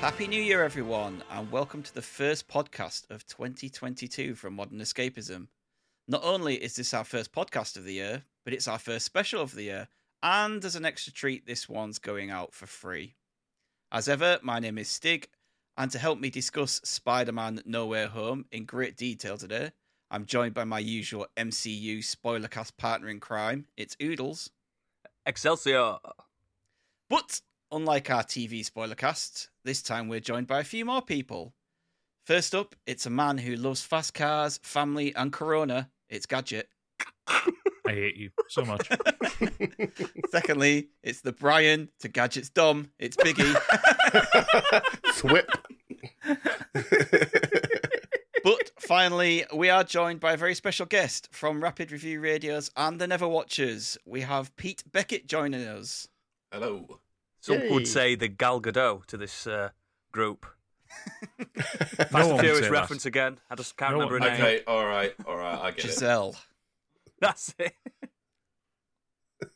Happy New Year, everyone, and welcome to the first podcast of 2022 from Modern Escapism. Not only is this our first podcast of the year, but it's our first special of the year, and as an extra treat, this one's going out for free. As ever, my name is Stig, and to help me discuss Spider Man Nowhere Home in great detail today, I'm joined by my usual MCU spoilercast partner in crime, it's Oodles. Excelsior! But unlike our TV spoiler cast, this time we're joined by a few more people. First up, it's a man who loves fast cars, family, and Corona. It's Gadget. I hate you so much. Secondly, it's the Brian to Gadget's Dom. It's Biggie. Thwip. but finally, we are joined by a very special guest from Rapid Review Radios and the Never Watchers. We have Pete Beckett joining us. Hello. Some Yay. would say the Gal Gadot to this uh, group. Fast No one and would say Furious that. reference again. I just can't No remember one- her name. Okay, all right, all right, I get it. Giselle. That's it.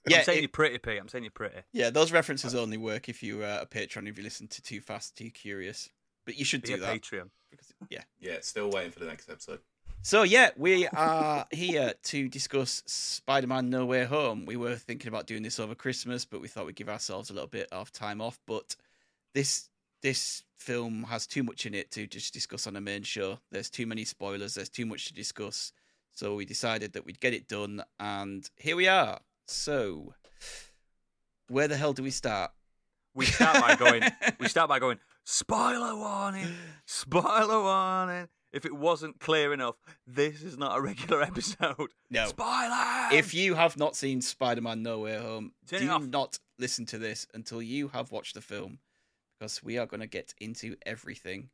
Yeah, I'm saying it- you're pretty, P. I'm saying you're pretty. yeah, those references only work if you uh, a patron if you listen to Too Fast, Too Curious. But you should Be do a that. Patreon. Because, yeah. Yeah, still waiting for the next episode. So yeah, we are here to discuss Spider-Man No Way Home. We were thinking about doing this over Christmas, but we thought we'd give ourselves a little bit of time off. But this this film has too much in it to just discuss on a main show. There's too many spoilers. There's too much to discuss. So we decided that we'd get it done, and here we are. So where the hell do we start? We start by going. we start by going. Spoiler warning! Spoiler warning! If it wasn't clear enough, this is not a regular episode. No. Spoiler! If you have not seen Spider Man No Way Home, Turn it do off. not listen to this until you have watched the film because we are going to get into everything.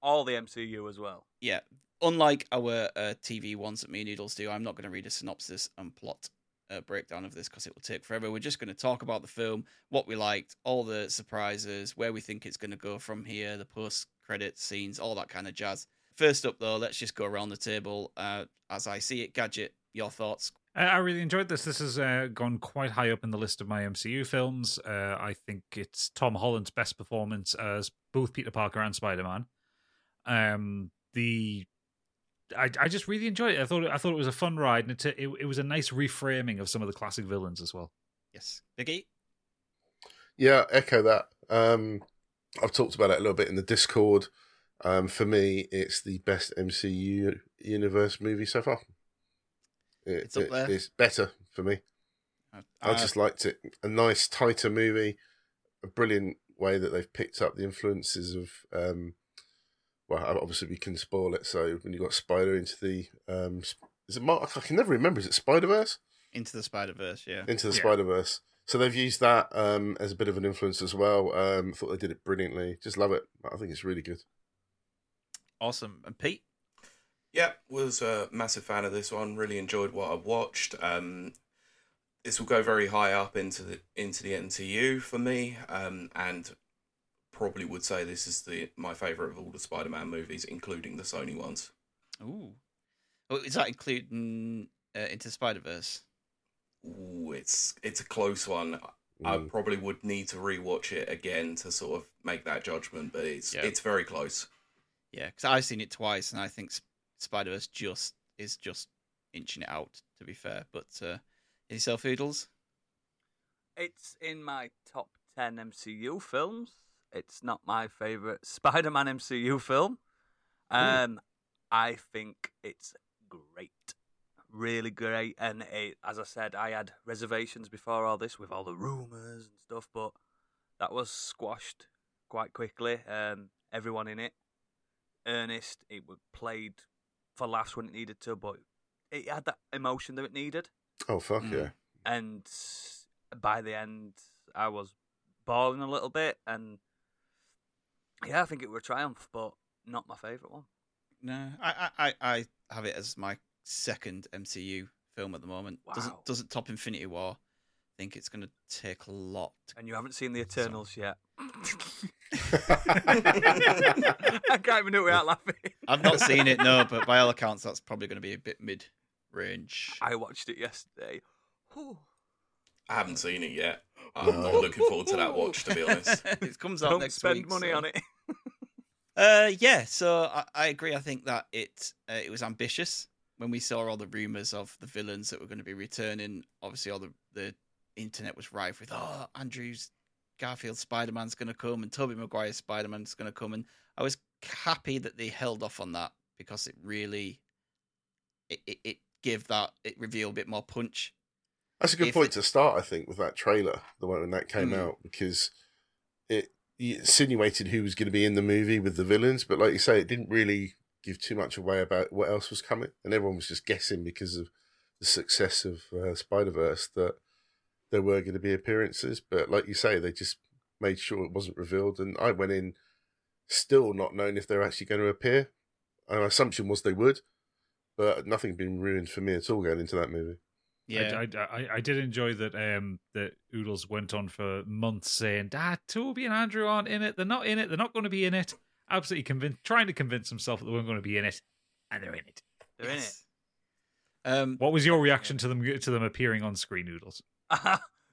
all the MCU as well. Yeah. Unlike our uh, TV ones that me and Noodles do, I'm not going to read a synopsis and plot uh, breakdown of this because it will take forever. We're just going to talk about the film, what we liked, all the surprises, where we think it's going to go from here, the post credit scenes, all that kind of jazz. First up, though, let's just go around the table. Uh, as I see it, Gadget, your thoughts. I I really enjoyed this. This has uh, gone quite high up in the list of my MCU films. Uh, I think it's Tom Holland's best performance as both Peter Parker and Spider Man. Um, the I, I just really enjoyed it. I thought I thought it was a fun ride, and it, it it was a nice reframing of some of the classic villains as well. Yes. Biggie? Yeah, echo that. Um, I've talked about it a little bit in the Discord. Um, for me, it's the best MCU universe movie so far. It- It's up it- there. It's better for me. I Uh, just liked it. A nice, tighter movie. A brilliant way that they've picked up the influences of. Um, well, obviously we can spoil it. So when you got Spider into the, um, sp- is it Mark? I can never remember. Is it Spider Verse? Into the Spider Verse, yeah. Into the Yeah. Spider Verse. So they've used that um, as a bit of an influence as well. Um, I thought they did it brilliantly. Just love it. I think it's really good. Awesome. And Pete? Yeah, was a massive fan of this one. Really enjoyed what I watched. Um, this will go very high up into the into the MCU for me, um, and probably would say this is the my favourite of all the Spider-Man movies, including the Sony ones. Ooh. Oh, is that including uh, Into Spider Verse? Ooh, it's it's a close one. I Mm. probably would need to rewatch it again to sort of make that judgment, but it's Yeah. it's very close. Yeah, because I've seen it twice, and I think Spider Verse just is just inching it out. To be fair, but uh, yourself, Oodles. It's in my top 10 MCU films. It's not my favourite Spider Man MCU film. Um, I think it's great. Really great. And it, as I said, I had reservations before all this with all the rumours and stuff, but that was squashed quite quickly. Um, everyone in it, earnest. It was played for laughs when it needed to, but it had that emotion that it needed Oh fuck Mm. yeah! and by the end I was bawling a little bit and yeah, I think it were a triumph, but not my favourite one. No, I, I, I I have it as my second MCU film at the moment. Wow. Doesn't doesn't top Infinity War. I think it's going to take a lot. And you haven't seen the Eternals yet. I I can't even do it without laughing. I've not seen it, no, but by all accounts, that's probably going to be a bit mid range. I watched it yesterday. Whew. I haven't seen it yet. I'm not looking forward to that watch, to be honest. it comes out Don't next spend week. money so- on it. Uh, yeah, so I, I agree. I think that it uh, it was ambitious when we saw all the rumors of the villains that were going to be returning. Obviously, all the the internet was rife with oh, Andrew's Garfield Spider Man's going to come and Tobey Maguire's Spider Man's going to come, and I was happy that they held off on that because it really it it, it gave that it revealed a bit more punch. That's a good If point it- to start, I think, with that trailer, the one when that came Mm. out, because it it insinuated who was going to be in the movie with the villains, but like you say, it didn't really give too much away about what else was coming, and everyone was just guessing because of the success of uh, Spider Verse that there were going to be appearances. But like you say, they just made sure it wasn't revealed, and I went in still not knowing if they're actually going to appear. Our assumption was they would, but nothing had been ruined for me at all going into that movie. Yeah, I, I, I, I did enjoy that um that Oodles went on for months saying, "Ah, Toby and Andrew aren't in it. They're not in it. They're not going to be in it." Absolutely convinced, trying to convince himself that they weren't going to be in it, and they're in it. They're in it. Yes. Um, What was your reaction to them to them appearing on screen, Oodles?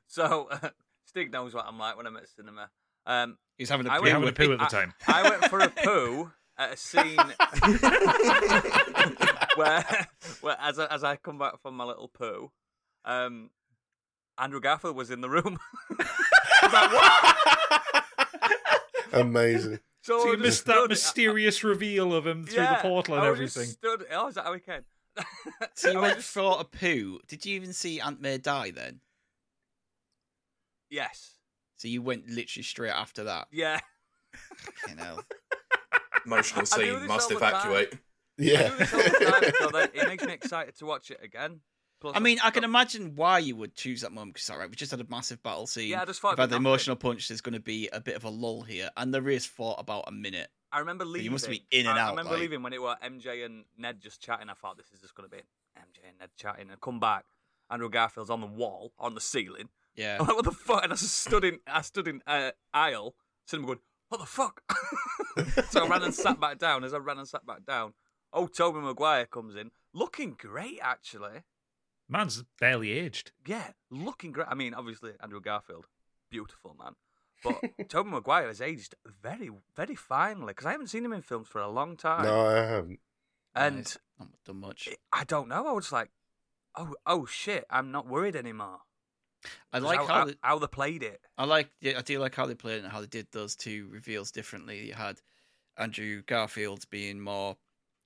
so uh, Stig knows what I'm like when I'm at cinema. Um, he's having a I poo went- You having a with- poo at the I- time. I went for a poo at a scene where, where as I, as I come back from my little poo, um, Andrew Garfield was in the room. I was like, "What?" Amazing. So, So I you just missed stood- I- that mysterious reveal of him through yeah, the portal and I was just everything. Stood, oh, is that how he came? so you I was went just- for a poo. Did you even see Aunt May die then? Yes. So you went literally straight after that. Yeah. You know, Emotional I do scene, this must all the time. evacuate. I Yeah. do this all the time, so that it makes me excited to watch it again. Plus, I mean, I can I'm- imagine why you would choose that moment because all right, we just had a massive battle scene. Yeah, I just thought We've it'd had be the nothing. emotional punch. There's going to be a bit of a lull here, and there is for about a minute. I remember So leaving. you must be in and I, out, I remember like- leaving when it were MJ and Ned just chatting. I thought this is just going to be MJ and Ned chatting. And come back, Andrew Garfield's on the wall, on the ceiling. Yeah, I'm like, what the fuck? And I just stood in, I stood in uh, aisle, cinema going, what the fuck? so I ran and sat back down. As I ran and sat back down, oh, Toby Maguire comes in, looking great actually. Man's barely aged. Yeah, looking great. I mean, obviously Andrew Garfield, beautiful man. But Toby Maguire has aged very, very finely because I haven't seen him in films for a long time. No, I haven't. And Nice. not done much. it- I don't know. I was like, oh, oh shit, I'm not worried anymore. I 'Cause like how, how the, how they played it. I like yeah, I do like how they played it and how they did those two reveals differently. You had Andrew Garfield being more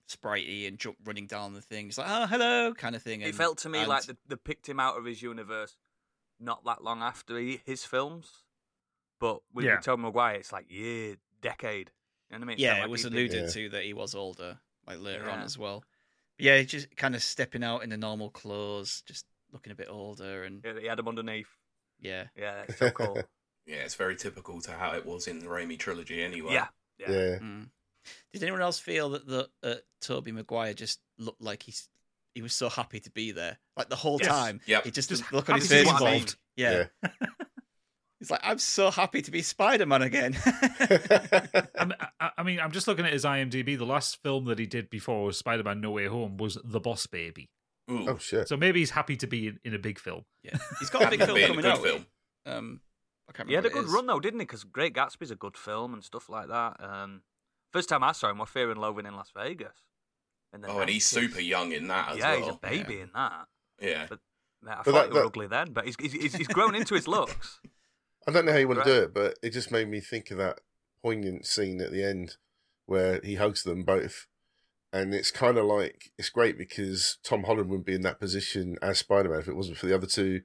spritey and jump running down the things like oh hello kind of thing. It and- felt to me and- like they, they picked him out of his universe not that long after he, his films. But with Yeah. Tom Maguire, it's like yeah, decade. You know what I mean? It's yeah, not like it was he did- alluded Yeah. to that he was older, like later on Yeah. as well. But yeah, just kind of stepping out in the normal clothes, just looking a bit older, and Yeah, he had him underneath. yeah, Yeah, that's so cool. Yeah, it's very typical to how it was in the Raimi trilogy anyway. yeah, Yeah. yeah. Mm. Did anyone else feel that the uh, Toby Maguire just looked like he's he was so happy to be there, like the whole Yes. time? Yep. It just, Just the look on happy his to be face was like, involved. yeah. He's like, I'm so happy to be Spider Man again. I'm, I, I mean, I'm just looking at his IMDb. The last film that he did before Spider-Man: No Way Home was The Boss Baby. Ooh, oh shit. So maybe he's happy to be in, in a big film. yeah, he's got a big that film being coming a good out. film. Um, I can't remember. He had a what it good is. run though, didn't he? Because Great Gatsby's a good film and stuff like that. Um, first time I saw him, were Fear and Loathing in Las Vegas. the Oh, and he's 90s. super young in that as yeah, well. he's a baby in that. Yeah. But man, I But thought that- he was that- ugly then, but he's he's, he's, he's grown into his looks. I don't know how you want Right. to do it, but it just made me think of that poignant scene at the end where he hugs them both. And it's kind of like it's great because Tom Holland wouldn't be in that position as Spider Man if it wasn't for the other two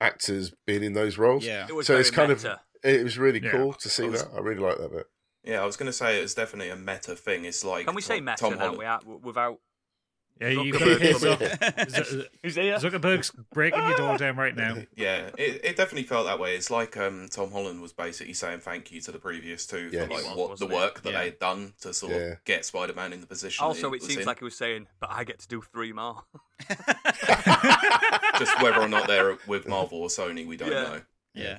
actors being in those roles. Yeah. It was So very it's kind of- meta. It was really Yeah. cool to see I was- that. I really like that bit. Yeah, I was going to say it was definitely a meta thing. It's like Can we say Tom- meta Tom now Holland- without without? Yeah, you Zuckerberg can- coming in. Zuck- Who's here? Zuckerberg's breaking your door down right now. Yeah, it, it definitely felt that way. It's like um, Tom Holland was basically saying thank you to the previous two Yes. for like He was, what the wasn't he? work that Yeah. they had done to sort Yeah. of get Spider-Man in the position. that Also, he it was seems in. like he was saying, "But I get to do three more." just whether or not they're with Marvel or Sony, we don't Yeah. know. Yeah.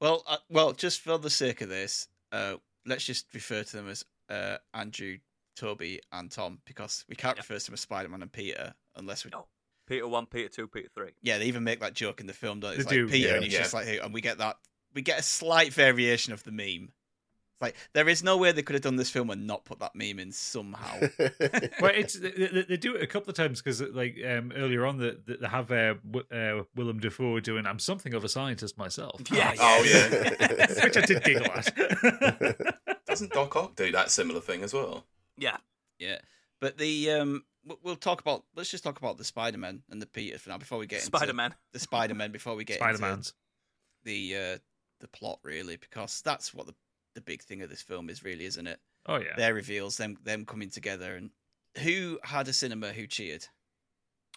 Well, uh, well, just for the sake of this, uh, let's just refer to them as uh, Andrew, Toby, and Tom because we can't Yeah. refer to them as Spider Man and Peter unless we No. Peter one, Peter two, Peter three. Yeah, they even make that joke in the film, don't they? It's They like do, Peter, yeah. and he's Yeah. just like, hey, and we get that, we get a slight variation of the meme. It's like there is no way they could have done this film and not put that meme in somehow. well, it's they, they they do it a couple of times because, like um, earlier on, that they, they have uh, w- uh, Willem Dafoe doing "I'm something of a scientist myself," Yeah. Oh, yeah. which I did giggle at. Doesn't Doc Ock do that similar thing as well? Yeah, yeah, but the um, w- we'll talk about. Let's just talk about the Spider Man and the Peter for now before we get Spider into Man. the Spider Man before we get Spider into Man's the uh, the plot really because that's what the the big thing of this film is really, isn't it? Oh yeah, Their reveals, them them coming together, and who had a cinema who cheered?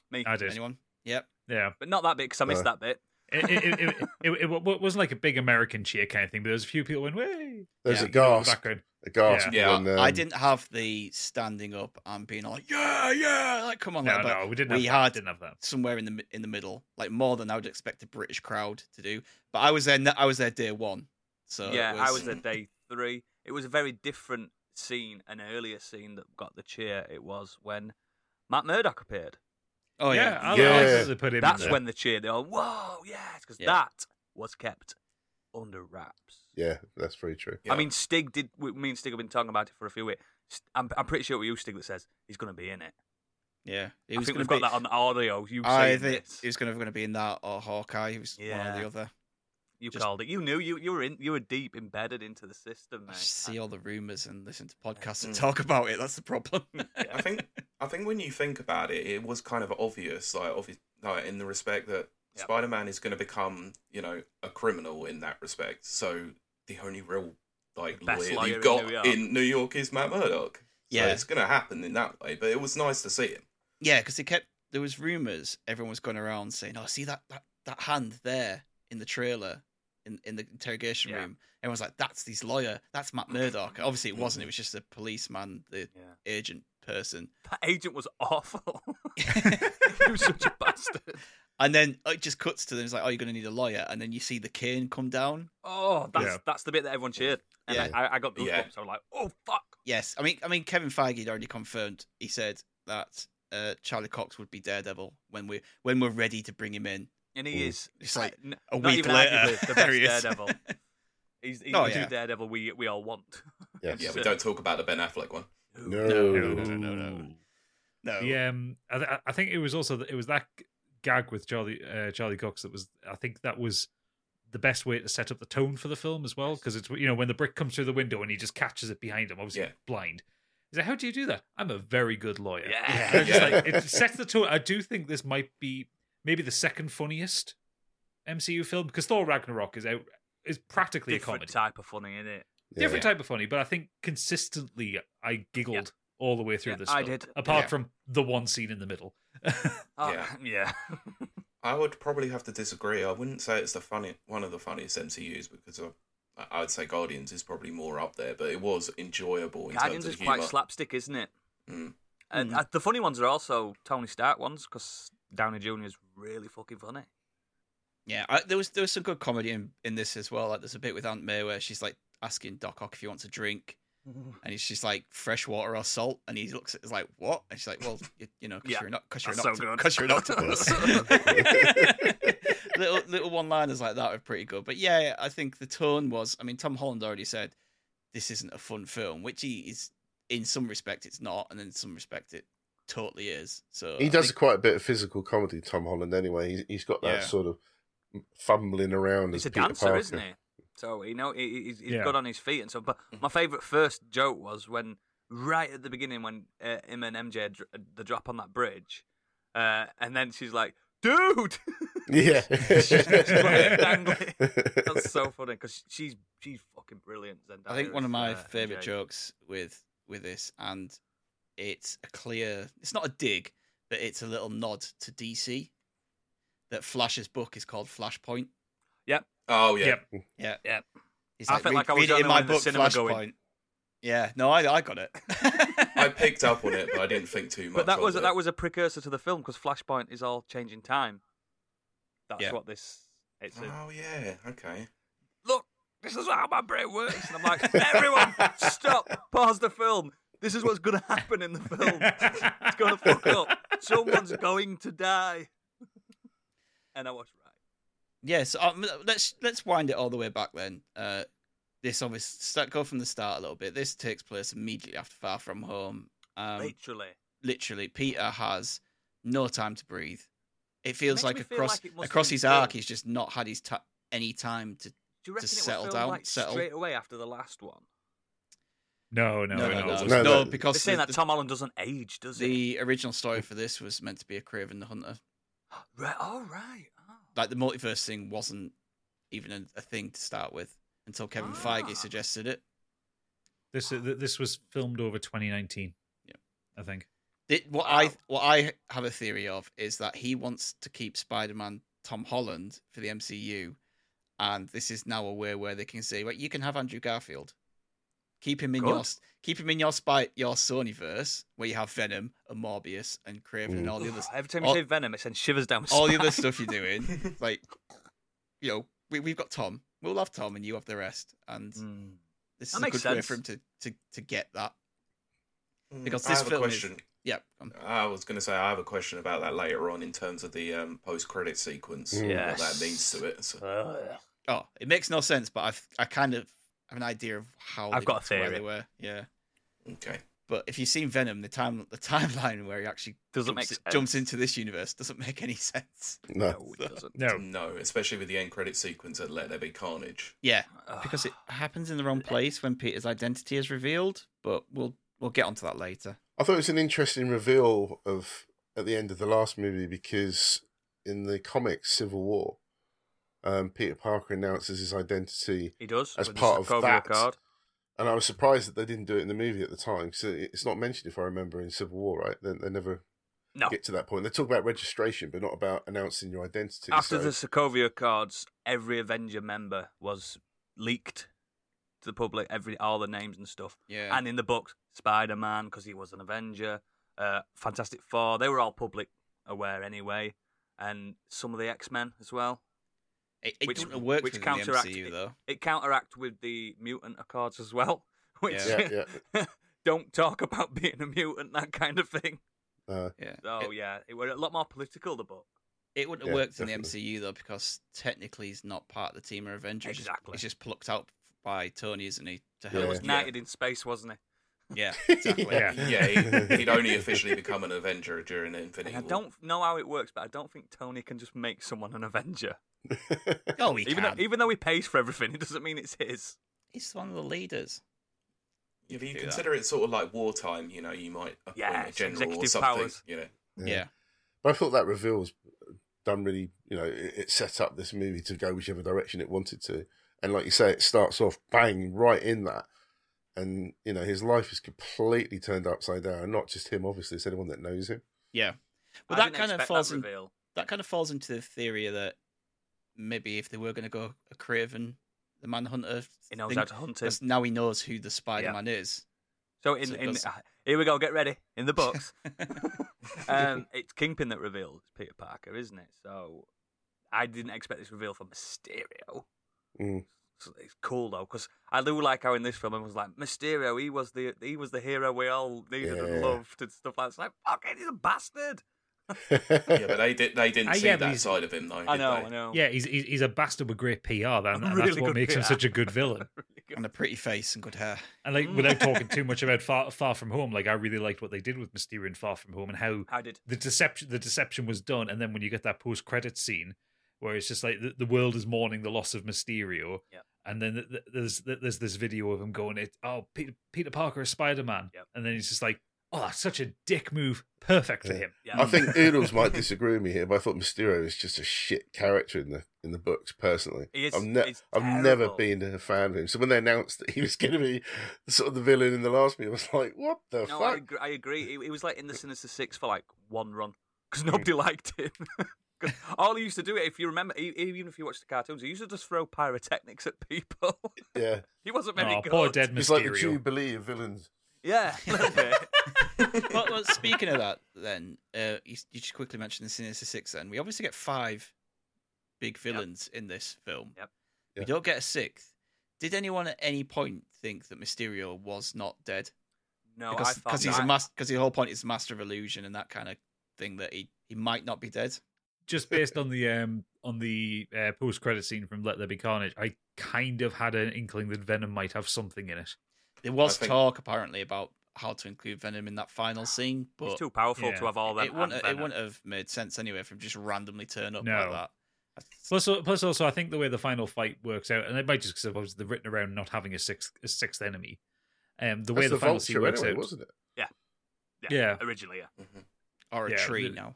Me, I did. Anyone? Yep. Yeah, but not that bit because I missed Uh, that bit. it, it, it, it, it, it wa- wasn't like a big American cheer kind of thing, but there was a few people went way. There's Yeah. a gasp, Background. a gasp. Yeah. when, um, I didn't have the standing up and being like, yeah, yeah, like come on, No, like, but no, we didn't. we have that. had- didn't have that. somewhere in the mi- in the middle, like more than I would expect a British crowd to do. But I was there, n- I was there day one, so it yeah, I was was- at day three. It was a very different scene, an earlier scene that got the cheer. It was when Matt Murdock appeared. Oh yeah, yeah, I, Yeah. I like that they put him. That's in there. when the cheer. They all whoa, yes, because Yeah. that was kept under wraps. Yeah, that's very true. I mean, Stig did. We, me and Stig have been talking about it for a few weeks. St- I'm, I'm pretty sure it was you, Stig, that says he's going to be in it. yeah. He I was think gonna we've be- got that on audio. You I saying think this. he was going to be in that or Hawkeye. He was one or Yeah. the other. you just- called it. You knew you you were in. You were deep embedded into the system, I mate. just see all the rumors and listen to podcasts and Mm. talk about it. That's the problem. I think I think when you think about it, it was kind of obvious, like obvious, like in the respect that Yeah. Spider Man is going to become, you know, a criminal in that respect. So the only real like The lawyer, best lawyer you've in got New York. in New York is Matt Murdock. Yeah. so it's going to happen in that way. But it was nice to see him. Yeah, because they kept there was rumors. Everyone was going around saying, "Oh, see that that, that hand there in the trailer." In, in the interrogation Yeah. room, everyone's like, "That's his lawyer. That's Matt Murdock." Obviously, it wasn't. It was just a policeman, the yeah. agent person. That agent was awful. he was such a bastard. and then it just cuts to them. It's like, "Oh, you're going to need a lawyer." And then you see the cane come down. Oh, that's Yeah. that's the bit that everyone cheered. And Yeah. I, I got goosebumps. Yeah. I was like, oh fuck. Yes, I mean, I mean, Kevin Feige had already confirmed. He said that uh, Charlie Cox would be Daredevil when we when we're ready to bring him in. And he Mm. is It's like uh, n- a not week even later, arguably the there best he is. Daredevil. He's, he's Oh, the yeah. Daredevil we we all want. Yes. Yeah, So- we don't talk about the Ben Affleck one. No. No, no, no, no. No, The, um, I, th- I think it was also th- it was that g- gag with Charlie uh, Charlie Cox that was. I think that was the best way to set up the tone for the film as well because it's you know when the brick comes through the window and he just catches it behind him, obviously Yeah. blind. He's like, "How do you do that? I'm a very good lawyer." Yeah. And it's just Yeah. like, it sets the tone. I do think this might be maybe the second funniest MCU film because Thor Ragnarok is out is practically a Different comedy, type of funny in it. Yeah. different type of funny, but I think consistently I giggled all the way through Yeah, this. I film, did. apart Yeah. from the one scene in the middle. Oh, Yeah. yeah. I would probably have to disagree. I wouldn't say it's the funny one of the funniest MCUs because I. I would say Guardians is probably more up there, but it was enjoyable in Guardians terms is of humor. quite slapstick, isn't it? Mm. And Mhm. uh, the funny ones are also Tony Stark ones because Downey Jr. is really fucking funny. Yeah, I, there was there was some good comedy in, in this as well. Like there's a bit with Aunt May where she's like asking Doc Ock if he wants a drink, and he's just like fresh water or salt, and he looks at it's like what, and she's like, well, you, you know, because Yeah, you're not because you're that's not so good. because you're an octopus. little little one liners like that are pretty good, but yeah, I think the tone was. I mean, Tom Holland already said this isn't a fun film, which he is in some respect it's not, and in some respect it totally is. So He I does think- quite a bit of physical comedy, Tom Holland. Anyway, he's, he's got that Yeah. sort of fumbling around He's a as Peter dancer, Parker. isn't he? So you know he, he's, he's Yeah. good on his feet and so. But my favourite first joke was when right at the beginning when uh, him and MJ dr- the drop on that bridge, uh, and then she's like, "Dude," Yeah. Dangly. that's so funny because she's she's fucking brilliant. Zendaya I think one of is, my uh, favorite MJ. jokes with with this, and it's a clear. It's not a dig, but it's a little nod to DC. That Flash's book is called Flashpoint. Oh yeah, Yep. Yeah, Yep. He's I like, felt read, like I was read the it in my only one in the book, cinema Flashpoint. going- Yeah, no, I I got it. I picked up on it, but I didn't think too much. But that of was it. that was a precursor to the film because Flashpoint is all changing time. That's Yeah. what this. It's a, Oh yeah, okay. look, this is how my brain works. And I'm like, everyone, Oh, stop, pause the film. This is what's going to happen in the film. It's going to fuck up. Someone's going to die. And I was right. Yes, um, let's let's wind it all the way back then. Uh, this obviously start, go from the start a little bit. This takes place immediately after Far From Home. Um, Literally. literally, Peter has no time to breathe. It feels makes like me feel across like it must have across been his arc, filmed. he's just not had his ta- any time to. Do you reckon it was settle filmed down, like settle. straight away after the last one? No, no, No, no, no, no. no, no, no. no, They're because saying the, that Tom Holland doesn't age, does he? the original story for this was meant to be a Craven the Hunter. Right. All right. Oh. Like the multiverse thing wasn't even a, a thing to start with until Kevin Ah. Feige suggested it. This th- this was filmed over 2019. Yeah. I think. Th- what I Wow. what I have a theory of is that he wants to keep Spider-Man Tom Holland for the MCU, and this is now a way where they can say, "Well, you can have Andrew Garfield, keep him in your Good. s- keep him in your spy your Sonyverse where you have Venom and Morbius and Craven and all the other s- Every time you all- say Venom, it sends shivers down my all the spine. other stuff you're doing. Like, you know, we we've got Tom, we'll have Tom, and you have the rest, and Mm. this is That a good makes way sense. for him to to to get that. Mm, Because I this have film a is- question. Yeah, um, I was going to say I have a question about that later on in terms of the um, post-credit sequence and Yes. what that means to it. So, Ugh. Oh, it makes no sense, but I've I kind of have an idea of how I've they got a got to where theory. they were. Yeah, okay, but if you've seen Venom, the time the timeline where he actually Doesn't make jumps, sense. jumps into this universe doesn't make any sense. No. No, it doesn't. Oh. No. no, especially with the end credit sequence at Let There Be Carnage. Yeah, Ugh. because it happens in the wrong place when Peter's identity is revealed. But we'll we'll get onto that later. I thought it was an interesting reveal of at the end of the last movie because in the comics Civil War, um, Peter Parker announces his identity, he does as with the part of Sokovia that- card. because and I was surprised that they didn't do it in the movie at the time because it's not mentioned if I remember in Civil War, right? They, they never No. get to that point. They talk about registration, but not about announcing your identity. After so- the Sokovia cards, every Avenger member was leaked to the public. Every all the names and stuff. Yeah, And in the books, Spider Man because he was an Avenger, uh, Fantastic Four. They were all public aware anyway, and some of the X Men as well. it, it which- doesn't work which with the counteract MCU it. though. It counteract with the mutant cards as well, which yeah, yeah. don't talk about being a mutant that kind of thing. Uh, Yeah. Oh it, yeah, it were a lot more political the book. it wouldn't have Yeah, worked in the definitely. MCU though because technically he's not part of the team of Avengers. He's just- Exactly. he's just plucked out by Tony, isn't he? To Yeah. He help. was knighted in space, wasn't he? Yeah, exactly. Yeah. Yeah, he, he'd only officially become an Avenger during And Infinity I War. don't know how it works, but I don't think Tony can just make someone an Avenger. Oh, he even can. though, even though he pays for everything, it doesn't mean it's his. He's one of the leaders. If do you that. consider it sort of like wartime, you know, you might appoint Yeah, a it's general or executive something. powers. You know, Yeah. But I thought that reveal was done really, you know, it, it set up this movie to go whichever direction it wanted to. And like you say, it starts off bang right in that. And, you know, his life is completely turned upside down. Not just him, obviously, it's anyone that knows him. Yeah. Well, I that didn't kind of expect falls that in- reveal. That kind of falls into the theory that maybe if they were going to go a Craven, the Manhunter, He knows thing, how to hunt him. 'cause now he knows who the Spider-Man is. So in, so it in does- uh, here we go. Get ready in the books. um, it's Kingpin that reveals it's Peter Parker, isn't it? So I didn't expect this reveal from Mysterio. Mm. So it's cool though, because I do like how in this film it was like Mysterio. He was the he was the hero we all needed and Yeah. loved and stuff like that. It's like fucking he's a bastard. yeah, but they did. They didn't Ah, see yeah, but that he's- side of him, though. I did know, they? I know. Yeah, he's he's he's a bastard with great PR, and, and that's Really what good makes him PR. such a good villain. Really good. And a pretty face and good hair. And like Mm. without talking too much about Far Far From Home, like I really liked what they did with Mysterio and Far From Home and how I did. the deception the deception was done, and then when you get that post credit scene where it's just like the, the world is mourning the loss of Mysterio, Yep. and then th- th- there's th- there's this video of him going, "It oh Peter, Peter Parker is Spider Man," Yep. and then he's just like, "Oh, that's such a dick move, perfect for Yeah. him." Yeah. I think Oodles might disagree with me here, but I thought Mysterio is just a shit character in the in the books. Personally, He is- I've, ne- he's I've never terrible. been a fan of him. So when they announced that he was going to be sort of the villain in the last movie, I was like, "What the No, I fuck?" agree. I agree. It, it was like in the Sinister Six for like one run Hmm. because nobody liked him. 'Cause all he used to do, if you remember, e- even if you watch the cartoons, he used to just throw pyrotechnics at people. yeah, he wasn't very oh, good. poor dead it's like the Mysterio. Jubilee of villains. Yeah, a little bit. well, well, speaking of that, then uh, you, you should quickly mention the Sinister Six. Then we obviously get five big villains in this film. Yep. Yeah. We don't get a sixth. Did anyone at any point think that Mysterio was not dead? No, I because thought cause he's a that- mas- cause the whole point is master of illusion and that kind of thing that he, he might not be dead. just based on the um on the uh, post credit scene from Let There Be Carnage, I kind of had an inkling that Venom might have something in it. There was I think- talk apparently about how to include Venom in that final scene, He's but too powerful yeah. to have all that. it wouldn't it wouldn't have made sense anyway from just randomly turn up like No. that. That's- Plus, plus also, I think the way the final fight works out, and it might just because they're written around not having a sixth a sixth enemy. Um, the way That's the, final scene vulture works anyway, out, wasn't it? yeah. Originally, yeah. Mm-hmm, or a Yeah, tree the- now.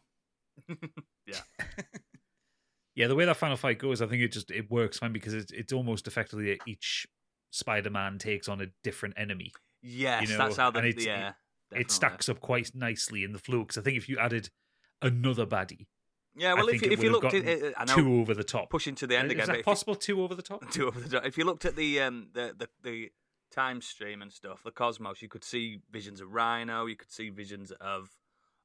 yeah, the way that final fight goes, I think it just it works fine because it's it's almost effectively that each Spider-Man takes on a different enemy. Yes, know, that's how the and it's- yeah. It definitely. stacks up quite nicely in the flow because I think if you added another baddie, Yeah, well, if I think you, it if you would looked have at gotten it, I know two over the top. pushing to the end Is again. that but if you- possible? Two over the top. two over the top. If you looked at the um the, the the time stream and stuff, the cosmos, you could see visions of Rhino. You could see visions of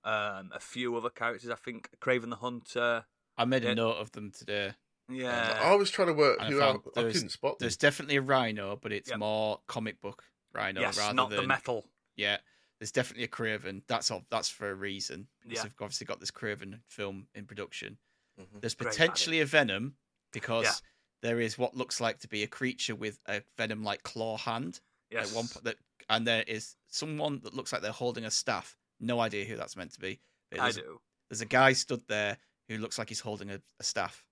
um a few other characters. I think Craven the Hunter. Uh, I made Yeah. a note of them today. Yeah, Oh, I was trying to work Uh, And I who found out. I there's- couldn't spot them. There's definitely a rhino, but it's Yep. more comic book rhino yes, rather not than the metal. yeah. There's definitely a Craven. That's all. That's for a reason. Because Yeah. they've obviously got this Craven film in production. Mhm. There's Great potentially a Venom because there is what looks like to be a creature with a Venom-like claw hand Yes, at one point, that, and there is someone that looks like they're holding a staff. No idea who that's meant to be. But I there's, do. there's a guy stood there who looks like he's holding a, a staff.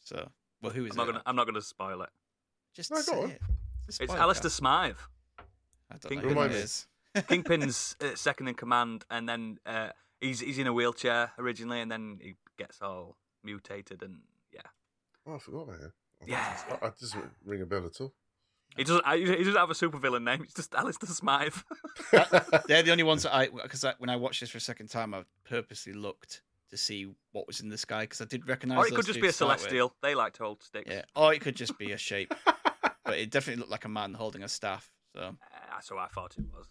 So, well, who is I'm not it? gonna. I'm not gonna spoil it. Just No, go say on. it. a It's spoiler. Alistair Smythe, I don't Think- know who Remind it me. is. Kingpin's uh, second in command, and then uh, he's he's in a wheelchair originally, and then he gets all mutated, and yeah, Oh, I forgot about him. I- Yeah. I, I doesn't ring a bell at all. he doesn't I- he doesn't have a supervillain name. It's just Alistair Smythe. They're the only ones that I because I, when I watched this for a second time, I purposely looked to see what was in the sky because I did recognize. or it could just be a celestial. They like to hold sticks. Yeah, or Oh, it could just be a shape, but it definitely looked like a man holding a staff. So Uh, that's what I thought it was.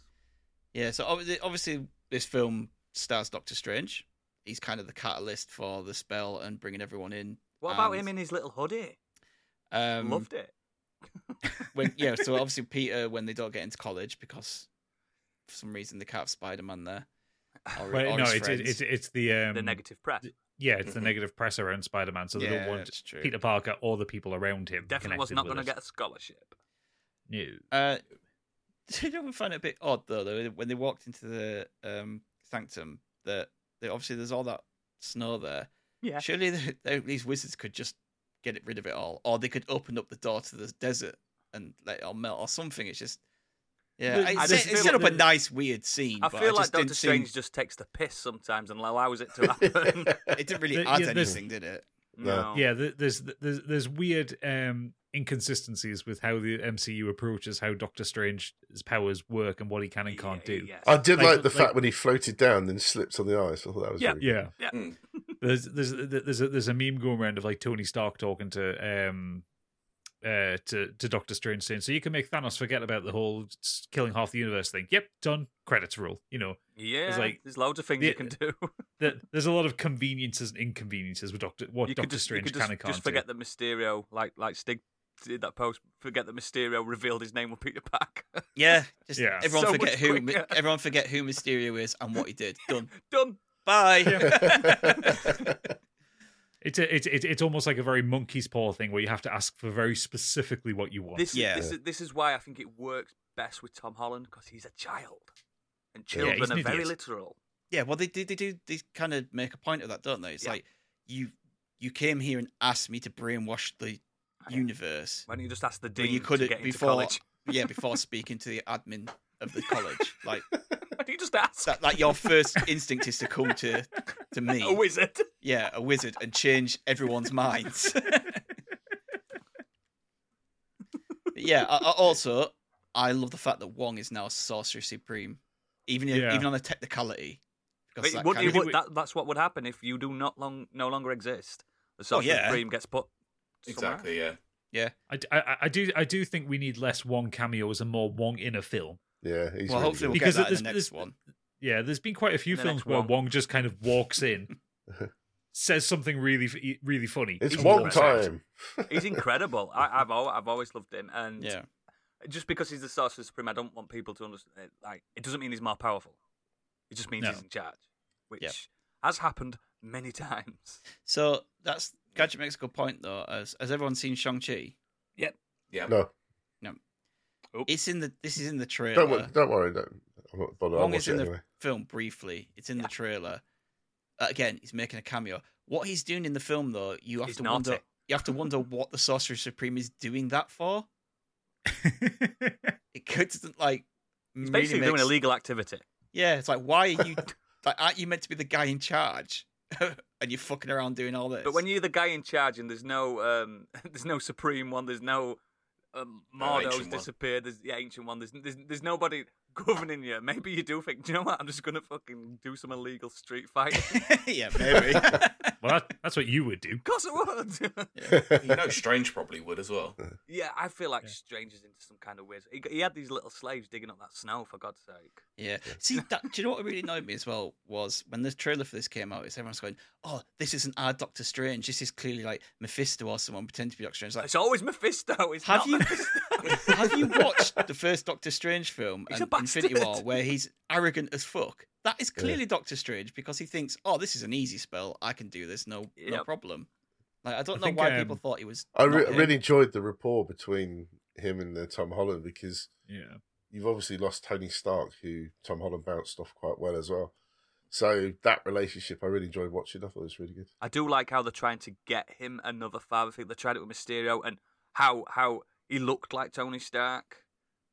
yeah, so obviously, obviously this film stars Doctor Strange. He's kind of the catalyst for the spell and bringing everyone in. What Um, about And, him in his little hoodie? Um, Loved it. when yeah, so obviously Peter when they don't get into college because for some reason they can't have Spider Man there. Or, Well, or no, his it's, friends. it's it's the um, the Mm-hmm. negative press. Yeah, it's the Mhm. negative press around Spider-Man, so they Yeah, don't want that's true. Peter Parker or the people around him. Definitely was connected not with going to it. get a scholarship. No. Uh, did anyone find it a bit odd though, though when they walked into the um, sanctum that that obviously there's all that snow there. Yeah. Surely the, the, these wizards could just get rid of it all, or they could open up the door to the desert and let it all melt or something. It's just yeah, The- it, I set, just it feel set like up a the- nice weird scene. I but feel like just Doctor didn't Strange Seem, just takes the piss sometimes and allows it to happen. it didn't really The- add yeah, there's- anything, did it? no. Yeah, th- there's there's there's weird um, inconsistencies with how the MCU approaches how Doctor Strange's powers work and what he can and can't Yeah, do. yes. I did Like- like, the like- fact when he floated down and slipped on the ice. I thought that was Yeah. really Yeah, Yeah. Mm. there's there's there's a, there's a meme going around of like Tony Stark talking to um uh to to Doctor Strange saying, "So you can make Thanos forget about the whole s- killing half the universe thing." Yep, done. Credits roll. You know, yeah. like- There's loads of things Yeah. you can do. that there's a lot of conveniences and inconveniences with Doctor what you could Doctor just, you Strange could can just, and can't just do. forget that Mysterio, like like Stig did that post, forget that Mysterio revealed his name with Peter Parker. Yeah, just Yeah. everyone So much forget who quicker. everyone forget who Mysterio is and what he did. Done. Done. Bye. It's a, it's it's it's almost like a very monkey's paw thing where you have to ask for very specifically what you want. This, Yeah. is, this, is, this is why I think it works best with Tom Holland because he's a child. And Yeah, he's children an are very idiot. literal. Yeah, well, they do. They do. They kind of make a point of that, don't they? It's Yeah. like you you came here and asked me to brainwash the Yeah. universe. Why don't you just ask the Well, dean you could to have- get into before- college? Yeah, before speaking to the admin of the college, like Why don't you just ask that, like your first instinct is to come to to me, a wizard? yeah, a wizard, and change everyone's minds. But yeah. I, I also, I love the fact that Wong is now Sorcerer Supreme, even if, Yeah. even on a technicality. But that it would, kind it of- would, that, that's what would happen if you do not long no longer exist. The Sorcerer Oh, yeah. Supreme gets put somewhere Exactly. Yeah. I, d- I- I do I do think we need less Wong cameos and more Wong in a film. yeah. He's well, hopefully really we'll good. Because get that this- in the next this- one. Yeah, there's been quite a few In the films next where Wong. Wong just kind of walks in, says something really f- e, really funny. it's and one walks out. time. in. He's incredible. I, I've al- I've always loved him, and Yeah. just because he's the Sorcerer Supreme, I don't want eh, people to understand. Like, it doesn't mean he's more powerful. It just means No. he's in charge, which has happened many times. So that's Gadget makes a good point though. As has everyone seen Shang Chi? Yeah. No, It's in the this is in the trailer. don't wor- don't worry. Don't, I'm not bothered. I'll Wong uh, watch is it in the anyway. film briefly. It's in Yeah. the trailer. Uh, Again, he's making a cameo. What he's doing in the film though, you have He's to naughty. wonder. You have to wonder what the Sorcerer Supreme is doing that for. It could like He's really basically makes- doing illegal activity. Yeah, it's like why are you like aren't you meant to be the guy in charge? and you're fucking around doing all this. But when you're the guy in charge and there's no um, there's no supreme one, there's no um, No, Mordo's ancient one. disappeared, there's the ancient one, there's, there's there's nobody governing you. Maybe you do think, do you know what? I'm just gonna fucking do some illegal street fight. of yeah, maybe. well, that, that's what you would do. course it would. you know, Strange probably would as well. yeah, I feel like Yeah. strangers into some kind of weird. He, got- he had these little slaves digging up that snow for God's sake. yeah. See, that, do you know what really annoyed me as well was when the trailer for this came out? Is everyone's going, "Oh, this isn't our Doctor Strange. This is clearly like Mephisto or someone pretending to be Doctor Strange." Like, It's always Mephisto. It's Have not you- Mephisto. have you watched the first Doctor Strange film, He's and a Infinity bastard. War, where he's arrogant as fuck? That is clearly Doctor Strange because he thinks, "Oh, this is an easy spell. I can do this. No, no Yep. problem." Like, I don't I know think, why um, people thought he was. I, re- not I him. really enjoyed the rapport between him and uh, Tom Holland because Yeah. you've obviously lost Tony Stark, who Tom Holland bounced off quite well as well. So that relationship, I really enjoyed watching. I thought it was really good. I do like how they're trying to get him another father figure. They tried it with Mysterio and how how he looked like Tony Stark.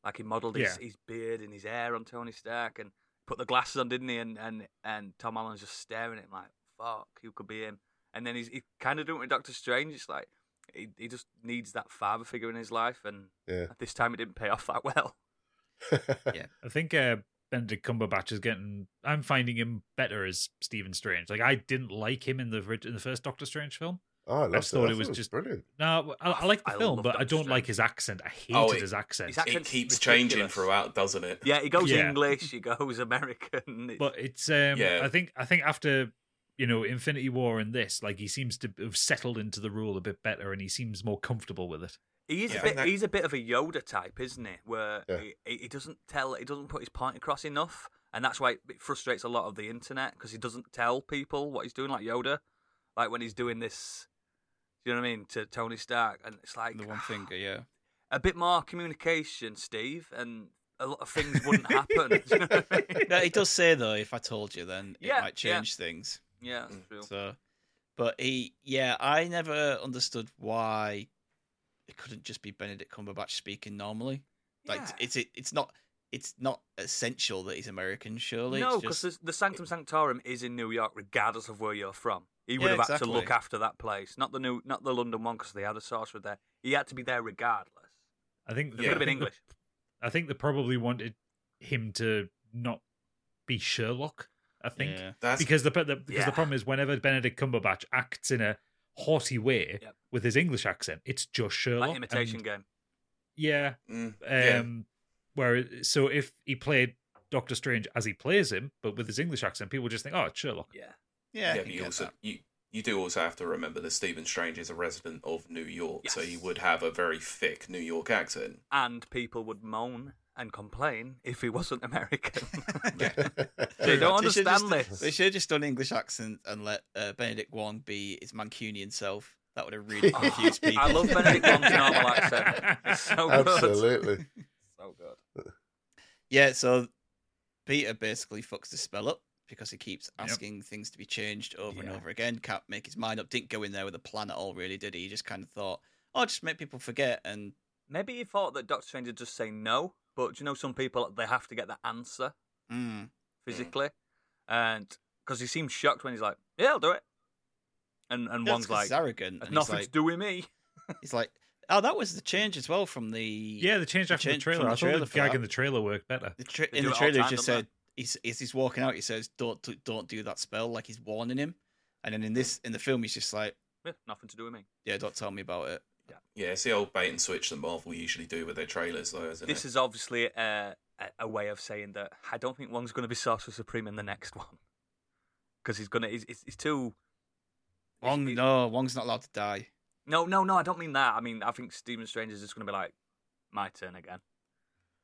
Like he modelled his, Yeah. his beard and his hair on Tony Stark and put the glasses on, didn't he? And and, and Tom Holland's just staring at him like, fuck, you could be him. And then he's he kind of doing it with Doctor Strange. It's like he, he just needs that father figure in his life. And Yeah. this time it didn't pay off that well. I think uh, Benedict Cumberbatch is getting. I'm finding him better as Stephen Strange. Like I didn't like him in the orig- in the first Doctor Strange film. Oh, I loved just thought it was just- brilliant. No, I, I like the I film, love but I Doctor don't like Strange. his accent. I hated Oh, it- his accent. his ac- It Accent's keeps changing ridiculous. throughout, doesn't it? Yeah, he goes Yeah. English, he goes American. It's- but it's um, Yeah. I think I think after you know Infinity War and this, like he seems to have settled into the role a bit better, and he seems more comfortable with it. He is Yeah. a bit. And that- He's a bit of a Yoda type, isn't he? Where Yeah. he, he he doesn't tell. He doesn't put his point across enough, and that's why it frustrates a lot of the internet because he doesn't tell people what he's doing, like Yoda, like when he's doing this. Do you know what I mean to Tony Stark? And it's like the one finger. Yeah. a bit more communication, Steve, and a lot of things wouldn't happen. do you know what I mean? no, it does say though, if I told you, then it Yeah, might yeah. change things. Yeah, that's true. Mm. So, but he, yeah, I never understood why it couldn't just be Benedict Cumberbatch speaking normally. Like Yeah. it's it, it's not it's not essential that he's American, surely. no, It's because just- the Sanctum Sanctorum is in New York, regardless of where you're from. He would Yeah, have had to look exactly. after that place, not the new, not the London one, because they had a sorcerer there. He had to be there regardless. I think Yeah. It could have been I think the- English. I think they probably wanted him to not be Sherlock. I think Yeah. That's because the, the because Yeah. the problem is whenever Benedict Cumberbatch acts in a haughty way Yep. with his English accent, it's just Sherlock. Like imitation and- game. yeah. mm, Um, Where so if he played Doctor Strange as he plays him, but with his English accent, people just think, oh, it's Sherlock. Yeah. yeah, yeah, I yeah but can you get also that. you, you do also have to remember that Stephen Strange is a resident of New York, so he Yes. would have a very thick New York accent. And people would moan and complain if he wasn't American. Fair they don't enough. should've understand just- They this. should have just done English accent and let uh, Benedict Wong be his Mancunian self. That would have really Oh, confused people. I love Benedict Wong's normal accent. It's so good. Absolutely. So good. Yeah, so Peter basically fucks the spell up because he keeps Yep. asking things to be changed over and Yeah. over again. Can't make his mind up. Didn't go in there with a plan at all, really, did he? He just kind of thought, oh, just make people forget. And Maybe he thought that Doctor Strange would just say no, but you know, some people they have to get the answer mm, physically, and because he seems shocked when he's like, "Yeah, I'll do it," and and that's 'cause one's like, he's arrogant. "That's And he's "Nothing to like, do with me." he's like, oh, that was the change as well from the. Yeah, the change The after change the trailer. from the I thought trailer the for gag that. in the trailer worked better. The tra- They in do the it all trailer, the he time, just don't they? said, he's, he's, he's walking out, he says, don't, do- don't do that spell, like he's warning him. And then in this, in the film, he's just like, Yeah, nothing to do with me. yeah, don't tell me about it. Yeah, it's the old bait and switch that Marvel usually do with their trailers, though, isn't This it? is obviously a, a, a way of saying that I don't think one's going to be Sorcerer Supreme in the next one because he's gonna. He's, he's, he's too. Wong, he's- no, Wong's not allowed to die. No, no, no. I don't mean that. I mean I think Stephen Strange is just going to be like, "My turn again."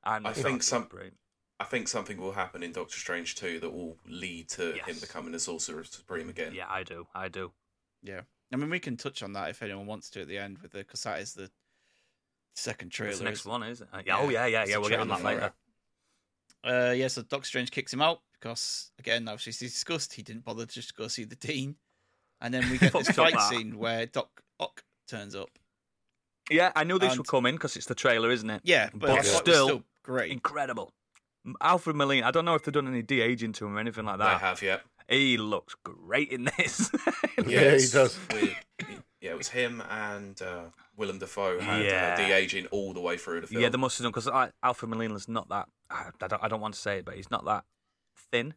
I'm I the think Sorcerer some- Supreme. I think something will happen in Doctor Strange 2 that will lead to him Yes. becoming the Sorcerer Supreme again. Yeah, I do. I do. I mean, we can touch on that if anyone wants to at the end with the because that is the second trailer. It's the next isn't it? one, isn't it? Yeah, Yeah, oh, yeah, yeah, it's yeah. a We'll get on trailer that for it. later. Uh, yeah, so Doctor Strange kicks him out because, again, obviously he's discussed. He didn't bother to just go see the Dean, and then we get this Fucked up fight that. scene where Doc Ock turns up. Yeah, I knew this And- would come in because it's the trailer, isn't it? Yeah, but, But I thought it was still- still great. Incredible. M- Alfred Molina. I don't know if they've done any de aging to him or anything like They that. have, yeah. He looks great in this. Yeah, he it's does. weird. yeah, it was him and uh, Willem Dafoe had Yeah. uh, de aging all the way through the film. yeah, they must have done because Alfred Molina's not that. I I don't, I don't want to say it, but he's not that thin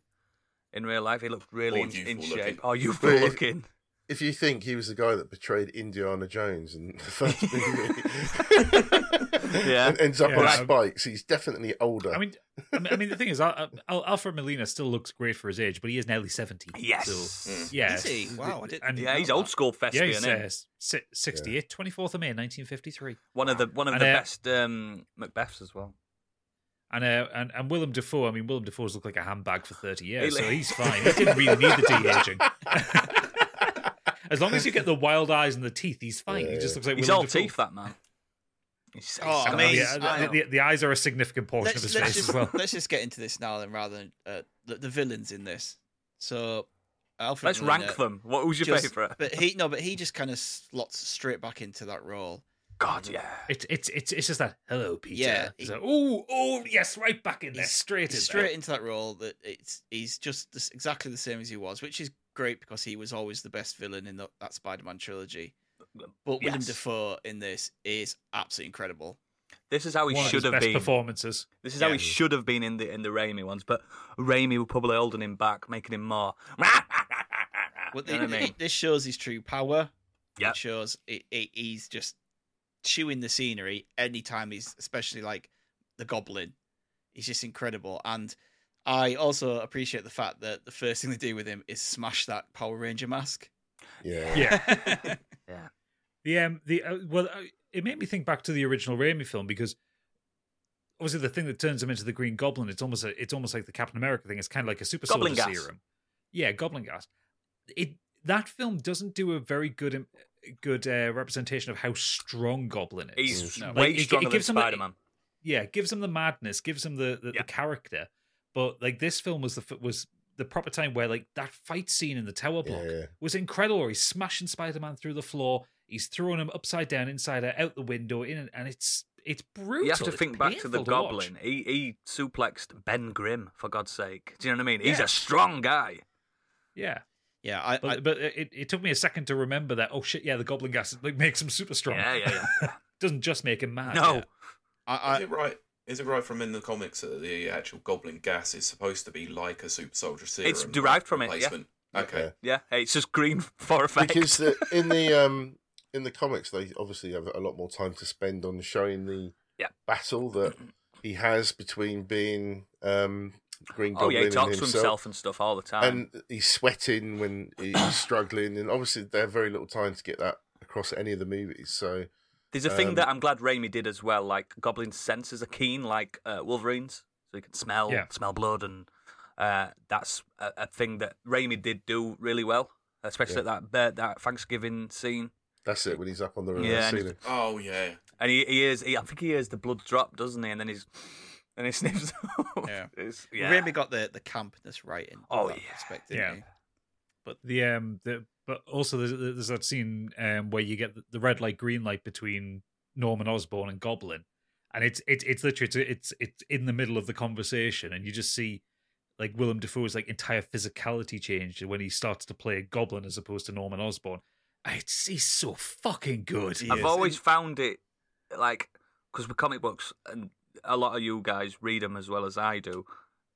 in real life. He looked really Or in, in shape. youthful looking. Oh, youthful But if- looking. If you think he was the guy that betrayed Indiana Jones in the first movie, Yeah. and ends up on Yeah. spikes, he's definitely older. I mean, I mean, I mean, the thing is, Al- Al- Alfred Molina still looks great for his age, but he is nearly seventy. Yes. so, Mm. yeah, Is he? Wow, I didn't- And- Yeah, he's Not old that. school Yeah, thespian. he's isn't he? uh, si- 68, 24th of May, 1953. one of the one of And, the uh, best um, Macbeths as well. And, uh, and and Willem Dafoe, I mean, Willem Dafoe's looked like a handbag for 30 years, Really? so he's fine. He didn't really need the de-aging. as long as you get the wild eyes and the teeth, he's fine. He just looks like He's Willem all Dafoe. teeth, that man. He's, he's Oh, got- I mean, yeah, I- the, the, the eyes are a significant portion Let's, of his let's face just, as well. let's just get into this now, then, rather than uh, the, the villains in this. So, Alfred. Let's Molina rank them. What was your just- favourite? But he no, but he just kind of slots straight back into that role. God, yeah. It, it's it's it's just that hello, Peter. Yeah. It's like, oh oh yes, right back in there, He's- straight in He's there. straight into that role that it's he's just this, exactly the same as he was, which is great because he was always the best villain in the, that Spider-Man trilogy. But William Willem Yes. Dafoe in this is absolutely incredible. This is how he One of his should have best been. performances. This is how he should have been in the in the Raimi ones, but Raimi were probably holding him back, making him more. But Uh, you know what I mean? this shows his true power. Yeah. It shows it, it, he's just chewing the scenery anytime he's, especially like the Goblin. He's just incredible. And I also appreciate the fact that the first thing they do with him is smash that Power Ranger mask. yeah. Yeah. yeah. The um the uh, well, uh, it made me think back to the original Raimi film because obviously the thing that turns him into the Green Goblin, it's almost a, it's almost like the Captain America thing. It's kind of like a super Goblin soldier gas. serum. Yeah, Goblin gas. It that film doesn't do a very good um, good uh, representation of how strong Goblin is. He's No. way Like, it- it stronger than gives him the- Spider Man. yeah, it gives him the madness, gives him the the, Yeah. the character. But like this film was the f- was the proper time where like that fight scene in the tower block Yeah. was incredible. Where he's smashing Spider Man through the floor, he's throwing him upside down, inside out, out the window, in and- and it's it's brutal. You have to It's think back to the painful watch. Goblin. He he suplexed Ben Grimm for God's sake. Do you know what I mean? He's Yeah. a strong guy. Yeah, I, but, I but it, it took me a second to remember that. Oh shit! Yeah, the Goblin gas like, makes him super strong. Yeah, yeah, Doesn't just make him mad. yeah. no, yeah. I, is it right? Is it right from in the comics that the actual Goblin gas is supposed to be like a Super Soldier Serum? It's derived from it, yeah. replacement? Okay. Yeah. yeah. Hey, it's just green for effect. Because the, in the um in the comics, they obviously have a lot more time to spend on showing the Yeah. battle that he has between being um Green oh Goblin yeah, he and talks to himself. himself um, and stuff all the time. and he's sweating when he's struggling, and obviously they have very little time to get that across any of the movies. So There's a thing Um, that I'm glad Raimi did as well. Like Goblin's senses are keen, like uh, Wolverine's, so he can smell Yeah. smell blood, and uh, that's a, a thing that Raimi did do really well, especially at that uh, that Thanksgiving scene. that's it when he's up on the uh, Yeah, and- ceiling. Oh yeah. And he, he is, he, I think he hears the blood drop, doesn't he? And then he's and he sniffs. up. Yeah. It's- yeah. yeah. really got the the campness right in Oh, that yeah. respect, didn't Yeah. he? the um the but also there's, there's that scene um where you get the- the red light green light between Norman Osborn and Goblin, and it's it's it's literally it's it's, it's in the middle of the conversation, and you just see like Willem Dafoe's like entire physicality changed when he starts to play Goblin as opposed to Norman Osborn. It's he's so fucking good. He I've is. always found it like because with comic books and a lot of you guys read them as well as I do.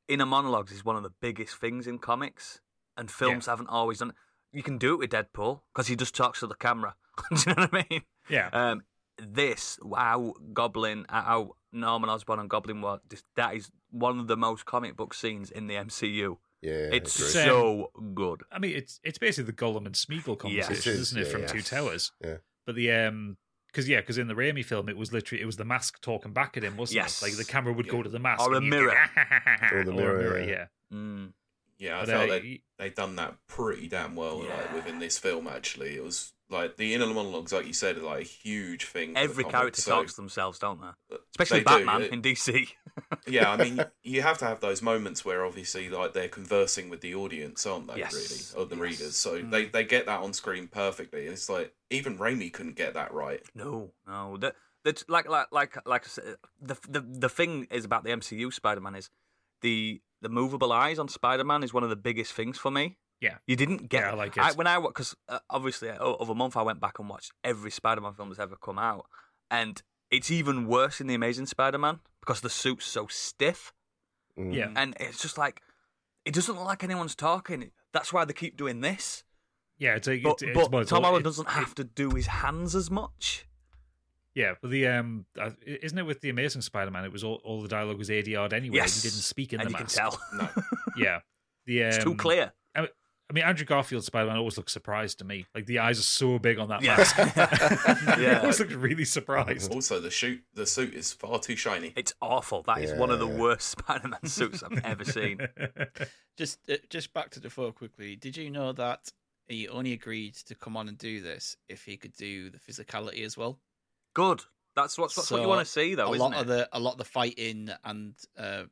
Inner monologues is one of the biggest things in comics, and films haven't always done. You can do it with Deadpool because he just talks to the camera. do you know what I mean? Yeah, Um, this how Goblin, how Norman Osborn and Goblin were. this- That is one of the most comic book scenes in the MCU. Yeah, it's I agree. Same. so good. I mean it's it's basically the Gollum and Smeagol Yes. conversation, It is, isn't it, yeah, from yeah. Two Towers? Yeah. But the um because yeah, because in the Raimi film, it was literally it was the mask talking back at him, wasn't Yes. it? Like the camera would go Yeah. to the mask Or a and you'd mirror. go, "Ah, Or the mirror, yeah. yeah. Mm. Yeah, I But, felt uh, they they've done that pretty damn well like Yeah. within this film. Actually, it was like the inner monologues, like you said, are like a huge thing. for the Every comic, character so- talks to themselves, don't they? Especially They do, Batman it- in DC. yeah, I mean, you have to have those moments where obviously, like, they're conversing with the audience, aren't they? Yes. Really, or the Yes. readers. So Mm. they, they get that on screen perfectly. And it's like even Raimi couldn't get that right. No, no. The, the t- like like like like I said, the the the thing is about the MCU Spider-Man is the the movable eyes on Spider-Man is one of the biggest things for me. Yeah. you didn't get Yeah, I like it. when I because uh, obviously uh, over a month I went back and watched every Spider-Man film that's ever come out, and it's even worse in the Amazing Spider-Man because the suit's so stiff Mm. Yeah. and it's just like it doesn't look like anyone's talking. That's why they keep doing this. Yeah, it's a, But, it's, it's, but well, it's Tom all- Holland it- doesn't have to do his hands as much. Yeah, but the um, uh, isn't it with the Amazing Spider-Man? It was all, all the dialogue was ADR'd anyway. Yes. He didn't speak in and the you mask. can tell. No. Yeah, the um, It's too clear. I mean, Andrew Garfield's Spider-Man always looks surprised to me. Like the eyes are so big on that Yeah. mask. he Yeah. always looks really surprised. Also, the shoot the suit is far too shiny. It's awful. That is one of the Yeah. worst Spider-Man suits I've ever seen. Just uh, just back to Defoe quickly. Did you know that he only agreed to come on and do this if he could do the physicality as well? Good. That's what's, that's what you So, want to see, though, a Oh, isn't lot of the it? a lot of the fighting and uh,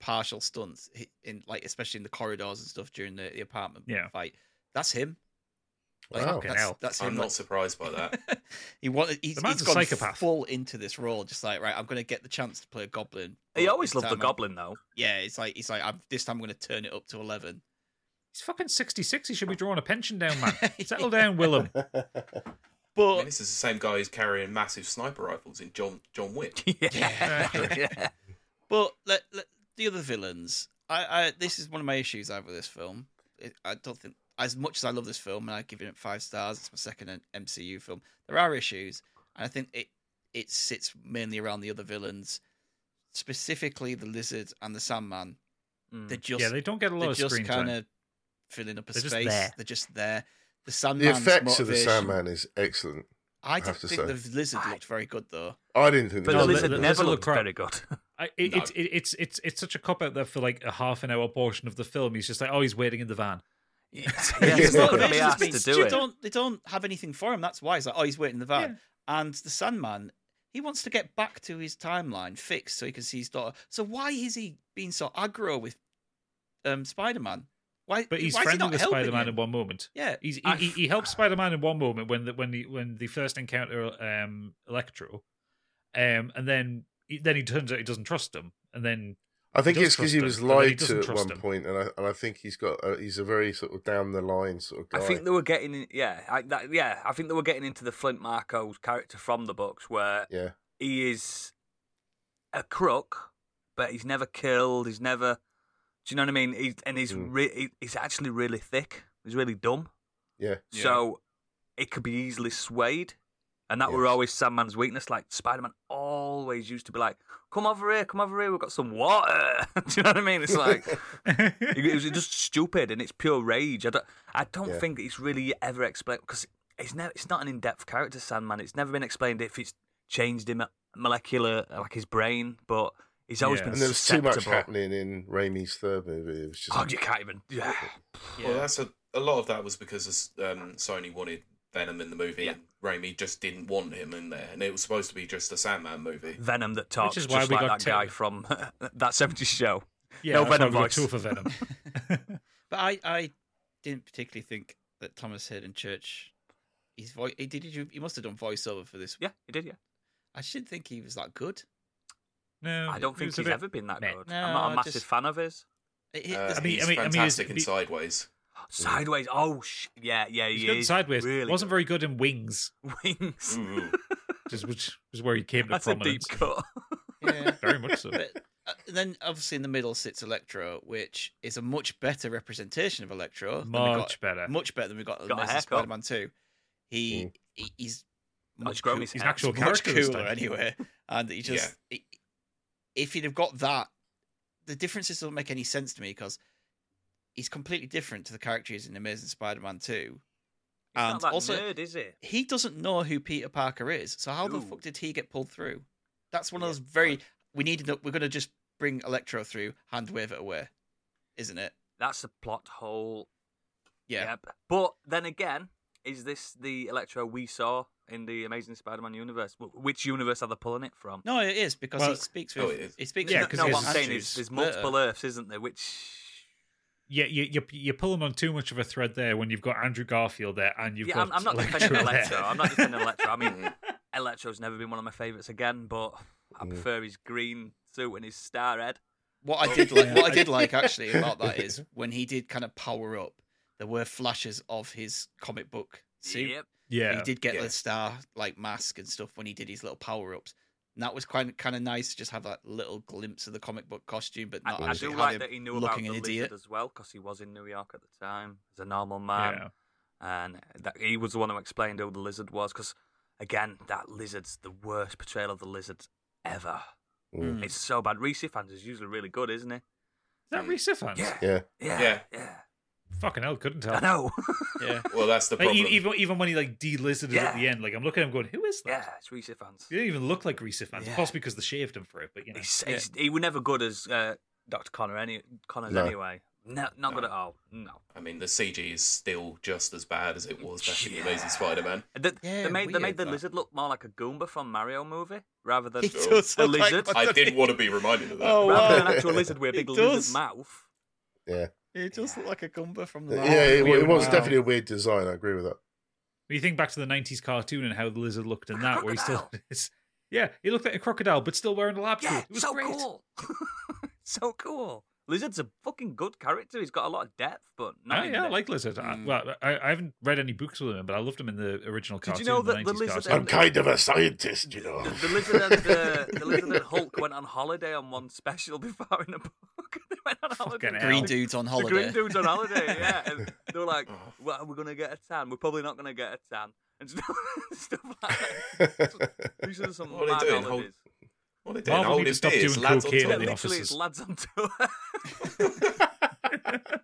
partial stunts hi- in like especially in the corridors and stuff during the, the apartment Yeah. fight. That's him. Like, Wow. Fucking that's, hell. that's him. I'm like- not surprised by that. he wanted. He's, The man's he's a gone psychopath. full into this role, just like right. I'm going to get the chance to play a goblin. He but always this loved the time I'm- Goblin, though. Yeah, it's like it's like I'm, this time I'm going to turn it up to eleven. He's fucking sixty-six. He should be drawing a pension down, man. Settle down, Willem. I But mean, this is the same guy who's carrying massive sniper rifles in John John Wick. yeah. yeah. But let, let, the other villains, I, I this is one of my issues I have with this film. It, I don't think as much as I love this film and I give it five stars. It's my second M- MCU film. There are issues, and I think it it sits mainly around the other villains, specifically the lizard and the Sandman. Mm. They're just yeah, they don't get a lot they're of just screen time. kind of filling up a They're just space. there. They're just there. The The Sandman's effects of the motivation- Sandman is excellent. I have don't to think say. the lizard I- looked very good though. I didn't think But No, the that was Lizard the- the never Lizard looked looked very good. I, it, No. it's it, it's it's it's such a cop out there for like a half an hour portion of the film. He's just like, oh, he's waiting in the van. yeah, It's it's not not going to be It's just asked been to stu- do it. Don't, they don't have anything for him. That's why he's like, oh, he's waiting in the van. And the Sandman, he wants to get back to his timeline fixed so he can see his daughter. So why is he being so aggro with um, Spider Man? Why? But he's why is he friendly not with helping Spider Man him? in one moment. Yeah, He's, he, I- he, he helps Spider Man in one moment when the, when the, when they first encounter um, Electro, um, and then he, then he turns out he doesn't trust him, and then I think does it's because he trust was him, but then he lied doesn't to at trust one him. point, and I and I think he's got a, he's a very sort of down the line sort of guy. I think they were getting, yeah, I, that, yeah, I think they were getting into the Flint Marco's character from the books, where yeah, he is a crook, but he's never killed. He's never, do you know what I mean? He's, and he's Mm. re- he- he's actually really thick. He's really dumb. yeah, Yeah. So it could be easily swayed. And that were Yes. always Sandman's weakness. Like Spider Man always used to be like, "Come over here, come over here. We've got some water." do you know what I mean? It's like it it was just stupid, and it's pure rage. I don't, I don't Yeah. think it's really ever explained because it's never, it's not an in-depth character, Sandman. It's never been explained if it's changed him at molecular, like his brain, but he's always Yeah. been and there was too much susceptible. happening in Raimi's third movie. It was just God, you can't even. Yeah, Well, that's a a lot of that was because um, Sony wanted Venom in the movie, Yeah. and Raimi just didn't want him in there, and it was supposed to be just a Sandman movie. Venom that talks, is why just we like got that guy Tim. from that '70s show. yeah, no that's why Venom we got voice. Two for Venom. but I, I didn't particularly think that Thomas Hayden Church, his voice, he did he, he must have done voiceover for this. Yeah, he did. Yeah, I shouldn't think he was that good. no, I don't it think was a he's bit- ever been that meh. good. No, I'm not I a massive just- fan of his. It, it, Uh, there's- I mean- he's I mean- I mean, fantastic is- in Sideways. Mm. Sideways. Oh, sh- yeah, yeah, He's he good in is sideways. Really wasn't very good in Wings, good. wings. Ooh. just which was where he came to That's a deep cut. prominence. yeah. Very much so. but uh, then obviously in the middle sits Electro, which is a much better representation of Electro. than we got- Much better. Hmm. much better than we got, Got a in Amazing haircut. Spider-Man Two. He, Mm. he- he's Oh, he's much, grown cool- his He's an hair. actual much character. this cooler time. anyway, and he just he- if he'd have got that, the differences don't make any sense to me because he's completely different to the character he's in Amazing Spider-Man Two. He's And not that also- nerd, is he? He doesn't know who Peter Parker is, so how the No. fuck did he get pulled through? That's one of Yeah, those very we needed. to- We're gonna just bring Electro through, hand wave it away, isn't it? That's a plot hole. Yeah, Yep. But then again, is this the Electro we saw in the Amazing Spider-Man universe? Wh- Which universe are they pulling it from? no, it is because he Well- speaks with No, it is. he speaks Yeah, No, with 'cause no, he what has I'm saying Andrews, is there's Berta. multiple Earths, isn't there? Which Yeah, you, you're you're pulling on too much of a thread there when you've got Andrew Garfield there and you've yeah, got I'm, I'm not Electro defending there. Electro. I'm not defending Electro. I mean, Mhm. Electro's never been one of my favourites again, but I Mm. prefer his green suit and his star head. What I did like, Yeah. what I did like actually about that is when he did kind of power up, there were flashes of his comic book suit. Yep. Yeah, He did get Yeah. the star like mask and stuff when he did his little power ups. And that was quite kind of nice to just have that little glimpse of the comic book costume, but I, not I actually do have him like that he knew about the looking an lizard idiot. as well because he was in New York at the time as a normal man, yeah. and that he was the one who explained who the lizard was. Because again, that lizard's the worst portrayal of the lizard ever. Mm. It's so bad. Reese fans is usually really good, isn't he? Is that Reese fans? Yeah, Yeah. yeah, yeah. Yeah. Fucking hell, couldn't tell. I know. Yeah, Well, that's the Like, problem. e- even even when he like delizarded Yeah. at the end, like I'm looking at him going, "Who is that?" yeah, it's Reese fans. He didn't even look like Reese fans, Yeah. possibly because they shaved him for it. But you know, He's, Yeah. he's, he was never good as uh, Dr. Connor any Connors No. anyway. No, not good at all. No. I mean, the CG is still just as bad as it was back in Yeah. the Amazing Spider-Man. They, Yeah, they made they weird made the that. lizard look more like a Goomba from Mario movie rather than He does a look like lizard. one. I didn't want to be reminded of that. Oh, rather than wow. an actual lizard with a He big lizard does. mouth. It does look like a Gumba from the Uh, Yeah, Marvel it, movie. it was Wow. definitely a weird design. I agree with that. when you think back to the '90s cartoon and how the lizard looked in A that, where he still is. Yeah, he looked like a crocodile, but still wearing a lab Yeah, coat. It was so great. cool. so cool. Lizard's a fucking good character. He's got a lot of depth, but not Oh, in yeah, I the- like Lizard. I, Mm. well, I, I haven't read any books with him, but I loved him in the original Did cartoon. you know the that the 90s lizard cartoon. I'm kind of a scientist, you know. the, the lizard and uh, the lizard and Hulk went on holiday on one special before in a book. they went on holiday. Fucking hell. Green dudes on holiday. The green dude's on holiday, yeah. And they were like, Oh. well, we're going to get a tan. We're probably not going to get a tan. And stuff, stuff like that. These are some What are they mad doing? Hold- holidays. What are they Marvel doing? need Hold to his stop beers, doing lads cocaine Yeah, in on the literally, top. offices. it's lads on tour.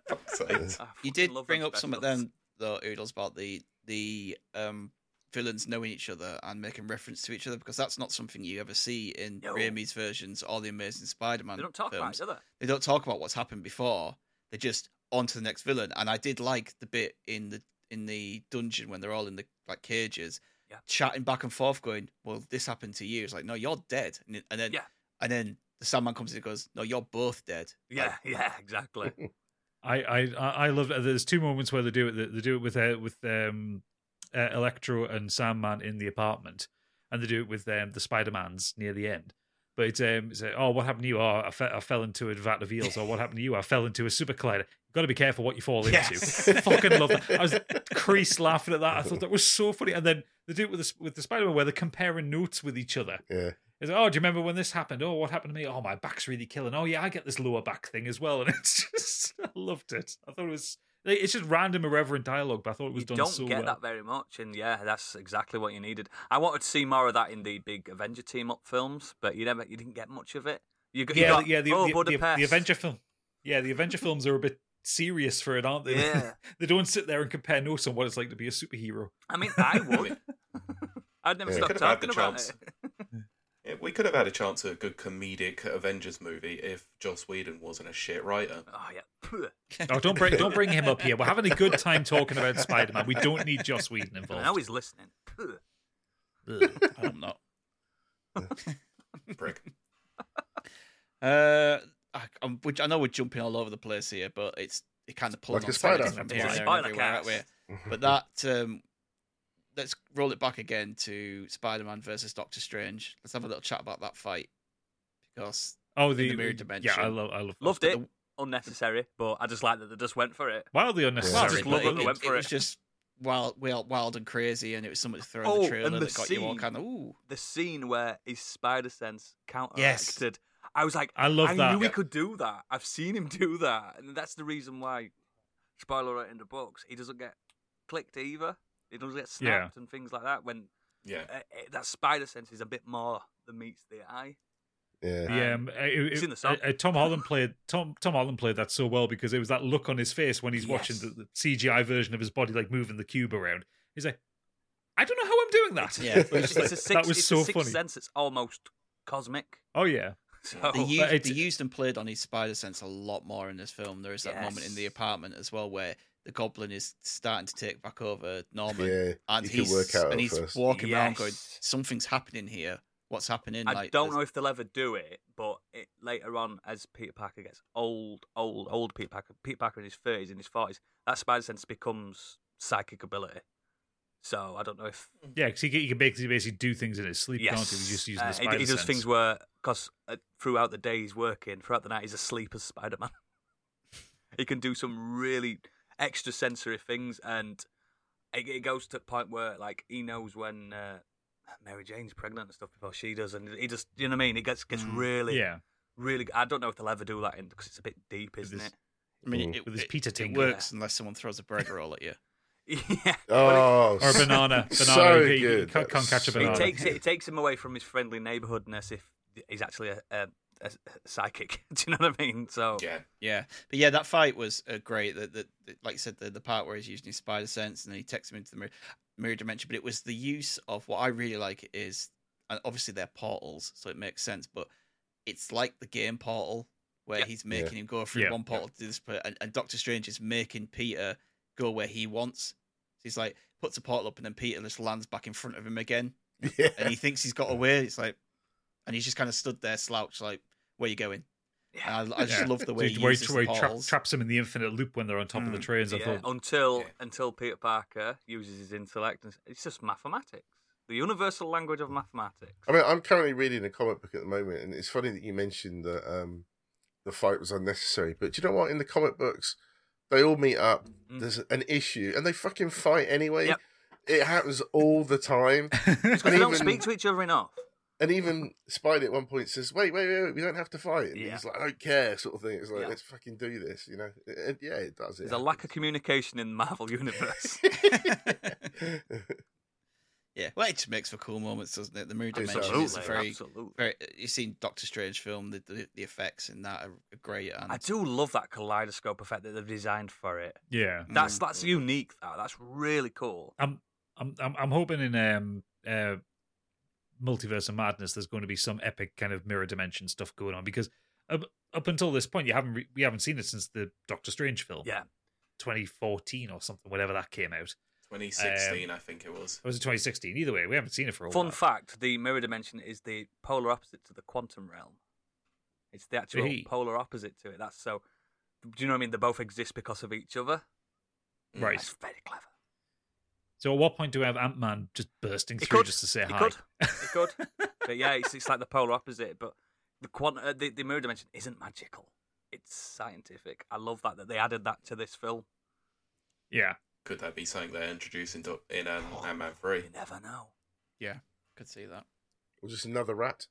Fuck's sake. I You did fucking love bring them up some of specials. them though, Oodles, about the the um, villains knowing each other and making reference to each other because that's not something you ever see in No. Raimi's versions or the Amazing Spider-Man. They don't talk about films. it, do they? They don't talk about what's happened before. They're just on to the next villain. And I did like the bit in the in the dungeon when they're all in the like cages, Yeah. chatting back and forth, going, "Well, this happened to you." It's like, "No, you're dead." And, and then Yeah. and then the Sandman comes in and goes, "No, you're both dead." Yeah, yeah, exactly. I, I, I I love. There's two moments where they do it. They do it with uh, with um, uh, Electro and Sandman in the apartment, and they do it with um, the Spider Mans near the end. But it's, um, it's uh, oh, what happened to you? Oh, I, fe- I fell into a vat of eels. Or what happened to you? I fell into a super collider. You've got to be careful what you fall Yes. into. Fucking love that. I was crease laughing at that. I thought that was so funny. And then they do it with the, with the Spider Man where they're comparing notes with each other. Yeah. It's like, oh, do you remember when this happened? Oh, what happened to me? Oh, my back's really killing. Oh, yeah, I get this lower back thing as well. And it's just, I loved it. I thought it was, like, it's just random irreverent dialogue, but I thought it was you done don't so get well. that very much, and yeah, that's exactly what you needed. I wanted to see more of that in the big Avenger team up films, but you never, you didn't get much of it. You got, you yeah, got, yeah, the, oh, the, the, Budapest. the Avenger film. Yeah, the Avenger films are a bit serious for it, aren't they? Yeah. they don't sit there and compare notes on what it's like to be a superhero. I mean, I would. I'd never Yeah. stop Could have had talking the about chance. it. Yeah, we could have had a chance at a good comedic Avengers movie if Joss Whedon wasn't a shit writer. Oh yeah. Oh, don't bring don't bring him up here. We're having a good time talking about Spider Man. We don't need Joss Whedon I know involved. he's listening. Pugh. I'm not. Prick. Uh, I, I'm, which I know we're jumping all over the place here, but it's it kind of pulls Like a on spider. tangents from Like a here and there and spider everywhere, cast. aren't we? But that um, let's roll it back again to Spider-Man versus Doctor Strange. Let's have a little chat about that fight because Oh, the the, mirrored dimension. Yeah, I love I love Loved it. the- Unnecessary, but I just like that they just went for it. wildly Sorry, Sorry, unnecessary. just but love it, that they went it for was it. just wild, wild, wild and crazy, and it was something to throw in Oh, the trailer and the that got you all scene. kind of ooh. The scene where his spider sense counteracted. Yes. I was like, I love I that. knew he could do that. I've seen him do that, and that's the reason why. Spoiler alert in the books, he doesn't get clicked either. He doesn't get Yeah. snapped and things like that. When Yeah. uh, uh, that spider sense is a bit more than meets the eye. Yeah. Um, Yeah, um, it- it's it- in the song. uh, Tom Holland played Tom Tom Holland played that so well because it was that look on his face when he's watching Yes. the, the CGI version of his body like moving the cube around. He's like, I don't know how I'm doing that. Yeah. But it's It's, just like, a sixth, that was it's so a sixth funny. sense. It's almost cosmic. Oh yeah, So They but used, it's- they used and played on his spider sense a lot more in this film. There is that moment in the Yes. apartment as well where the goblin is starting to take back over Norman, Yeah. and you can he's work out and at he's first. walking around going, Yes. "Something's happening here. What's happening?" I like, don't there's- know if they'll ever do it, but it, later on, as Peter Parker gets old, old, old Peter Parker, Peter Parker in his 30s, in his 40s, that spider sense becomes psychic ability. So I don't know if. yeah. Because he, can- he can basically, basically do things in his sleep. yes. Can't he? He's just using Mm. Uh, the he d- spider he, does sense. things where, because uh, throughout the day he's working, throughout the night he's asleep as Spider Man. he can do some really extra sensory things, and it, it goes to the point where, like, he knows when. Uh, Mary Jane's pregnant and stuff before she does, and he just, you know what I mean? It gets gets Mm. really, Yeah, really. I don't know if they'll ever do that in because it's a bit deep, isn't is- it? I mean, Mm. it, with his it- Peter it tingle works unless someone throws a bread roll at you. yeah. but Oh, or a banana. banana. So he, good. Can't, can't catch a So it, banana. it takes it, takes him away from his friendly neighborhoodness if he's actually a, a, a psychic. do you know what I mean? So Yeah. Yeah, but yeah, that fight was uh, great. That that like you said, the, the part where he's using his spider sense and then he takes him into the mirror, mirror dimension. But it was the use of what I really like is and obviously they're portals, so it makes sense. But it's like the game portal where Yeah. he's making him go through Yeah. one portal to this, per- and, and Doctor Strange is making Peter go where he wants. So he's like puts a portal up, and then Peter just lands back in front of him again, Yeah. and he thinks he's got away. It's like, and he's just kind of stood there, slouched, like, "Where you going?" yeah, And I, I just Yeah. love the way he where uses he, the where he tra- portals. traps him in the infinite loop when they're on top of the Mm. trains. I yeah, thought, until Yeah. until Peter Parker uses his intellect, and it's just mathematics, the universal language of mathematics. I mean, I'm currently reading a comic book at the moment, and it's funny that you mentioned that um, the fight was unnecessary. But do you know what? In the comic books, they all meet up. Mm. There's an issue, and they fucking fight anyway. Yep. It happens all the time. It's 'cause they don't even- speak to each other enough. And even Spider at one point says, "Wait, wait, wait, wait we don't have to fight." And Yeah. he's like, "I don't care," sort of thing. It's like, Yeah. "Let's fucking do this," you know? And yeah, it does. It There's a lack of communication in the Marvel universe. happens. Yeah, well, it just makes for cool moments, doesn't it? The mirror dimension is a absolutely, very, absolutely. very. You've seen Doctor Strange film. The the, the effects in that are great. And I do love that kaleidoscope effect that they've designed for it. yeah. Mm. That's Mm. that's unique. That that's really cool. I'm I'm I'm, I'm hoping in um uh multiverse of madness there's going to be some epic kind of mirror dimension stuff going on because up, up until this point you haven't re- we haven't seen it since the Doctor Strange film Yeah. 2014 or something whenever that came out 2016, I think it was. or was it 2016 either way we haven't seen it for a Fun while fact: the mirror dimension is the polar opposite to the quantum realm. It's the actual Hey. polar opposite to it. That's so. Do you know what I mean? They both exist because of each other. Mm. right That's very clever. so at what point do we have Ant Man just bursting It through could. just to say It hi could. It could. but yeah, it's, it's like the polar opposite. But the quant- uh, the, the mirror dimension isn't magical. It's scientific. I love that that they added that to this film. yeah Could that be something they're introducing to, in um, Ant Man 3? You never know. could see that. or just another rat.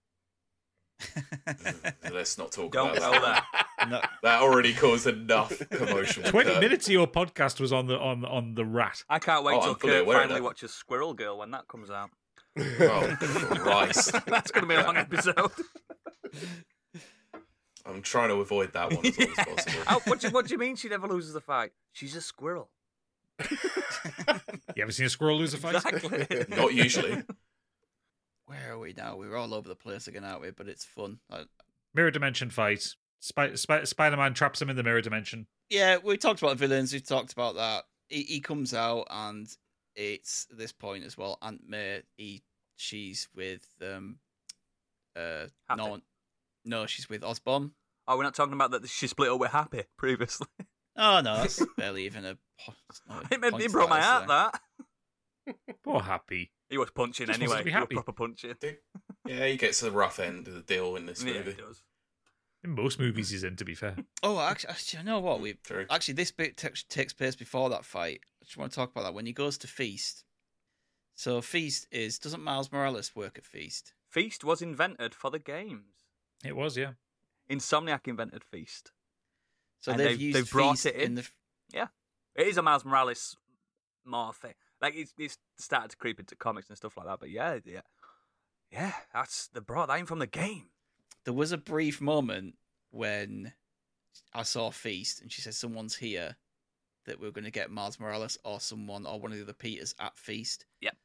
Mm. Let's not talk Don't about go that. there. no, That already caused enough commotion. with 20 Uh, that. minutes of your podcast was on the on on the rat I can't wait Oh, till I'm fully Kurt aware of finally that. watches Squirrel Girl when that comes out. Oh, Christ. That's going to be a long episode. I'm trying to avoid that one as long as possible. Oh, what, do you, what do you mean she never loses a fight? She's a squirrel. you ever seen a squirrel lose a fight Exactly. Not usually. where are we now? We're all over the place again, aren't we? But it's fun. Like, mirror dimension fight Spi- Spi- Spider-Man traps him in the mirror dimension yeah, we talked about villains. We talked about that. He, he comes out, and it's at this point as well. Aunt May, he she's with um, uh, Happy. no, no, she's with Osborn. Oh, we're not talking about that she split up with Happy previously. Oh no, that's barely even a. po- it's not a It, made, point it to broke my is heart, there? that. poor happy He was punching Just wants anyway. to be He was happy. proper punching. Yeah, he gets the rough end of the deal in this Yeah, he movie. does. In most movies he's in, to be fair. Oh, actually, actually, you know what? We True. actually this bit t- takes place before that fight. I just want to talk about that when he goes to Feast. So Feast is doesn't Miles Morales work at Feast? Feast was invented for the games. It was, yeah. Insomniac invented Feast. So And they've, they've- used they've brought Feast it in. the. It is a Miles Morales more thing. Like it's it's started to creep into comics and stuff like that. But yeah, yeah, yeah. That's the brought that in from the game. there was a brief moment when I saw Feast and she said someone's here that we are going to get Mars Morales or someone or one of the other Peters at Feast. Yep.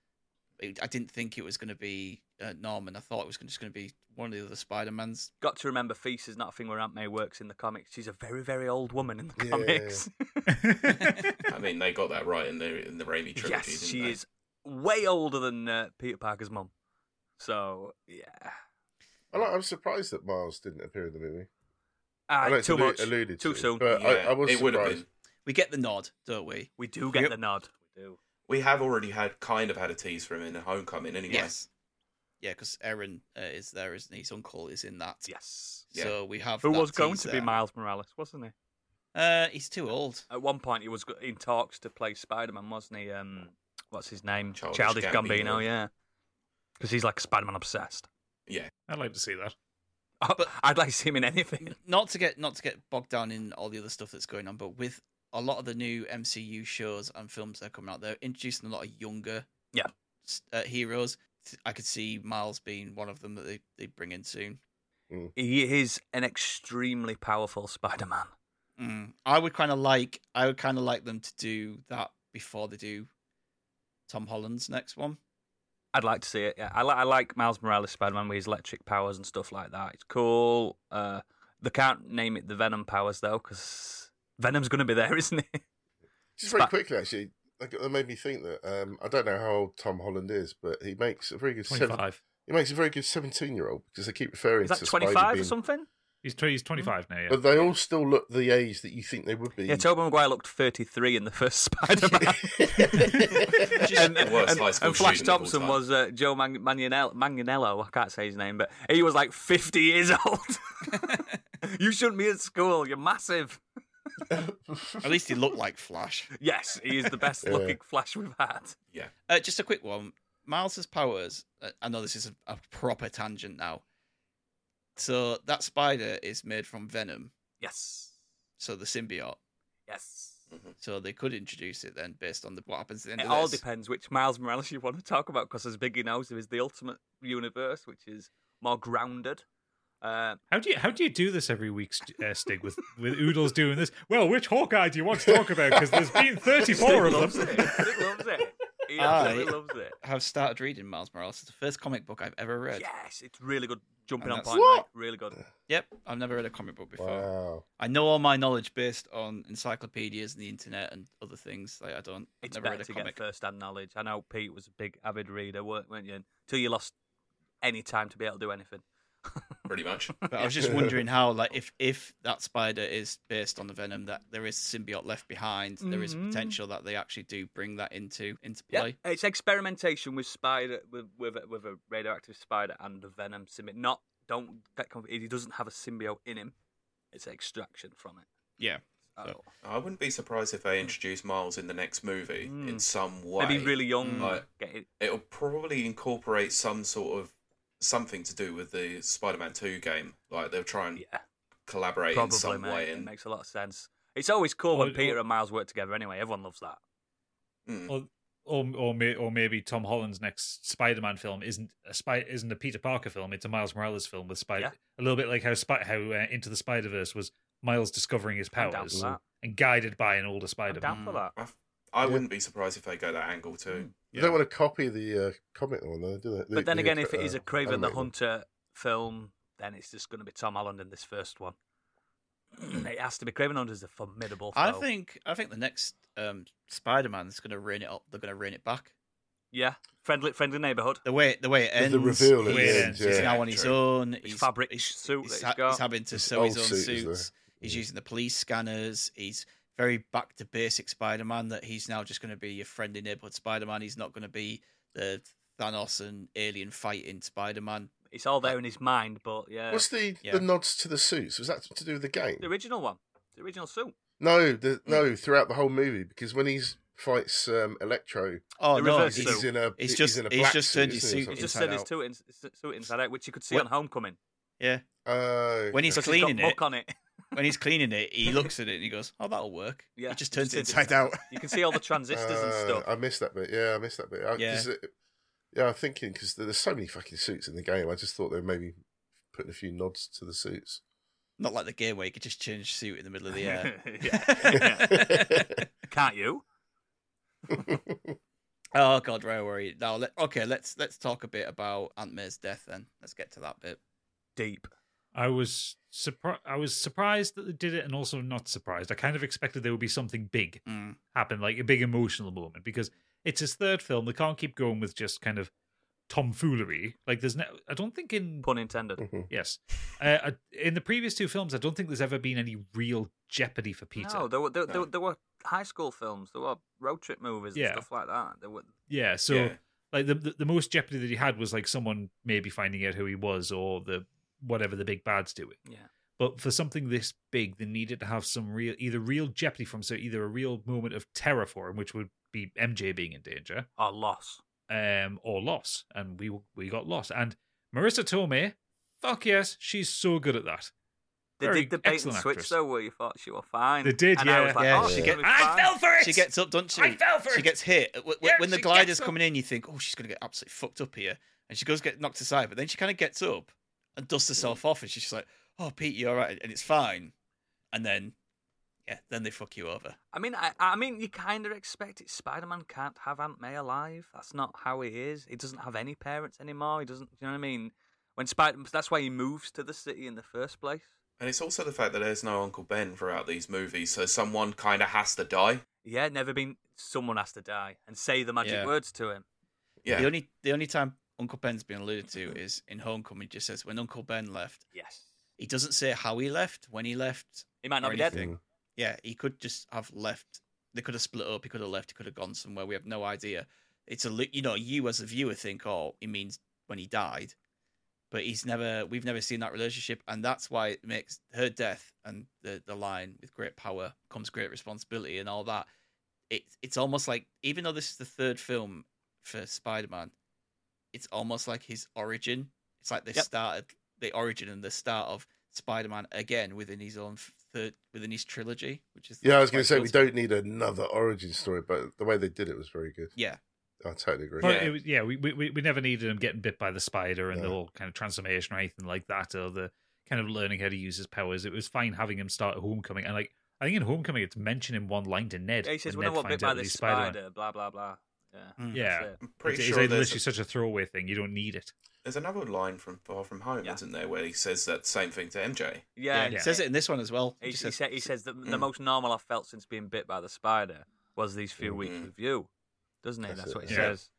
It- I didn't think it was going to be uh, Norman. I thought it was just going to be one of the other Spider Mans. Got to remember, Feast is not a thing where Aunt May works in the comics. She's a very, very old woman in the Yeah. comics. I mean, they got that right in the in the Raimi trilogy. yes, didn't she they? is way older than uh, Peter Parker's mum. So, yeah. I like, I'm surprised that Miles didn't appear in the movie. Ah, I know it's too allu- much. alluded too to, soon. but Uh, I, Yeah, I was it would have surprised. been. We get the nod, don't we? We do get Yep. the nod. We do. We have already had kind of had a tease for him in Homecoming, anyway. Yes. Yeah, because Aaron uh, is there, isn't he? His uncle is in that. Yes. Yeah. So we have. Who that was going tease to be there. Miles Morales, wasn't he? Uh, he's too old. At one point, he was go- in talks to play Spider Man, wasn't he? Um, what's his name? Childish Gambino, Gambino. yeah. Because he's like Spider Man obsessed. I'd like to see that. But I'd like to see him in anything. Not to get not to get bogged down in all the other stuff that's going on, but with a lot of the new MCU shows and films that are coming out, they're introducing a lot of younger Yeah. s- uh, heroes. Th- I could see Miles being one of them that they, they bring in soon. He is an extremely powerful Spider Man. Mm. I would kind of like I would kind of like them to do that before they do Tom Holland's next one. I'd like to see it. Yeah, I, li- I like Miles Morales Spider Man with his electric powers and stuff like that. It's cool. Uh, they can't name it the Venom powers though, because Venom's going to be there, isn't it? Just very Spa- quickly, actually, like, that made me think that um, I don't know how old Tom Holland is, but he makes a very good seven, 25. he makes a very good seventeen-year-old because they keep referring Is that to twenty Spidey five being, or something? He's, tw- he's 25 now, yeah. but they all still look the age that you think they would be. Yeah, Tobey Maguire looked thirty three in the first Spider Man. and, the worst high school and Flash student of all Thompson time. was uh, Joe Man- Manganiello, Manganiello. I can't say his name, but he was like 50 years old. you shouldn't be at school. You're massive. At least he looked like Flash. Yes, he is the best Yeah. looking Flash we've had. Uh, just a quick one. Miles's powers. uh, I know this is a, a proper tangent now. So that spider is made from venom, Yes. so the symbiote. Yes. Mm-hmm. So they could introduce it then, based on the, what happens at the end It of all this. depends which Miles Morales you want to talk about, because as Biggie knows, there is the Ultimate Universe, which is more grounded. Uh, How do you how do you do this every week, St- uh, Stig? With with Oodles doing this. Well, which Hawkeye do you want to talk about? Because there's been thirty four Stig of loves them. it. Stig loves it. He absolutely Aye. loves it. I've started reading Miles Morales. It's the first comic book I've ever read. Yes, it's really good. Jumping And on that's- point, mate. Really good. Yep, I've never read a comic book before. wow, I know all my knowledge based on encyclopedias and the internet and other things. Like I don't. I've It's never better read a to comic. get first-hand knowledge. I know Pete was a big avid reader, weren't weren't you? Until you lost any time to be able to do anything. pretty much. But I was just wondering how, like, if if that spider is based on the venom, that there is symbiote left behind, there is Mhm. potential that they actually do bring that into into Yeah, play. it's experimentation with spider with with a, with a radioactive spider and a venom symbiote. Not don't get confused. He doesn't have a symbiote in him. It's extraction from it. Yeah, So, I wouldn't be surprised if they introduce Miles in the next movie Mm. in some way. maybe really Mm. young. Right. Get it. It'll probably incorporate some sort of something to do with the Spider-Man Two game. Like they'll try and Yeah, collaborate probably. in some mate. way. It And makes a lot of sense. It's always cool when Or- Peter or- and Miles work together. Anyway, everyone loves that. Mm. Or or or, may, or maybe Tom Holland's next Spider Man film isn't a spy, isn't a Peter Parker film. It's a Miles Morales film with spider. Yeah. A little bit like how Spi- how uh, Into the Spider Verse was Miles discovering his I'm down powers for that. and guided by an older I'm Spider down Man. for that. I, I Yeah. wouldn't be surprised if they go that angle too. Hmm. you don't want to copy the uh, comic one, though, do they? The- But then the, again, if it uh, is a Craven the animated one. Hunter film, then it's just going to be Tom Holland in this first one. it has to be Craven the Hunter's a formidable. Foe. I think I think the next um, Spider Man is going to rein it up. They're going to rein it back. Yeah, friendly, friendly neighborhood. The way the way it With ends. the reveal at he the is- end, He's yeah. now on his True. own. His He's fabric he's, suit that he's, he's ha- got. he's having to His sew his old own suit is there. suits. He's using the police scanners. He's very back to basic Spider Man. That he's now just going to be your friendly neighborhood Spider Man. He's not going to be the Thanos and alien fighting Spider Man. It's all there in his mind, but yeah, What's the Yeah. the nods to the suits? Was that to do with the game? the original one, the original suit, No, Mm. the, no, throughout the whole movie because when he's fights um, Electro, Oh The no, reverse he's, he's suit. in a He's he's just- in a he's black just suit, turned his isn't he, or suit- He It's just something? Inside said his Out. suit, in, suit inside out, which you could see What- on Homecoming. yeah. Oh, When he's okay. because he's got cleaning it, muck on it. when he's cleaning it, he looks at it and he goes, "Oh, that'll work." Yeah, he just turns it just inside out. You can see all the transistors and Uh, stuff. I missed that bit. Yeah, I missed that bit. I, Yeah. 'cause it- yeah, I'm thinking because there's so many fucking suits in the game. I just thought they maybe putting a few nods to the suits. Not like the gear where you could just change suit in the middle of the air. yeah. Can't you? oh God, Railway. Now, let, okay, let's let's talk a bit about Aunt May's death. Then let's get to that bit. Deep. I was surprised. I was surprised that they did it, and also not surprised. I kind of expected there would be something big Mm. happen, like a big emotional moment, because it's his third film. They can't keep going with just kind of tomfoolery. Like there's no. I don't think in Pun Mm. intended. Mm. yes, uh, I- in the previous two films, I don't think there's ever been any real jeopardy for Peter. No, there were there, No. there, there were high school films. There were road trip movies Yeah. and stuff like that. There were Yeah, so Yeah. like the, the the most jeopardy that he had was like someone maybe finding out who he was or the whatever the big bad's doing. yeah. But for something this big, they needed to have some real either real jeopardy from so either a real moment of terror for him, which would be MJ being in danger, Or loss. um, or loss, and we we got lost. And Marissa Tomei, fuck yes, she's so good at that. They Very did the bait and excellent switch actress. though, where you thought she was fine. They did, and I yeah. was like, Yeah, oh, she she's get- gonna be fine. for She gets up, doesn't she? fell for She gets hit W- w- Yeah, when the she glider's gets up. coming in. You think, oh, she's gonna get absolutely fucked up here, and she goes get knocked aside. But then she kind of gets up and dusts herself off, and she's just like, "Oh, Pete, you're all right, and it's fine." And then, yeah, then they fuck you over. I mean, I, I mean, you kind of expect it. Spider-Man can't have Aunt May alive. That's not how he is. He doesn't have any parents anymore. He doesn't. You know what I mean? When Spider, that's why he moves to the city in the first place. And it's also the fact that there's no Uncle Ben throughout these movies, so someone kind of has to die. Yeah, never been. Someone has to die and say the magic Yeah. words to him. Yeah. The only the only time Uncle Ben's been alluded to is in Homecoming. It Just says when Uncle Ben left. Yes, He doesn't say how he left, when he left. he might not Or be dead. anything. Yeah, he could just have left. They could have split up. He could have left. He could have gone somewhere. We have no idea. It's a li- you know you as a viewer think oh it means when he died, but he's never we've never seen that relationship, and that's why it makes her death and the the line with great power comes great responsibility and all that. It it's almost like even though this is the third film for Spider Man, it's almost like his origin. It's like they Yep. started the origin and the start of Spider Man again within his own third within his trilogy, which is Yeah, I was going to quite say cool. we don't need another origin story, but the way they did it was very good. Yeah, I totally agree. But Yeah. it was, yeah, we, we we- we never needed him getting bit by the spider and the No. whole kind of transformation or anything like that, or the kind of learning how to use his powers. It was fine having him start at Homecoming, and like I think in Homecoming, it's mentioned in one line to Ned. Yeah, he says, when "When I got bit Ned finds by out that this he's Spider-Man." spider, blah blah blah." Yeah, Mm. Yeah, That's it. I'm it's, pretty it's sure like there's, literally such a throwaway thing. You don't need it. there's another line from Far From Home, Yeah. isn't there, where he says that same thing to MJ. yeah, yeah. he yeah. says it in this one as well. He, he, just says, he says that the Mm. most normal I've felt since being bit by the spider was these few weeks Mm. with you, doesn't he? That's That's, it, what he yeah. says.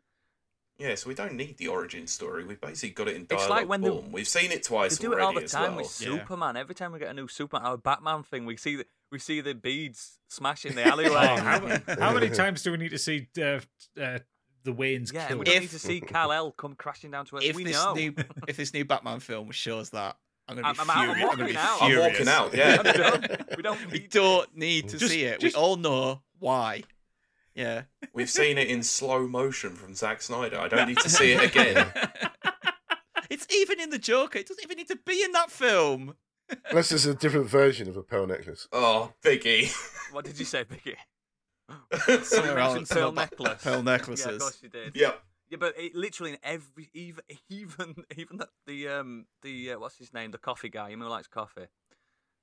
Yeah, so we don't need the origin story. We've basically got it in dialogue It's like when the- form. We've seen it twice They do it already all the as time well. with Yeah. Superman. Every time we get a new Superman, our Batman thing, we see the we see the beads smashing the alleyway. Oh, how, how many times do we need to see uh, uh, the Waynes yeah, and we killed? don't If- need to see Kal El come crashing down to us. if we this know. new if this new Batman film shows that, I'm gonna be I'm- I'm out. I'm furious. gonna walking be out. I'm furious. walking out, I'm yeah. done. we don't We need. don't need to Just- see it. just- We all know why. Yeah. We've seen it in slow motion from Zack Snyder. I don't need to see it again. It's even in the Joker. It doesn't even need to be in that film. Unless there's a different version of a pearl necklace. Oh, Biggie. What did you say, Vicky? Somewhere Pearl else, somewhere about necklace. Pearl Yeah, of necklaces. course you did. yep. Yeah, but it, literally in every even even even the, the um the uh, what's his name the coffee guy him who likes coffee,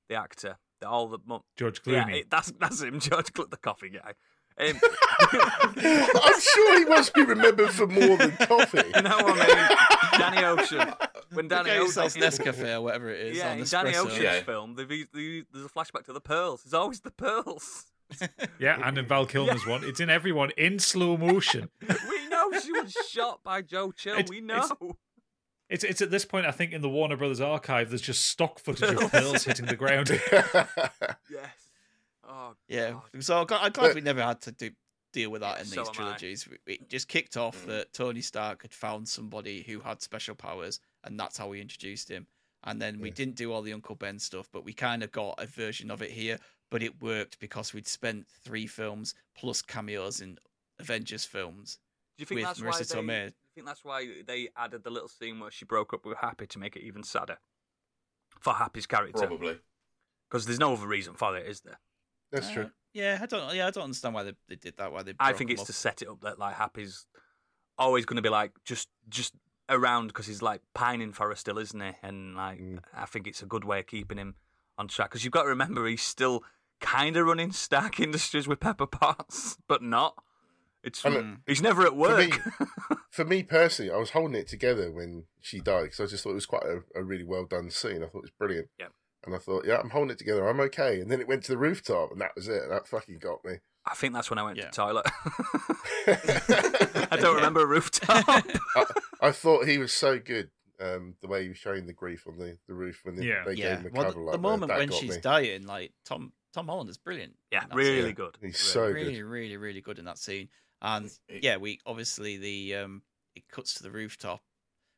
the actor, the, all the mo- George Clooney. yeah it, that's that's him George Clo- the coffee guy. Um, I'm sure he must be remembered for more than coffee. You know what I mean? Danny Ocean. When The Danny guy who Ocean. sells Nescafe or whatever it is yeah, on in Danny Nespresso. Ocean's Yeah. film, they've, used- they used- there's a flashback to the pearls. It's always the pearls. Yeah, and in Val Kilmer's one, it's in everyone in slow motion. We know she was shot by Joe Chill. It's- we know. it's- It's it's at this point, I think, in the Warner Brothers archive, there's just stock footage of pills hitting the ground. Yes. Oh, Yeah. God. So I'm gl- I'm glad we never had to do, deal with that Yeah, in so these am I. trilogies. It just kicked off Mm. that Tony Stark had found somebody who had special powers, and that's how we introduced him. And then we Yeah. didn't do all the Uncle Ben stuff, but we kind of got a version of it here. But it worked because we'd spent three films plus cameos in Avengers films. Do you think with that's why Marissa they? Tomei. Do you think that's why they added the little scene where she broke up with Happy to make it even sadder for Happy's character? Probably. Because there's no other reason for it, is there? That's Uh, true. yeah, I don't. Yeah, I don't understand why they, they did that. Why they? I broke think them it's up. to set it up that like Happy's always going to be like just just around because he's like pining for us still, isn't he? And like, Mm. I think it's a good way of keeping him on track because you've got to remember he's still kind of running Stark Industries with Pepper Potts, but not. It's And look, he's never at work. for me personally, I was holding it together when she died because I just thought it was quite a, a really well done scene. I thought it was brilliant. Yep. And I thought, yeah, I'm holding it together. I'm okay. And then it went to the rooftop, and that was it. That fucking got me. I think that's when I went Yeah. to toilet. I, I don't remember a rooftop. I thought he was so good. Um, the way he was showing the grief on the, the roof when they, Yeah. they yeah. gave him a Well, cuddle the, up the there, moment that when got she's me. dying, like Tom Tom Holland is brilliant. yeah, in that scene. really it. good. He's Really- so really, good. really, really good in that scene. And It- yeah, we obviously the um it cuts to the rooftop.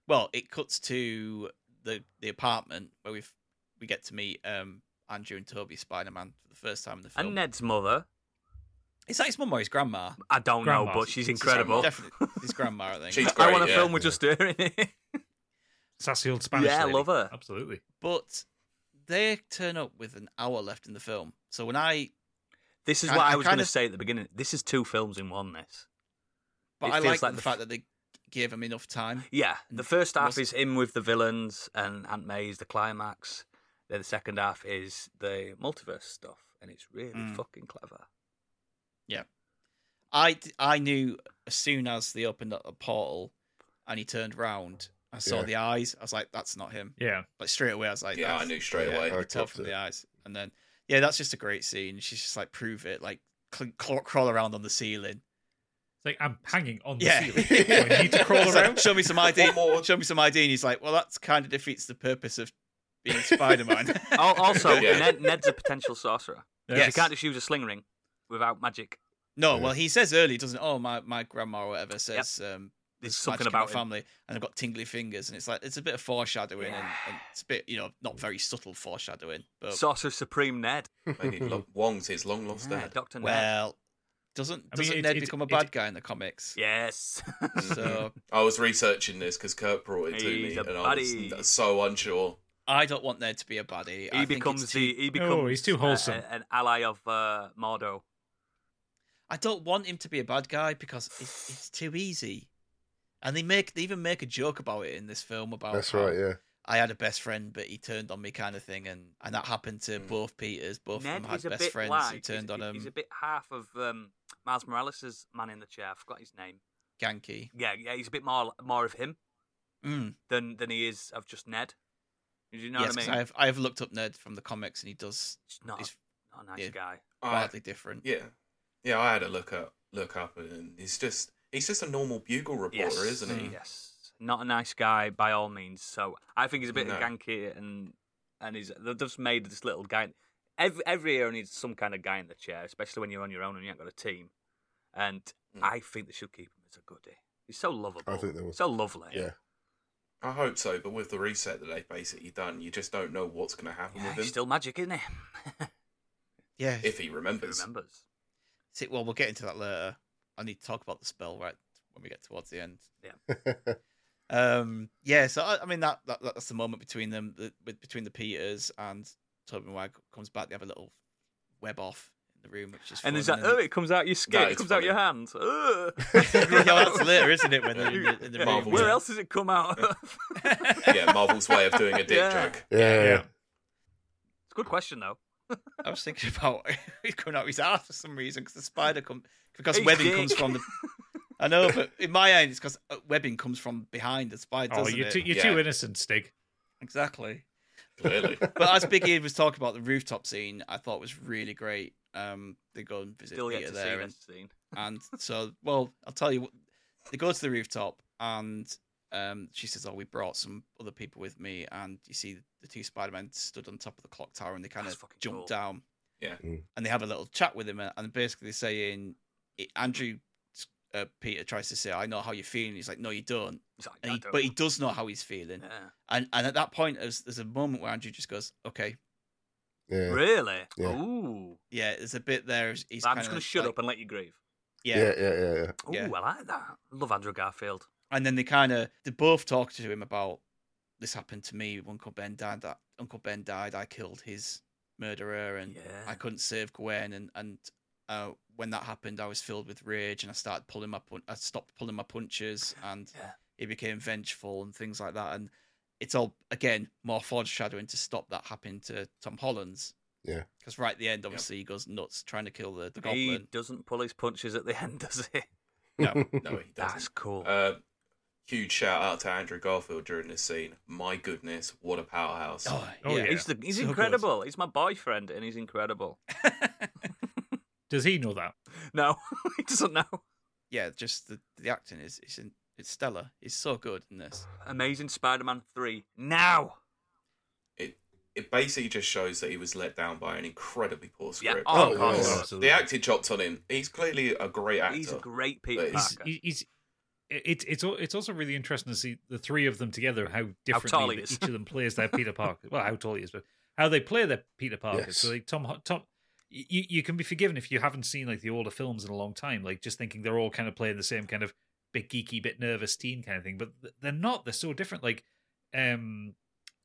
Well, it cuts to the the apartment where we have we get to meet um Andrew and Toby Spider Man for the first time in the film. And Ned's mother, Is that his mum or his grandma? I don't Grandma's. know, but she's His grandma, incredible. Definitely his grandma, I think. She's I great, want a yeah. film with just her in it. Sassy old Spanish. Yeah, I lady. love her. Absolutely. But they turn up with an hour left in the film. So when I This is I- what I, I was going kinda- to say at the beginning. This is two films in one. This, but It I like, feels like the, the f- fact that they gave him enough time. yeah, the And first half must- is him with the villains and Aunt May's the climax. Then the second half is the multiverse stuff, and it's really Mm. fucking clever. I d- I knew as soon as they opened up the portal and he turned round, I saw Yeah. the eyes. I was like, "That's not him." Yeah. Like straight away, I was like, Yeah, I "That's- knew straight yeah, away. You I could tell clocked from it. the eyes, and then yeah, that's just a great scene. She's just like, "Prove it!" Like cl- cl- crawl around on the ceiling. It's like I'm hanging on the Yeah. ceiling. Oh, Do I need to crawl It's like, around. Show me some ID. One more. Show me some ID. And he's like, "Well, that's kind of defeats the purpose of being Spider-Man." Al- Also, Yeah. Ned, Ned's a potential sorcerer. Yes. You can't just use a sling ring without magic. no, Yeah. well, he says early, doesn't? Oh, my my grandma or whatever says. Um, There's this something magic in my about him. family, and I've got tingly fingers, and it's like it's a bit of foreshadowing, and, and it's a bit, you know, not very subtle foreshadowing, but Sorcerer Supreme Ned. Maybe Lo- Wong's his long lost Yeah, dad. Dr. Ned. well, doesn't I mean, doesn't it- Ned it- become a it- bad guy in the comics? Yes. So I was researching this because Kurt brought it to He's me, a and I buddy. was so unsure. I don't want Ned to be a baddie. I he think it's becomes too- the he becomes No, he's too uh, wholesome. an ally of uh, Mordo. I don't want him to be a bad guy because it's, it's too easy, and they make they even make a joke about it in this film about That's how right, yeah. I had a best friend, but he turned on me, kind of thing, and and that happened to Mm. both Peters. Both Ned of them had is a best bit friends like who turned he's, on him. He's a bit half of um, Miles Morales' man in the chair. I forgot his name. Ganky. Yeah, yeah, he's a bit more more of him Mm. than than he is of just Ned. Do you know yes, what I 'cause mean? have I have looked up Ned from the comics, and he does He's not, he's not a nice yeah. guy. I- wildly different. yeah, yeah. I had a look up, look up, and he's just he's just a normal bugle reporter, Yes, Mm. isn't he? Yes, not a nice guy by all means. So I think he's a bit No. of ganky and and he's they've just made this little guy. Every every hero needs some kind of guy in the chair, especially when you're on your own and you ain't got a team. And Mm. I think they should keep him as a goodie. He's so lovable. I think they will. So lovely. Yeah. I hope so, but with the reset that they've basically done, you just don't know what's going to happen Yeah, with him he's still magic, isn't he? Yeah. if he Who remembers. remembers? See, well, we'll get into that later. I need to talk about the spell right when we get towards the end. Um, yeah. So I, I mean, that, that that's the moment between them, the, with between the Peters and Tobin Wag comes back. They have a little web off in the room, which is And fun, there's that, then- oh, it comes out your skin, That it is comes out your hands. Ugh. yeah, well, that's later, isn't it? When they're in the, in the Yeah, room. Marvel. Where else does it come out of? it's yeah, Marvel's way of doing a dick Yeah. joke. Yeah. Yeah. Yeah. a good question, though. I was thinking about it coming out of his ass for some reason because the spider comes because Hey, webbing dick. comes from the. I know, but in my end, it's because webbing comes from behind the spider. Oh, doesn't you're it? too, you're Yeah. too innocent, Stig. Exactly. Clearly, But as Big Ian was talking about the rooftop scene, I thought was really great. Um, they go and visit Still yet Peter to see there, and, this scene. and so well, I'll tell you, what- they go to the rooftop, and um, she says, "Oh, we brought some other people with me," and you see the two Spider Men stood on top of the clock tower, and they kind That's of fucking jump cool. down, Yeah. Mm. and they have a little chat with him, and- and basically saying, it, Andrew. Uh, Peter tries to say, "I know how you're feeling." He's like, "No, you don't." He's like, And "I he, don't but he know." does know how he's feeling. Yeah. And and at that point, there's, there's a moment where Andrew just goes, "Okay, Yeah. Really? Yeah. Ooh. yeah." There's a bit there. He's I'm kinda just going to shut like- up and let you grieve. Yeah. Yeah. Yeah. Yeah. Yeah. Ooh, Yeah. I like that. Love Andrew Garfield. And then they kind of they both talk to him about this happened to me. when Uncle Ben died. That Uncle Ben died. I killed his murderer, and Yeah. I couldn't save Gwen. And and uh, when that happened, I was filled with rage, and I started pulling my pun- I stopped pulling my punches, and Yeah. he became vengeful and things like that. And it's all again more foreshadowing to stop that happening to Tom Holland's. Yeah. Because right at the end, obviously, he goes nuts trying to kill the, the He goblin. doesn't pull his punches at the end, does he? No. No, he That's doesn't. cool. Uh, huge shout out to Andrew Garfield during this scene. My goodness, what a powerhouse! Oh, Oh, yeah. yeah. he's the, he's so good. incredible. He's my boyfriend, and he's incredible. Does he know that? No, he doesn't know. yeah, just the, the acting is it's, in, it's stellar. He's so good in this. Amazing Spider-Man three now. It it basically just shows that he was let down by an incredibly poor Yeah, script. oh, Oh, God, yeah. yes. The acting chopped on him. He's clearly a great actor. He's a great Peter But He's, Parker. he- he's it, it's al- it's also really interesting to see the three of them together how tall differently he that is. each of them plays their Peter Parker. Well, how tall he is, but how they play their Peter Parker. Yes. So like Tom Ho- Tom. y- You, you can be forgiven if you haven't seen like the older films in a long time, like just thinking they're all kind of playing the same kind of bit geeky, bit nervous teen kind of thing. But th- they're not. They're so different. Like um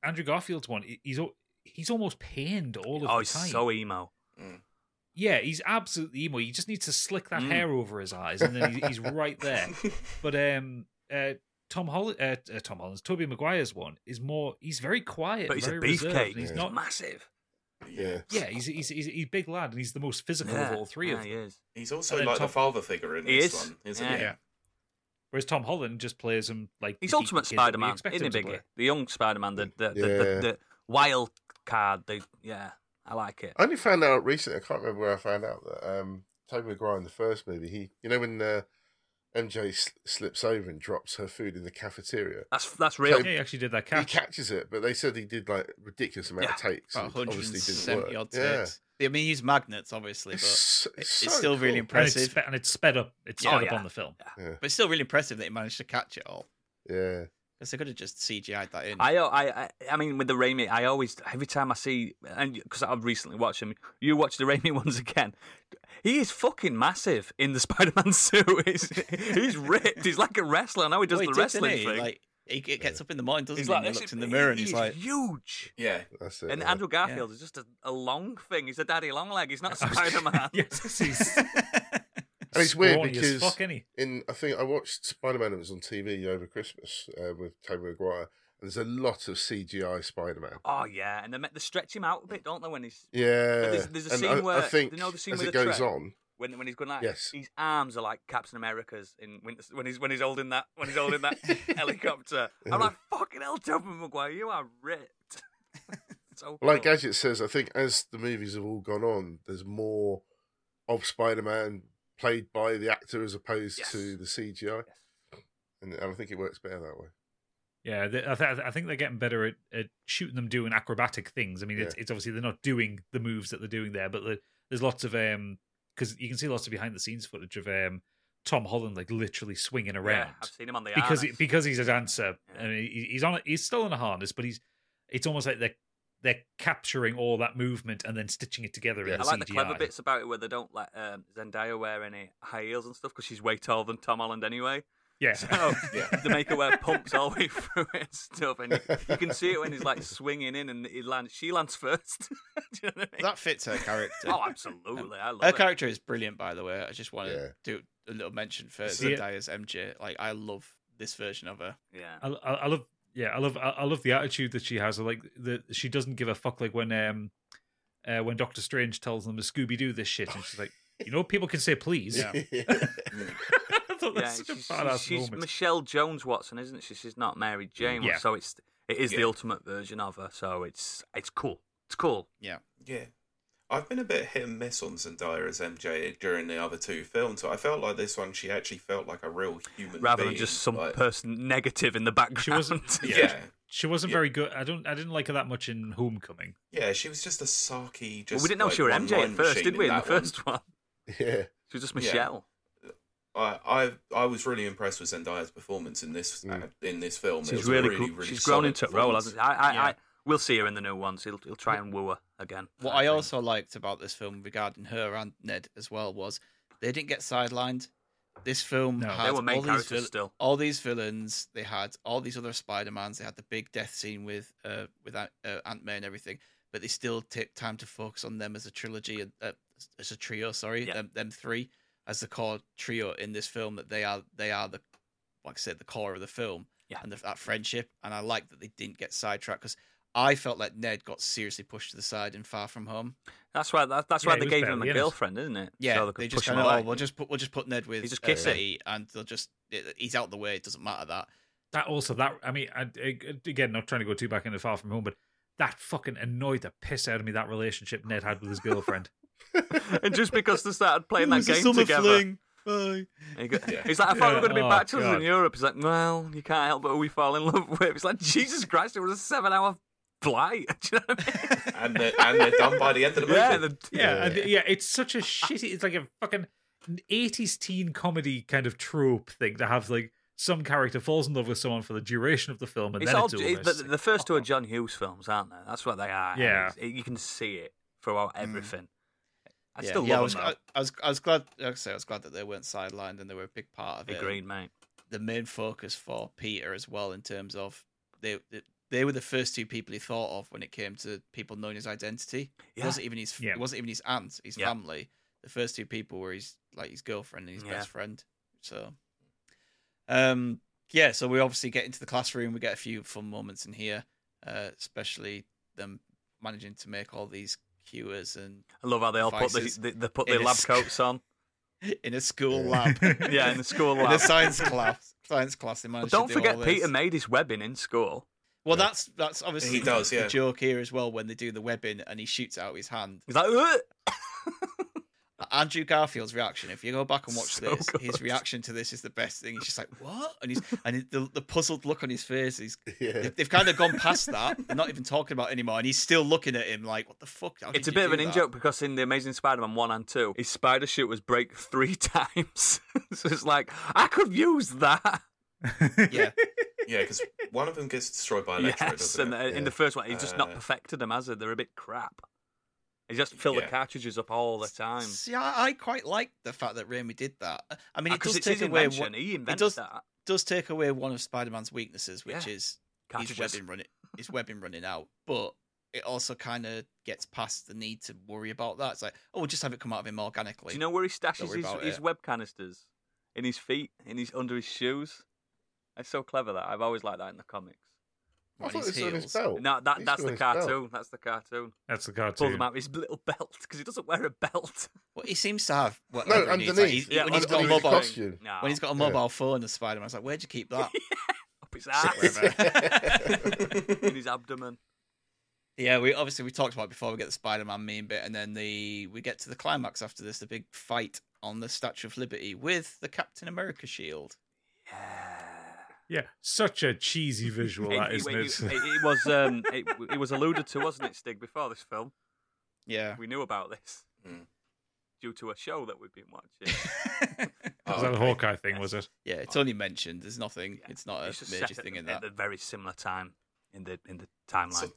Andrew Garfield's one, he- he's al- he's almost pained all of oh, the he's time. so emo. Yeah, he's absolutely emo. He just needs to slick that Mm. hair over his eyes, and then he's, he's right there. But um, uh, Tom Holland, uh, uh, Tom Holland's, Toby Maguire's one is more. He's very quiet, But he's a very reserved, beefcake. and He's Yeah. not. massive. Yeah. Yeah, he's he's he's, he's a big lad, and he's the most physical yeah, of all three yeah, of them. he is. He's also And then like Tom- the father figure in He this is. one, isn't Yeah. he? Yeah. Whereas Tom Holland just plays him like He's the geeky Ultimate kid that we Spider-Man, expect isn't him to he, Biggie? play. The young Spider-Man, the the, the, Yeah. the, the wild card. The yeah, I like it. I only found out recently. I can't remember where I found out that um, Tobey Maguire in the first movie, he, you know, when uh, MJ s- slips over and drops her food in the cafeteria, That's that's real. Yeah, he actually did that he catch. catches it, but they said he did like ridiculous amount of takes. About and obviously didn't 170 work. odd Yeah, takes. I mean, he used magnets, obviously, it's, but so- it's so still really cool. and it's, impressive. spe- and it's sped up. It's Yeah. sped Oh, up yeah. on the film. But it's still really impressive that he managed to catch it all. Yeah, Because they could have just CGI'd that in. I, I I I mean with the Raimi, I always every time I see and because I've recently watched him, you watch the Raimi ones again. He is fucking massive in the Spider-Man suit. He's, he's ripped. He's like a wrestler. I know he does Well, he the did, didn't wrestling he? thing. Like he g- gets up in the morning, doesn't he's he? and like he this looks is- in the mirror and he he's is like, huge. Yeah. that's it. And yeah. Andrew Garfield is just a, a long thing. He's a daddy long leg. He's not Spider-Man. yes, he's And it's weird scrawny as because- fuck, isn't he? in I think I watched Spider Man. It was on TV over Christmas uh, with Tobey Maguire. And there's a lot of CGI Spider Man. Oh yeah, and they, ma- they stretch him out a bit, don't they? When he's Yeah, there's- there's a and scene I, where- I think you know the scene as with it the goes tray? on, when when he's going like Yes. his arms are like Captain America's in when, when he's when he's holding that when he's holding that helicopter. I'm like fucking hell, Tobey Maguire, you are ripped. so like cool. Gadget says, I think as the movies have all gone on, there's more of Spider Man played by the actor as opposed Yes. to the CGI, and, and I think it works better that way. Yeah, they, I, th- I think they're getting better at, at shooting them doing acrobatic things. I mean, it's, Yeah. it's obviously they're not doing the moves that they're doing there, but the, there's lots of um because you can see lots of behind the scenes footage of um Tom Holland like literally swinging yeah, around I've seen him on the because he, harness. because he's a dancer Yeah. and he, he's on a, he's still in a harness, but he's it's almost like they're they're capturing all that movement and then stitching it together Yeah. in I the like CGI. the clever bits about it where they don't let um, Zendaya wear any high heels and stuff because she's way taller than Tom Holland anyway. Yeah, So Yeah. they make her wear pumps all the way through it and stuff, and you can see it when he's like swinging in and he lands. She lands first. Do you know what I mean? that fits her character. Oh, absolutely! I love her it. character is brilliant, by the way. I just want to Yeah. do a little mention for See- Zendaya's MJ. Like, I love this version of her. Yeah. I, I, I love yeah I love I, I love the attitude that she has like the she doesn't give a fuck like when um uh, when Doctor Strange tells them to Scooby Doo this shit and she's like you know people can say please Yeah. I thought that's such a she's, badass she's moment Michelle Jones Watson, isn't she? She's not Mary Jane. Yeah. So it's it is the Yeah. ultimate version of her. So it's it's cool. It's cool. Yeah. I've been a bit hit and miss on Zendaya as MJ during the other two films. So I felt like this one, she actually felt like a real human, Rather than being, just some like- person negative in the background. She wasn't- Yeah. yeah, Yeah. she wasn't Yeah. very good I don't I didn't like her that much in Homecoming She was just a sarky. Just Well, we didn't know like, she was MJ at one-line first, machine did we? In the that one. first one, yeah, she was just Yeah. Michelle. I, I I was really impressed with Zendaya's performance in this Mm. uh, in this film. It She's was a really, really cool. She's grown solid into a role, performance. hasn't she? I, I, Yeah. I, we'll see her in the new ones. He'll, he'll try and woo her again. What I also liked about this film regarding her and Ned as well was they didn't get sidelined. This film No. They had were main all these, characters still. all these villains. They had all these other Spider Mans. They had the big death scene with uh, with Ant uh, May and everything. But they still took time to focus on them as a trilogy, and, uh, as a trio. Sorry, Yeah. them, them three as the core trio in this film. That they are they are the like I said the core of the film. Yeah. and the, that friendship. And I like that they didn't get sidetracked because I felt like Ned got seriously pushed to the side in Far From Home. That's why. That, that's Yeah, why he they was gave him barely a in it. girlfriend, isn't it? Yeah, so they, could they just push him kind of oh, away. we'll just put we'll just put Ned with He's just uh, kissing. Betty and they'll just it- he's out the way. It doesn't matter that. That also that I mean, I, I- again, not trying to go too back into Far From Home, but that fucking annoyed the piss out of me. That relationship Ned had with his girlfriend. and just because they started playing Ooh, it's that a game summer together, fling. Bye. and he go- Yeah. he's like, "I thought we were going to be Yeah. Oh, bachelors in God. Europe." He's like, "Well, you can't help but who we fall in love with." It's like, Jesus Christ, it was a seven-hour flight. Do you know what I mean? and they're, and they're done by the end of the movie. yeah, the, Yeah, and- yeah, it's such a shitty. It's like a fucking eighties teen comedy kind of trope thing to have like some character falls in love with someone for the duration of the film, and it's then all it's over. it- It's the, just the like, first two are fuck John Hughes films, aren't they? That's what they are. and Yeah. Mm. it's- you can see it throughout everything. I still love yeah, I them was, though. I, I was, I was glad. Like I say, I was glad that they weren't sidelined and they were a big part of it. Agreed, mate. The main focus for Peter as well, in terms of they, they, they were the first two people he thought of when it came to people knowing his identity. It Yeah. wasn't even his, Yeah. it wasn't even his aunt, his Yeah. family. The first two people were his like his girlfriend and his Yeah. best friend. So, um, yeah. So we obviously get into the classroom. We get a few fun moments in here, uh, especially them managing to make all these cures and I love how they all put the, Devices. they, they put It their is- lab coats on. in a school Yeah. lab. Yeah, in the school in a lab. science class. Science class. They managed Don't to do forget, all this. Peter made his webbing in school. Well, that's that's obviously He does, the yeah. joke here as well when they do the webbing and he shoots out his hand. He's like, "Ugh!" Andrew Garfield's reaction. If you go back and watch So this, his good. reaction to this is the best thing. He's just like, "What?" and he's and the, the puzzled look on his face. He's Yeah. they've, they've kind of gone past that. They're not even talking about it anymore, and he's still looking at him like, "What the fuck?" How it's did a you bit of do an in that?" joke because in The Amazing Spider Man 1 and 2, his spider shoot was break three times. so it's like, I could use that. Yeah, Yeah, because one of them gets destroyed by Electro, Yes. doesn't And it? the- in the Yeah. first one, he's just not Uh, perfected them, has he? They're a bit crap. He just filled the Yeah. cartridges up all the time. see, I, I quite like the fact that Raimi did that. I mean, it Because does Uh, it's his take away invention. one, he invented does- that. does take away one of Spider-Man's weaknesses, which Yeah. is his Cartridges. webbing running his webbing running out. But it also kind of gets past the need to worry about that. It's like, oh, we'll just have it come out of him organically. Do you know where he stashes worry his, about his it. web canisters? In his feet, in his under his shoes. It's so clever that I've always liked that in the comics. I on thought his it was on his heels. belt. No, that, He's that's got the his belt. cartoon. That's the cartoon. That's the Pull cartoon. them out his little belt because he doesn't wear a belt. Well, he seems to have. Well, No, everybody needs, like, underneath. he- he- when he's got a underneath mobile, the costume. No, when he's got a Yeah. mobile phone, as Spider-Man's like, where'd you keep that? up his ass, in his abdomen. yeah, we obviously we talked about it before we get the Spider-Man meme bit, and then the we get to the climax after this, the big fight on the Statue of Liberty with the Captain America shield. Yeah, such a cheesy visual that, it, isn't it- it? it- it was um, it, it was alluded to, wasn't it, Stig? Before this film, Yeah. we knew about this Hmm. Mm. due to a show that we've been watching. Oh, was "Oh, that a Hawkeye thing? Was it? Yeah, it's only mentioned. There's nothing. Yeah. It's not a it's just Oh, major set at thing the- in at that. the very similar time in the in the timeline. So-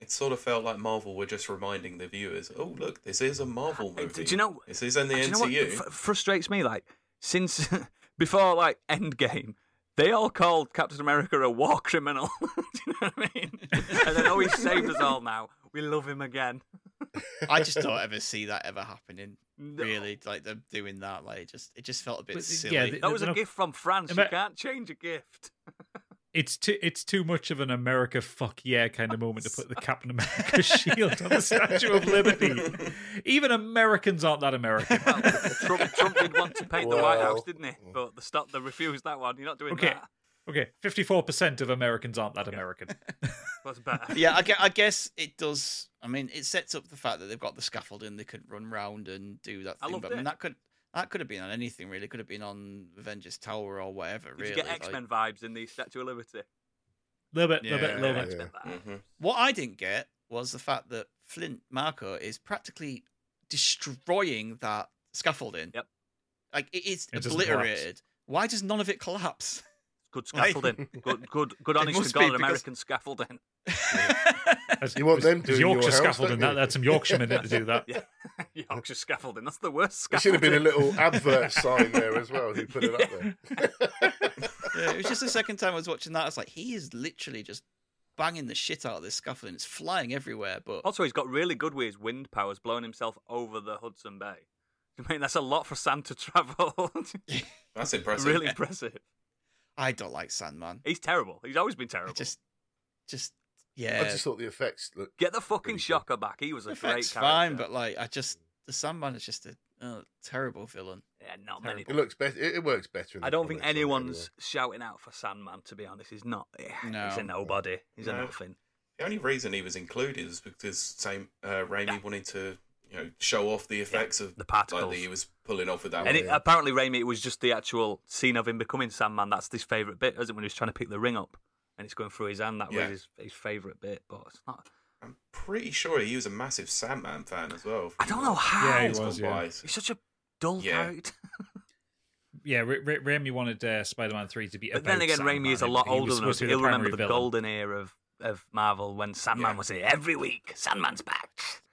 It sort of felt like Marvel were just reminding the viewers, "Oh, look, this is a Marvel Uh, movie. do you know- uh, this is in the Do you know what MCU?" fr- frustrates me? Like since before, like Endgame, they all called Captain America a war criminal. Do you know what I mean? and then oh, he saved us all now. We love him again. I just don't ever see that ever happening. No. Really, like them doing that, like just it just felt a bit But, silly. yeah, the- That was a No, gift from France. You Ama- can't change a gift. It's too it's too much of an America fuck yeah kind of moment to put the Captain America shield on the Statue of Liberty. Even Americans aren't that American. Well, Trump, Trump did want to paint the White Well. House, didn't he? But they stopped. They refused that one. You're not doing Okay. that. Okay, fifty four percent of Americans aren't that American. That's better. yeah, I gue- I guess it does. I mean, it sets up the fact that they've got the scaffolding; they could run round and do that I thing. loved but I mean, it. that could that could have been on anything really. Could have been on Avengers Tower or whatever. Did really, you get like- X Men vibes in the Statue of Liberty? little bit, little Yeah. bit, little bit. X-Men vibes. Mhm. What I didn't get was the fact that Flint Marco is practically destroying that scaffolding. Yep. Like it is It doesn't obliterated. Why does none of it collapse? Good Like- scaffolding. good, good, good. It Honest to must God, be because- American scaffolding. That's- You want there's- them there's doing your Yorkshire house, scaffolding? don't That, you? that's some Yorkshiremen that do that. Yorkshire scaffolding. That's the worst There should scaffolding. have been a little advert sign there as well. Who put it up there? yeah, it was just the second time I was watching that. I was like, he is literally just banging the shit out of this scaffolding. It's flying everywhere, but Also, he's got really good with his wind powers, blowing himself over the Hudson Bay. I mean, that's a lot for Sam to travel. That's impressive. really impressive. I don't like Sandman. He's terrible. He's always been I terrible. just, just yeah. I just thought the effects look. Get the fucking Pretty good. shocker back. He was a the great effects character. fine, but like I just the Sandman is just a uh, terrible villain. yeah, not many. terrible. It looks better. It, it works better. In the I don't think comics, anyone's shouting out for Sandman. To be honest, he's not. eh, No. He's a nobody. He's a No. nothing. The only reason he was included is because same uh, Raimi wanted to, you know, show off the effects of The like, particles. that he was pulling off with that. and one. it, uh, apparently, Raimi, it was just the actual scene of him becoming Sandman. That's his favourite bit, isn't it? When he was trying to pick the ring up and it's going through his hand. That Yeah. was his, his favourite bit. But it's not. I'm pretty sure he was a massive Sandman fan as well. I don't know how. Yeah, he It's was, gone yeah. by. He's such a dull Yeah. character. Yeah, Ra- Ra- Raimi wanted uh, Spider-Man three to be. But about then again, Sandman. Raimi is a lot He was older than supposed us. to be He'll remember primary the villain. golden era of, of Marvel when Sandman Yeah. was here every week. Sandman's back.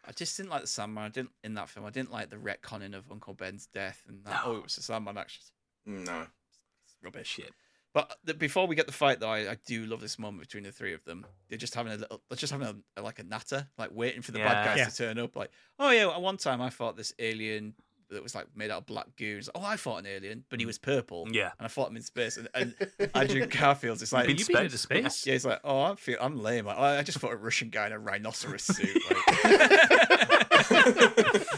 I just didn't like the Sandman. I didn't in that film. I didn't like the retconning of Uncle Ben's death and that. No. Oh, it was the Sandman. Actually, Mm, No. it's rubbish. Shit. But the, before we get the fight, though, I, I do love this moment between the three of them. They're just having a little, they're just having a, like a natter, like waiting for the Yeah. bad guys Yeah. to turn up. Like, oh yeah, at one time I fought this alien that was like made out of black goo. It's like, oh, I fought an alien, but he was purple. Mm. Yeah. and I fought him in space. And, and Andrew Garfield's just like, Been "You spent- been- into space? yeah, he's like, oh, I'm feel, I'm lame. Like, I just fought a Russian guy in a rhinoceros suit. Like.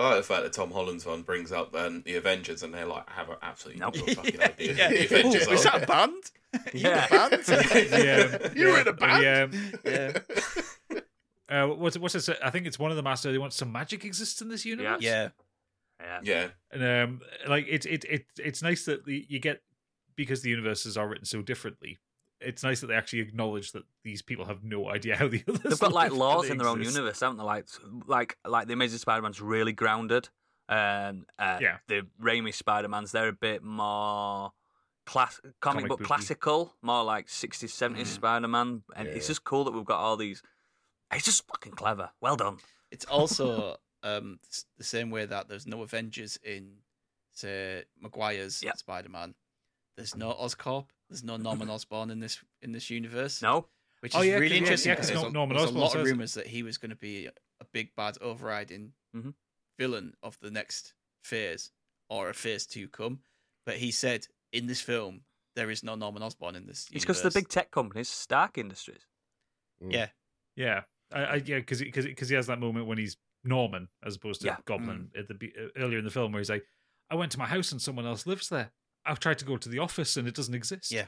I like the fact that Tom Holland's one brings up um, the Avengers and they're like, I have absolutely Nope. no fucking yeah, idea. yeah. who The Ooh, Avengers is are. that a band? Yeah. Band? Yeah. You were in a band? Yeah. Um, yeah. uh, what's what's this? I think it's one of the masters. They want some magic exists in this universe. Yeah. Yeah. yeah. and um, like it's it it it's nice that the, you get because the universes are written so differently. It's nice that they actually acknowledge that these people have no idea how the others. They've got like live, laws they in their own exist. universe, haven't they? Like, like, like the Amazing Spider-Man's really grounded. Um, uh, Yeah. The Raimi Spider-Mans, they're a bit more class, comic, Comic book booky. classical, more like 60s, 70s Mm. Mhm. Spider-Man. And Yeah. it's just cool that we've got all these. It's just fucking clever. Well done. It's also um, s- the same way that there's no Avengers in, say, Maguire's Yep. Spider-Man. There's no Oscorp. There's no Norman Osborn in this in this universe. No? which Oh, is yeah, 'cause- really yeah, interesting yeah, 'cause because there's, a- Norman there's a Osborn lot of says- rumors that he was going to be a big bad overriding Mm-hmm. Mhm. villain of the next phase or a phase to come. But he said in this film there is no Norman Osborn in this. It's because the universe. big tech companies, Stark Industries. Yeah, I, I yeah, because because because he has that moment when he's Norman as opposed to Yeah. Goblin Mm. at the be- uh, earlier in the film where he's like, "I went to my house and someone else lives there. I've tried to go to the office and it doesn't exist." Yeah.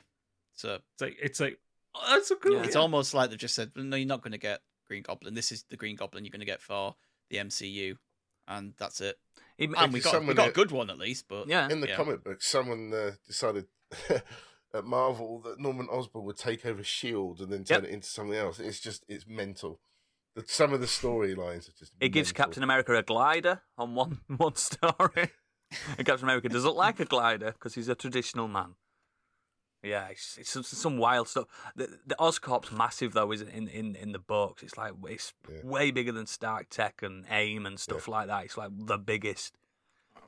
so it's like it's like oh, that's so cool. Yeah. It's almost like they've just said, no, you're not going to get Green Goblin. This is the Green Goblin you're going to get for the MCU, and that's it. It- And we If got we someone got a that- good one at least, but yeah. In the Yeah. comic book, someone uh, decided at Marvel that Norman Osborn would take over Shield E and then turn Yep. it into something else. It's just it's mental. The, some of the storylines are just. It gives mental. Captain America a glider on one one story, and Captain America doesn't like a glider because he's a traditional man. Yeah, it's, it's some, some wild stuff. The, the Oscorp's massive though, isn't it, in in in the books. It's like it's Yeah. way bigger than Stark Tech and AIM and stuff like that. It's like the biggest.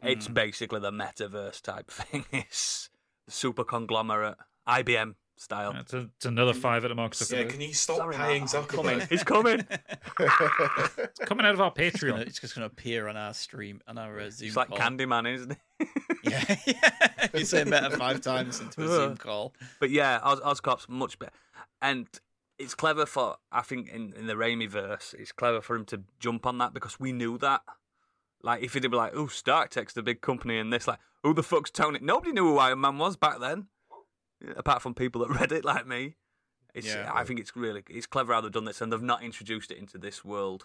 It's Mm. basically the metaverse type thing. It's super conglomerate, IBM style. Yeah, it's, a- it's another five at a mark. Yeah, can you stop Sorry, paying Mark. Zuckerberg? He's coming. coming out of our it's, gonna, Patreon. it's just going to appear on our stream on our uh, Zoom It's like call. Candyman, isn't it? Yeah, yeah. you say better five times into a Zoom call. But yeah, Oz, Oscorp's much better, and it's clever for I think in, in the Raimi verse, it's clever for him to jump on that because we knew that. Like if he'd be like, "Oh, Stark Tech's the big company," and this, like, "Who the fuck's Tony?" Nobody knew who Iron Man was back then, apart from people that read it like me. It's, Yeah. I think it's really it's clever how they've done this, and they've not introduced it into this world.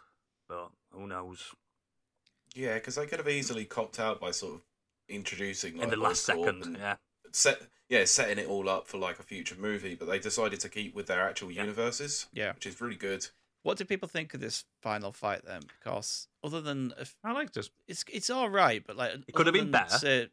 But who knows? yeah, because they could have easily copped out by sort of introducing like, in the last Oscorp second, and yeah, set yeah setting it all up for like a future movie but they decided to keep with their actual Yeah. universes Yeah. which is really good What do people think of this final fight then? Because other than if I liked it. it's it's all right, but like It could have other been than, better. say,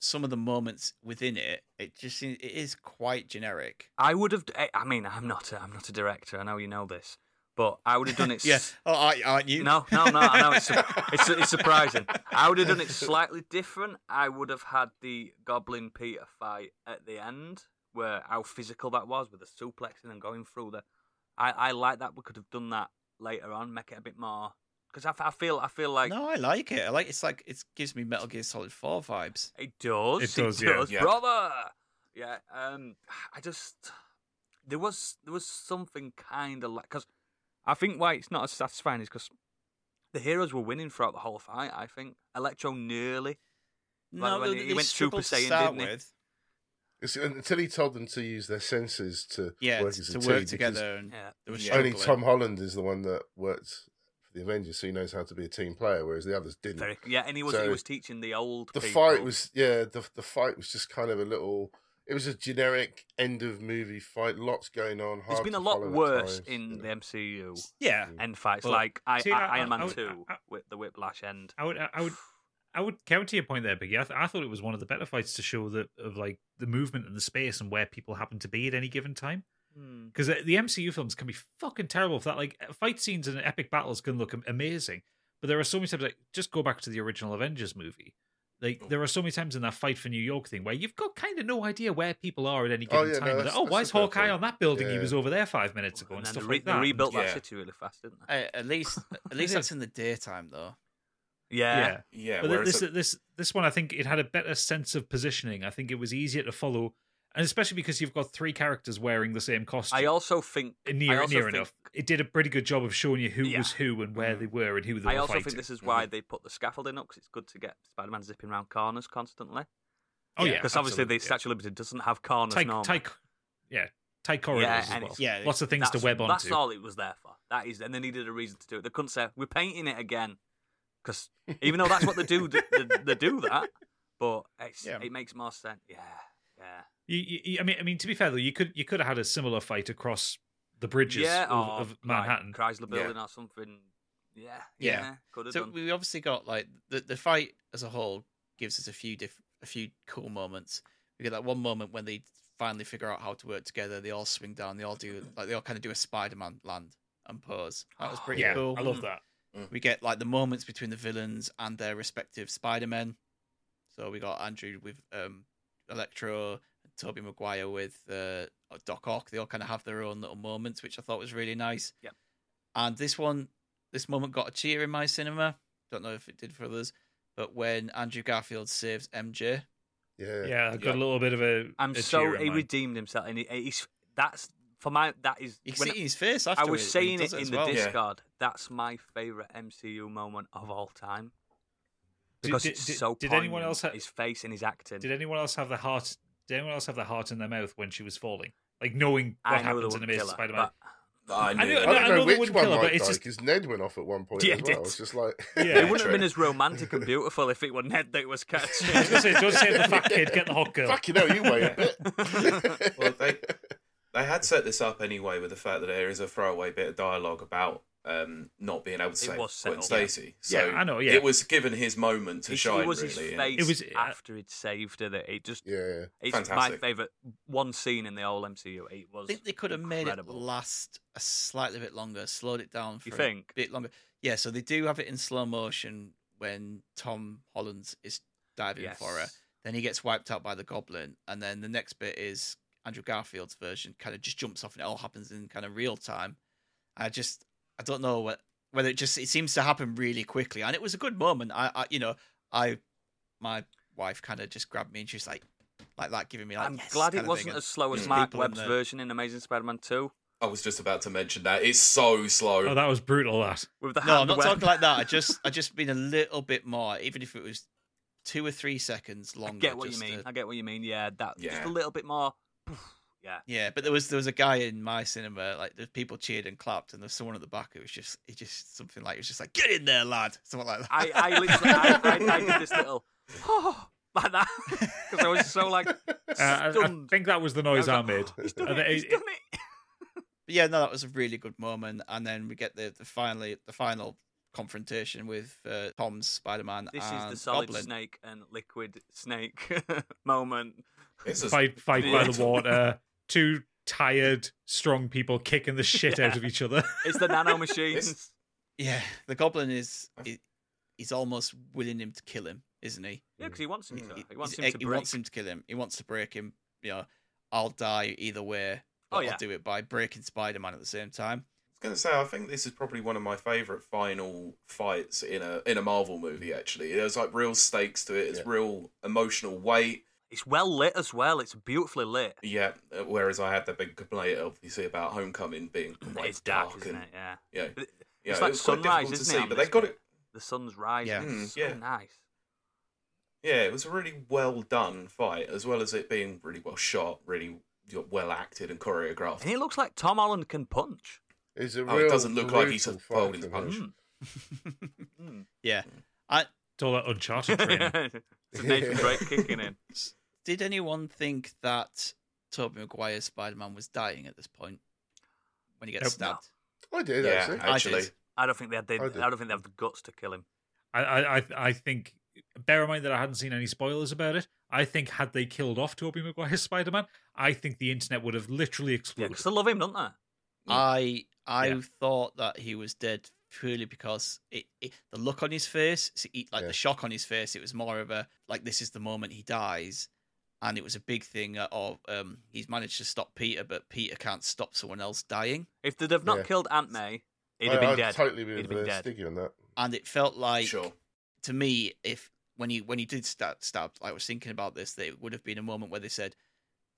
some of the moments within it, it just seems, it is quite generic. I would have. eh, I I mean, I'm not. A, I'm not a director. I know you know this, but I would have done it. yeah. s- Oh, aren't- aren't you? No, no, no. I know it's, su- it's, su- it's surprising. I would have done it slightly different. I would have had the Goblin Peter fight at the end, where how physical that was with the suplexing and going through the. I, I like that. We could have done that later on, make it a bit more. Because I, f- I feel, I feel like no, I like it. I like it's like it gives me Metal Gear Solid Four vibes. it does. It does, yeah. Yeah. brother. Yeah, um, I just there was there was something kind of like because I think why it's not as satisfying is because the heroes were winning throughout the whole fight. I think Electro nearly No, when they- he they went struggled Super to Saiyan, start didn't he? with. It's, until he told them to use their senses to Yeah, work t- as a to team, work because together. And yeah. there was Yeah. Only struggling. Tom Holland is the one that worked for the Avengers, so he knows how to be a team player, whereas the others didn't. Very, yeah, and he was he So, was teaching the old. the people. fight was yeah the the fight was just kind of a little it was a generic end of movie fight lots going on There's hard been to a lot follow at worse times, in you the know. MCU Yeah, end fights, Well, like I, see, I, I- Iron Man I- I- two I- with the Whiplash end. I would, I would, I would counter your point there, Biggie. I, th- I thought it was one of the better fights to show that of like the movement and the space and where people happen to be at any given time. Hmm. Because the MCU films can be fucking terrible for that. Like uh, fight scenes and epic battles can look am- amazing, but there are so many times like just go back to the original Avengers movie. Oh. Like there are so many times in that fight for New York thing where you've got kind of no idea where people are at any Oh, given yeah, no, time. They're like, that's- oh, that's why a is fair Hawkeye point. on that building? He Yeah. was over there five minutes ago and, And then stuff they, re- like they that. rebuilt that Yeah. city really fast, didn't they? Uh, at least at least that's in the daytime though. Yeah. yeah. Yeah, but whereas this the- this this one, I think it had a better sense of positioning. I think it was easier to follow, and especially because you've got three characters wearing the same costume. I also think I near also near think, enough. It did a pretty good job of showing you who Yeah. Mm-hmm. was who and where they were and who they I were also fighting. Mm-hmm. think this is why they put the scaffolding up because it's good to get Spider-Man zipping around corners constantly. oh yeah, because obviously absolutely, the Statue of Liberty doesn't have corners yeah. normally. tight, tight, yeah, tight corridors Yeah, as and well. it's- Yeah, lots of things that's, to web That's onto. all it was there for. That is, and they needed a reason to do it. They couldn't say we're painting it again because even though that's what they do, they, they do that. But it's, Yeah. it makes more sense. Yeah, yeah. You, you- you- I mean, I mean, to be fair though, you could you could have had a similar fight across the bridges yeah, of, or, of like, Manhattan. Chrysler Building, or something. Yeah, yeah, Yeah. could have So done. we obviously got like the the fight as a whole gives us a few diff- a few cool moments. We get that one moment when they finally figure out how to work together. They all swing down. They all do like they all kind of do a Spider-Man land and pose. That was Oh, pretty yeah, cool. I love that. We get like the moments between the villains and their respective Spider-Men. So we got Andrew with um, Electro, and Toby Maguire with uh, Doc Ock. They all kind of have their own little moments, which I thought was really nice. Yep. And this one, this moment got a cheer in my cinema. Don't know if it did for others, but when Andrew Garfield saves MJ, yeah Yeah, I got a Yeah. little bit of a. I'm a so tear in he mine. redeemed himself, and he, he's that's for my that is. you can when see it in his face. I After was saying it, it in the well. Yeah. Discord. That's my favorite MCU moment of all time Did- because did- it's did- so. did anyone poignant, else ha- his face and his acting? Did anyone else have the heart? Did anyone else have the heart in their mouth when she was falling? Like knowing what know happens the in one Amazing killer, Spider-Man. I I knew know- that. I don't I know, know they which wouldn't one kill her, but might it's die just- because Ned went off at one point Yeah, as it well. did. It's just like Yeah. It Yeah, wouldn't have been as romantic and beautiful if it were Ned that was catching. I was gonna say, don't say the fat kid, get the hot girl. Fucking hell, you weigh a bit. Well, they they had set this up anyway with the fact that there is a throwaway bit of dialogue about um, not being able to save was Gwen settled, yeah. Stacy. Yeah, So I know, yeah. it was given his moment to It, shine. it was really, his and- face It was- after he'd saved her that it just yeah, it's my Fantastic. favorite one scene in the whole MCU. It was I think they could have made it incredible. last a slightly bit longer, slowed it down for You a think? bit longer. Yeah, so they do have it in slow motion when Tom Holland is diving Yes. for her. Then he gets wiped out by the goblin, and then the next bit is Andrew Garfield's version, kind of just jumps off, and it all happens in kind of real time. I just, I don't know what, whether it just it seems to happen really quickly, and it was a good moment. I, I you know, I, my wife kind of just grabbed me and she's like, like that, giving me like. I'm yes glad kind it of wasn't thing. as slow as there's Mark people in Webb's there. version in Amazing Spider-Man 2 I was just about to mention that it's so slow. Oh, that was brutal. That with the No, I'm hand not web. talking like that. I just, I just been a little bit more, even if it was two or three seconds I longer. get what you just mean. to- I get what you mean. Yeah, that just Yeah. a little bit more. Yeah, yeah, but there was there was a guy in my cinema, like the people cheered and clapped, and there was someone at the back who was just, it just something like, it was just like, get in there, lad, something like that. I, I literally, I, I, I did this little like that because I was so like uh, I, I stunned. think that was the noise I I, was like, made. He's done And it. it- He's it- done it. But yeah, no, that was a really good moment, and then we get the, the finally the final confrontation with uh, Tom's Spider Man. This and is the solid Goblin. snake and liquid snake moment. It's just- fight, fight by the brutal. water. Two tired, strong people kicking the shit out of each other. It's the nano machines. Yeah, the Goblin is, is he's almost willing him to kill him, isn't he? Yeah, because he wants him to. Mm, He wants He's- him to Mm, he break. wants him to kill him. He wants to break him. You know, I'll die either way. but Oh, yeah. I'll do it by breaking Spider Man at the same time. I was going to say, I think this is probably one of my favourite final fights in a in a Marvel movie. Actually, there's like real stakes to it. It's Yeah. real emotional weight. It's well lit as well. It's beautifully lit. Yeah, uh, whereas I had that big complaint, obviously, about Homecoming being quite it's dark, dark isn't and it? Yeah. yeah, But it- yeah, it's it like was quite sunrise, difficult to isn't see, it? on but they this got bit? it. The sun's rising. Yeah. Mm, It's so yeah. nice. Yeah, it was a really well done fight, as well as it being really well shot, really well acted and choreographed. And it looks like Tom Holland can punch. It's a Oh, it real doesn't look like he's brutal a fight folding for him. punch. Mm. Mm. yeah. It's all that Uncharted training. it's Nathan Drake kicking in. Did anyone think that Tobey Maguire's Spider Man was dying at this point when he gets Nope. stabbed? I did Yeah, actually. I actually. did. I don't think they had the, I I, did. don't think they have the guts to kill him. I, I, I, I think. Bear in mind that I hadn't seen any spoilers about it. I think had they killed off Tobey Maguire's Spider Man, I think the internet would have literally Yeah, exploded. because they love him, don't they? Mm. I I Yeah. thought that he was dead purely because it, it the look on his face, s- he- like Yeah. the shock on his face, it was more of a like this is the moment he dies, and it was a big thing uh, of um he's managed to stop Peter, but Peter can't stop someone else dying, If they'd have not Yeah. killed Aunt May, he'd I, have been I'd dead. totally He'd been, have been uh, dead. Stiggy on that. and it felt like sure. to me if when he when he did stab stabbed, I was thinking about this that it would have been a moment where they said.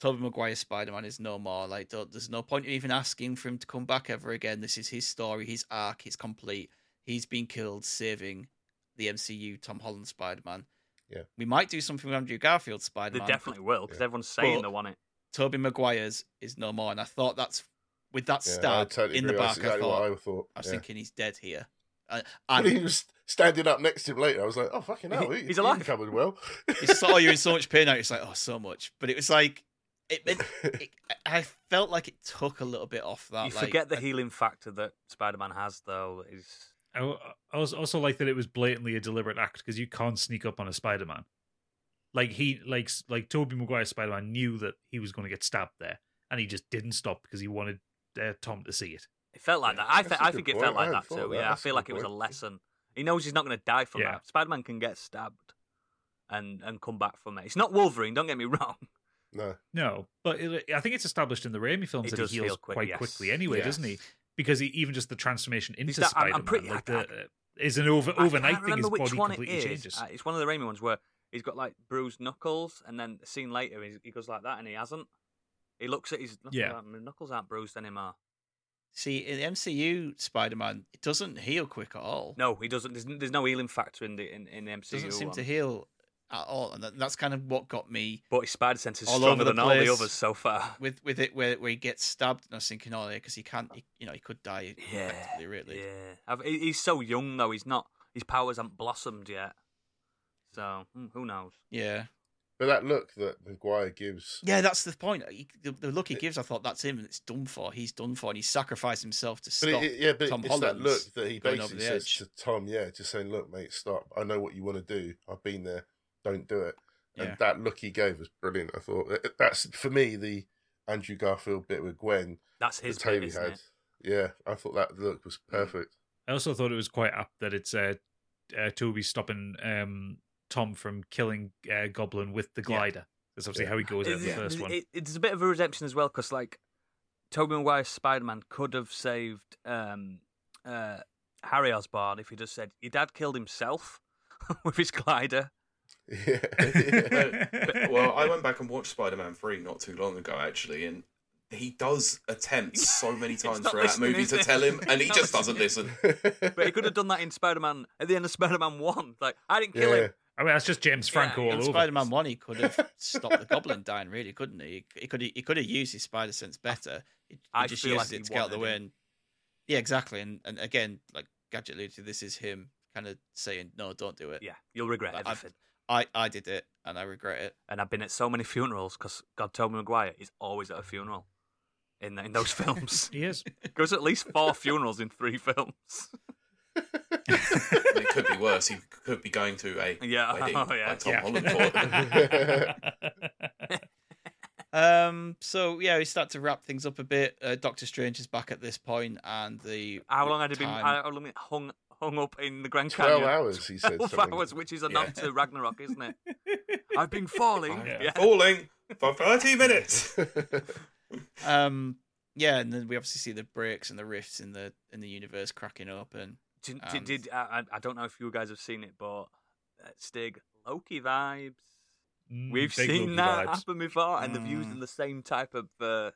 Tobey Maguire's Spider-Man is no more. Like, don't, there's no point in even asking for him to come back ever again. This is his story, his arc, it's complete. He's been killed saving the MCU Tom Holland Spider-Man. Yeah. we might do something with Andrew Garfield's They Spider-Man. definitely will, because Yeah. everyone's saying But- they want it. Tobey Maguire's is no more, and I thought that's with that Yeah, I stab totally in the agree. back. That's exactly I thought I, what I thought. was yeah. thinking he's dead here. Uh, When and he was standing up next to him later, I was like, "Oh fucking hell, He- he- he's he alive. Covered well. you saw you're in so much pain now. It's like, oh, so much. But it was like, it, it, it I felt like it took a little bit off that. You like, forget the I- healing factor that Spider Man has, though. Is I, I was also like that it was blatantly a deliberate act because you can't sneak up on a Spider-Man. Like he, like like Tobey Maguire's Spider-Man knew that he was going to get stabbed there, and he just didn't stop because he wanted uh, Tom to see it. it felt like Yeah, that. I, that's th- a I good think it point. felt I like hadn't that thought too. of that. Yeah, I That's a feel like good it was a point. lesson. He knows he's not going to die from Yeah. that. Spider Man can get stabbed and and come back from it. It's not Wolverine. Don't get me wrong. no, No, but it, I think it's established in the Raimi films It that he does heals heal quick, quite yes. quickly anyway, Yeah. doesn't he? Because he, even just the transformation into that- I'm- Spider-Man I'm pretty- like I- the, uh, is an over I overnight can't thing. His remember body which one completely it is. changes. Uh, it's one of the Raimi ones where he's got like bruised knuckles, and then a scene later he, he goes like that, and he hasn't. He looks at his knuckles, Yeah. like, my knuckles aren't bruised anymore. See, in the MCU, Spider-Man, it doesn't heal quick at all. No, he doesn't. There's, n- there's no healing factor in the in, in the MCU. it doesn't seem one. to heal at all, and that, that's kind of what got me But his spider sense is All stronger over the than all the place. others so far. with with it where, where he gets stabbed, and I was thinking, oh, because he can't, he, you know, he could die Yeah, effectively, really. Yeah, I've, he- he's so young though. He's not. His powers haven't blossomed yet. So hmm, who knows? Yeah. but that look that Maguire gives, Yeah, that's the point. He- the, the look he gives, I thought that's him, and it's done for. He's done for, and he sacrificed himself to but stop. it, it- yeah, but Tom it's that Holland's look that he going over basically the says edge. to Tom, yeah, just saying, "Look, mate, stop. I know what you want to do. I've been there. Don't do it." And Yeah. that look he gave was brilliant. I thought That- that's for me the Andrew Garfield bit with Gwen That's his that bit, Toby isn't had. it? Yeah, I thought that look was perfect. I also thought it was quite apt that it's uh, uh, Toby stopping um, Tom from killing uh, Goblin with the glider. That's obviously Yeah. how he goes out in the It- first it- one. it- it's a bit of a redemption as well because like Tobey Maguire's Spider Man could have saved um, uh, Harry Osborn if he just said your dad killed himself with his glider. Yeah. well, I went back and watched Spider Man 3 not too long ago, actually, and he does attempt so many He's times not throughout that listening, movie is to he? tell him, and he He's not just doesn't listen. listening. But but he could have done that in Spider Man at the end of Spider Man One. Like I didn't kill him. I mean, that's just James Franco Yeah, all in over. Spider-Man One, he could have stopped the Goblin dying, really, couldn't he? He could he could have used his spider sense better. He, he I just feel used like he it to get out of the wanted way. him. And, yeah, exactly. And and again, like Gadget alluded to, this is him kind of saying, "No, don't do it." Yeah, you'll regret Like, I've- everything. I I did it, and I regret it. and I've been at so many funerals because God, Tobey Maguire is always at a funeral in in those films. He is. Goes to at least four funerals in three films. And it could be worse. He could be going to a Yeah, wedding oh, yeah. like Tom Holland thought. Yeah. Um. So yeah, we start to wrap things up a bit. Uh, Doctor Strange is back at this point, and the How long had he been? time- How long had he hung hung up in the Grand Canyon? Twelve hours, he said. Twelve something. hours, which is a Yeah. nod to Ragnarok, isn't it? I've been falling. I've Yeah. Falling for 30 minutes. um. Yeah, and then we obviously see the breaks and the rifts in the in the universe cracking open. Did, Um, did, did- I, I- I don't know if you guys have seen it, but uh, Stig Loki vibes. Mm, We've big seen movie that vibes. happen before, and they've used Mm. the same type of uh,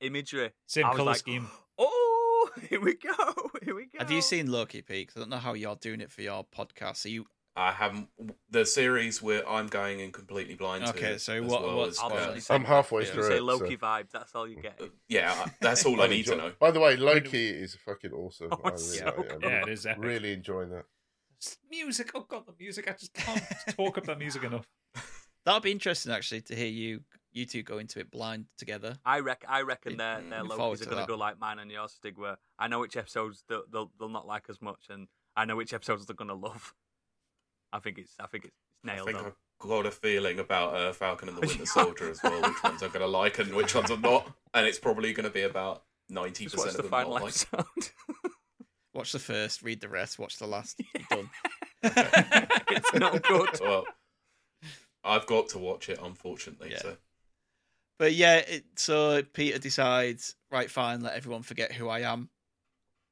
imagery. Same I was color like, scheme. Oh, here we go. Here we go. Have you seen Loki Peaks? I don't know how you're doing it for your podcast. Are you I haven't the series where I'm going in completely blind. Okay, to so as what- well what- as, I'll uh, probably say- I'm halfway Yeah. You through say it. Loki so- vibes. That's all you get. yeah, I- that's all I I'm need to enjoy- know. By the way, Wait a- Loki is fucking awesome. Oh, I really it's like so it. I'm good. Yeah, it is epic. really enjoying that. Music. Oh god, the music. I just can't talk up that music enough. That'll be interesting actually to hear you you two go into it blind together. I rec- I reckon Look Mm, their their forward Loki's are to going to that. go like mine and yours, Stig. Where I know which episodes they'll they'll, they'll not like as much, and I know which episodes they're going to love. I think it's I think it's I nailed think on. I've got a feeling about uh, Falcon and the Winter Soldier as well. Which ones I'm going to like and which ones I'm not, and it's probably going to be about ninety Just percent watch the of them. Not final like. episode. Watch the first, read the rest, watch the last. You're done. it's not good. Well, I've got to watch it, unfortunately. Yeah. So But yeah, it, so Peter decides, right, fine, let everyone forget who I am.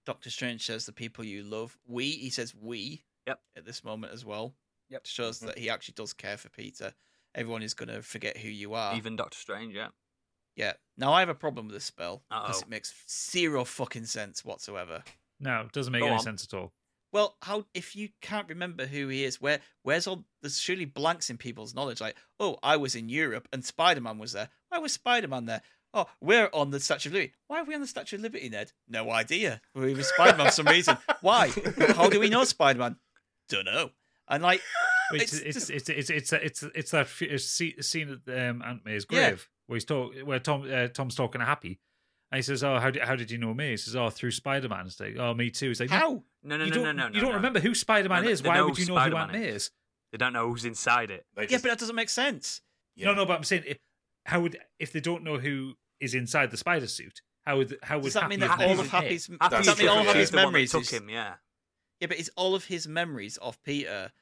Doctor Strange says, the people you love. We, he says, we. Yep. At this moment as well. Yep. Mm-hmm. Shows Mhm. that he actually does care for Peter. Everyone is going to forget who you Ah. are. Even Doctor Strange, yeah. Yeah. Now, I have a problem with this spell because Uh-oh. it makes zero fucking sense whatsoever. No, it doesn't make Go any on. sense at all. Well, how if you can't remember who he is, where where's all there's surely blanks in people's knowledge? Like, oh, I was in Europe and Spider Man was there. Why was Spider Man there? Oh, we're on the Statue of Liberty. Why are we on the Statue of Liberty, Ned? No idea. We were Spider Man for some reason. Why? How do we know Spider Man? Dunno. And like It's It's it's just- it's it's it's it's, it's that f- it's se- scene at um, Aunt May's Yeah. grave where he's talk where Tom uh, Tom's talking to Happy, and he says, "Oh, how did how did you know me?" He says, "Oh, through Spider Man." He's like, "Oh, me too." He's like, "No, how? No, no, you no, don't, no, no, no. you don't no. remember who Spider Man No, they- is? they Why know would who you know who Spider-Man Aunt May is. is?" They don't know who's inside it. they Yeah, just- but that doesn't make sense. yeah. No, no, but I'm saying if, how would if they don't know who is inside the spider suit? How would how would Does that mean Happy that have all of known it? Happy's Happy does that mean all of Tree Happy's is the one that memories took is- him, yeah. Yeah, but is all of his memories of Peter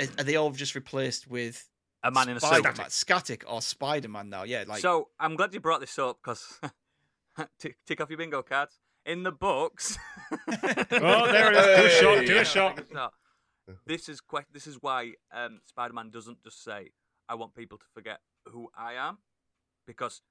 are- are they all just replaced with A man in a suit. Spider-Man, Static or Spider Man now, yeah. Like so I'm glad you brought this up because tick, tick off your bingo cards. In the books. Oh, there it is. Do a Hey. shot. Do Yeah, a shot. it's not. This is que- this is why um, Spider-Man doesn't just say, "I want people to forget who I am," because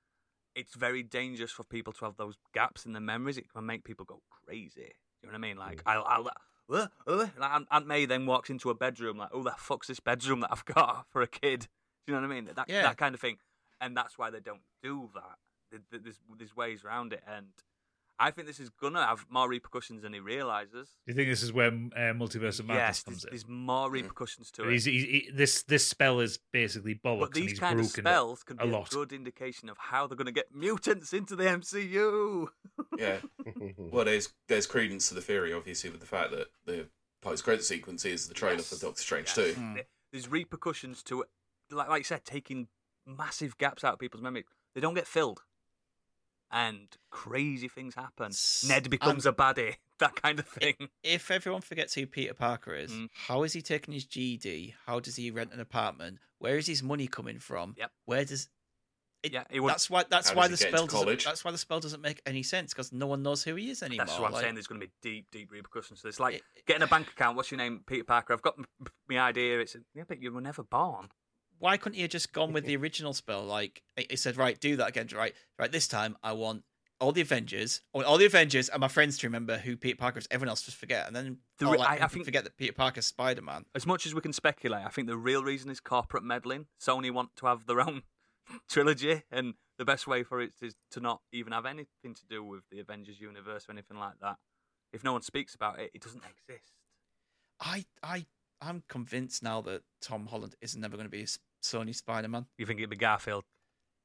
it's very dangerous for people to have those gaps in their memories. It can make people go crazy. You know what I mean? Like, I'll, I'll uh, uh, like Aunt, Aunt May then walks into a bedroom like, "Oh, the fuck's this bedroom that I've got for a kid?" Do you know what I mean? That Yeah. that kind of thing, and that's why they don't do that. Th- th- There's there's ways around it, and I think this is gonna have more repercussions than he realizes. Do you think this is where uh, multiverse of madness Yes, comes there's, in? there's Hmm. more repercussions to But he's, it. he's, he, this this spell is basically bollocks, But and these he's kind broken of it spells can a be a lot. good indication of how they're going to get mutants into the MCU. yeah. Well, there's there's credence to the theory, obviously, with the fact that the post credit sequence is the trailer Yes. for Doctor Strange Yes. Mm. too. Hmm. There- There's repercussions to it. Like, like you said, taking massive gaps out of people's memory. They don't get filled. And crazy things happen. S- Ned becomes a baddie. That kind of thing. if everyone forgets who Peter Parker is, Mm. how is he taking his GD? How does he rent an apartment? Where is his money coming from? Yep. Where does it, yeah, it would, that's, that's why that's How why the does he get into spell doesn't, college? that's why the spell doesn't make any sense because no one knows who he is anymore. what I'm Like, saying. There's going to be deep, deep repercussions to this. Like It- getting a bank account. What's your name, Peter Parker? I've got m- m- my idea. It's yeah, but you were never born. why couldn't he have just gone with the original spell? Like he said, right, do that again, right, right. This time I want all the Avengers, I want all the Avengers and my friends to remember who Peter Parker is. Everyone else just forget, and then The all re- that I- I people think- forget that Peter Parker's Spider Man. as much as we can speculate, I think the real reason is corporate meddling. Sony want to have their own trilogy, and the best way for it is to not even have anything to do with the Avengers universe or anything like that. If no one speaks about it, it doesn't exist. I I I'm convinced now that Tom Holland is never going to be a S- Sony Spider Man. You think it'd be Garfield?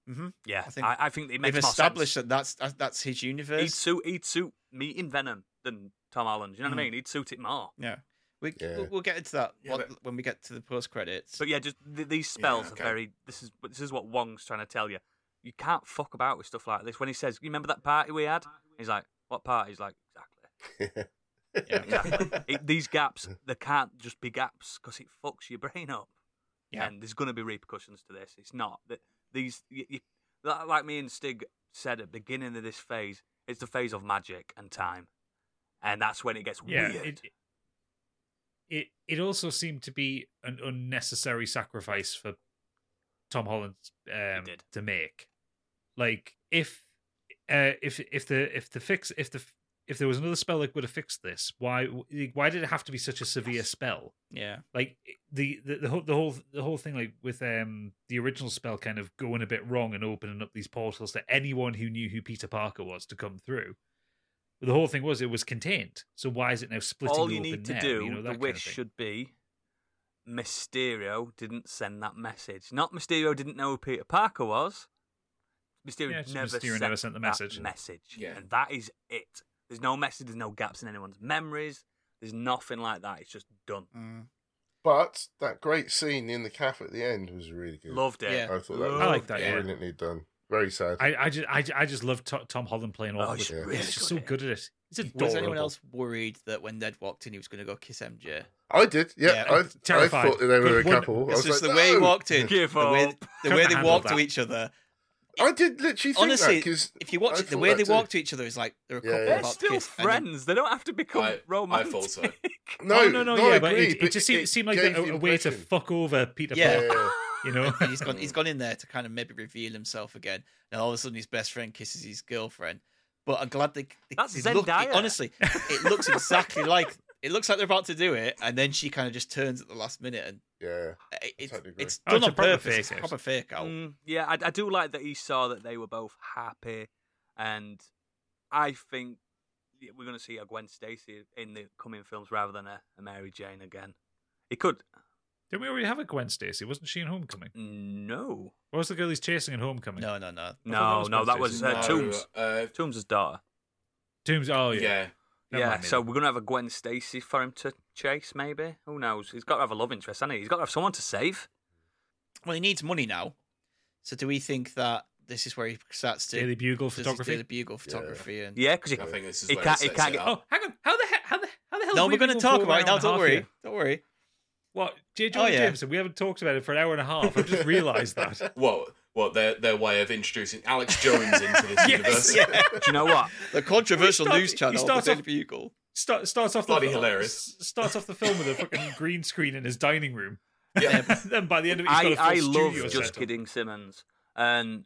Mm-hmm. I Yeah, I think think, I, think it makes They've more established sense. that that's that, that's his universe. He'd suit, he'd suit me in Venom than Tom Holland. You know what I Mm. mean? He'd suit it more. yeah, we Yeah. We'll, we'll get into that Yeah, what- when we get to the post credits. But yeah, just th- these spells okay. are very. This is this is what Wong's trying to tell you. You can't fuck about with stuff like this. When he says, "You remember that party we had?" He's like, "What party?" He's like, "Exactly." Uh, It, these gaps, they can't just be gaps because it fucks your brain up. Yeah. And there's going to be repercussions to this. It's not that these, you, you, li- like me and Stig said at the beginning of this phase, it's the phase of magic and time. And that's when it gets Yeah, weird. it, it it also seemed to be an unnecessary sacrifice for Tom Holland um, did. to make. Like if uh, if if the if the fix if the if there was another spell that would have fixed this, why why did it have to be such a severe spell? Yeah. like eh, the the the whole the whole, the whole thing like with um the original spell kind of going a bit wrong and opening up these portals to anyone who knew who Peter Parker was to come through. The whole thing was it was contained. So why is it now splitting? All you open need to now? do, you know, that the kind of wish thing. should be Mysterio didn't send that message. Not Mysterio didn't know who Peter Parker was. Mysterio, Yeah, it's never, Mysterio sent never sent the that message. message. Yeah. And that is it. There's no message, there's no gaps in anyone's memories. There's nothing like that. It's just done. Mm. But that great scene in the calf at the end was really good. Loved it. Yeah. I thought that Loved was I like that, it. yeah. brilliantly done. Very sad. I I just I, I just love To- Tom Holland playing Oh, off. he's with really he's good just so at it. good at it. He's adorable. Was anyone else worried that when Ned walked in, he was going to go kiss MJ? I did. Yeah, Yeah, I, I'm I terrified. thought that they were a Good one. couple. Oh, I It's was just like, the way he "No!" walked in, Give the way, up. the Couldn't way they handle walked that. to each other. I did literally think Honestly, because if you watch I it, the thought way that they too. walk to each other is like they're a Yeah, couple yeah. They're about to still kiss, and then- friends. They don't have to become I- I thought romantic. so. no, oh no no, I yeah, but agree, it, it just seemed, seemed like gave a, the a way to impression- fuck over Peter Yeah. Parker. Yeah. You know, and he's gone he's gone in there to kind of maybe reveal himself again and all of a sudden his best friend kisses his girlfriend but i'm glad they, they, That's they look- it- Zendaya. honestly it looks exactly like it looks like they're about to do it and then she kind of just turns at the last minute and Yeah, it, it's, totally agree. it's Oh, done it's a on proper purpose it's a fake out. proper fake out Mm, yeah, I, I do like that he saw that they were both happy, and I think we're going to see a Gwen Stacy in the coming films rather than a, a Mary Jane again. It could didn't we already have a Gwen Stacy? Wasn't she in Homecoming? no, What was the girl he's chasing in Homecoming? no no no I thought no, no, that Gwen was Stacy. uh, No, Tombs, uh, Tombs' daughter. Tombs. Oh yeah. yeah. Never yeah, mind me so then. we're going to have a Gwen Stacy for him to chase, maybe. Who knows? He's got to have a love interest, hasn't he? He's got to have someone to save. well he needs money now so do we think that this is where he starts to Daily Bugle does his photography. Daily bugle photography and Yeah, because he, I think this is It where can't- it it sets can't it get- up. Oh, hang on. How the he- how the how the hell? no have we're we going to been talk for an about it hour now and a don't half worry yet? don't worry What J. Jonah Oh, yeah. Jameson? We haven't talked about it for an hour and a half. I've just realised that. Well, well, their their way of introducing Alex Jones into this universe. yeah. do you know what? the controversial He starts- news he channel the starts Daily off- Bugle Start, starts off Bloody the, hilarious. s- Starts off the film with a fucking green screen in his dining room. Yeah. And then by the end of it, he's I, got I a full love studio just set up. kidding Simmons, and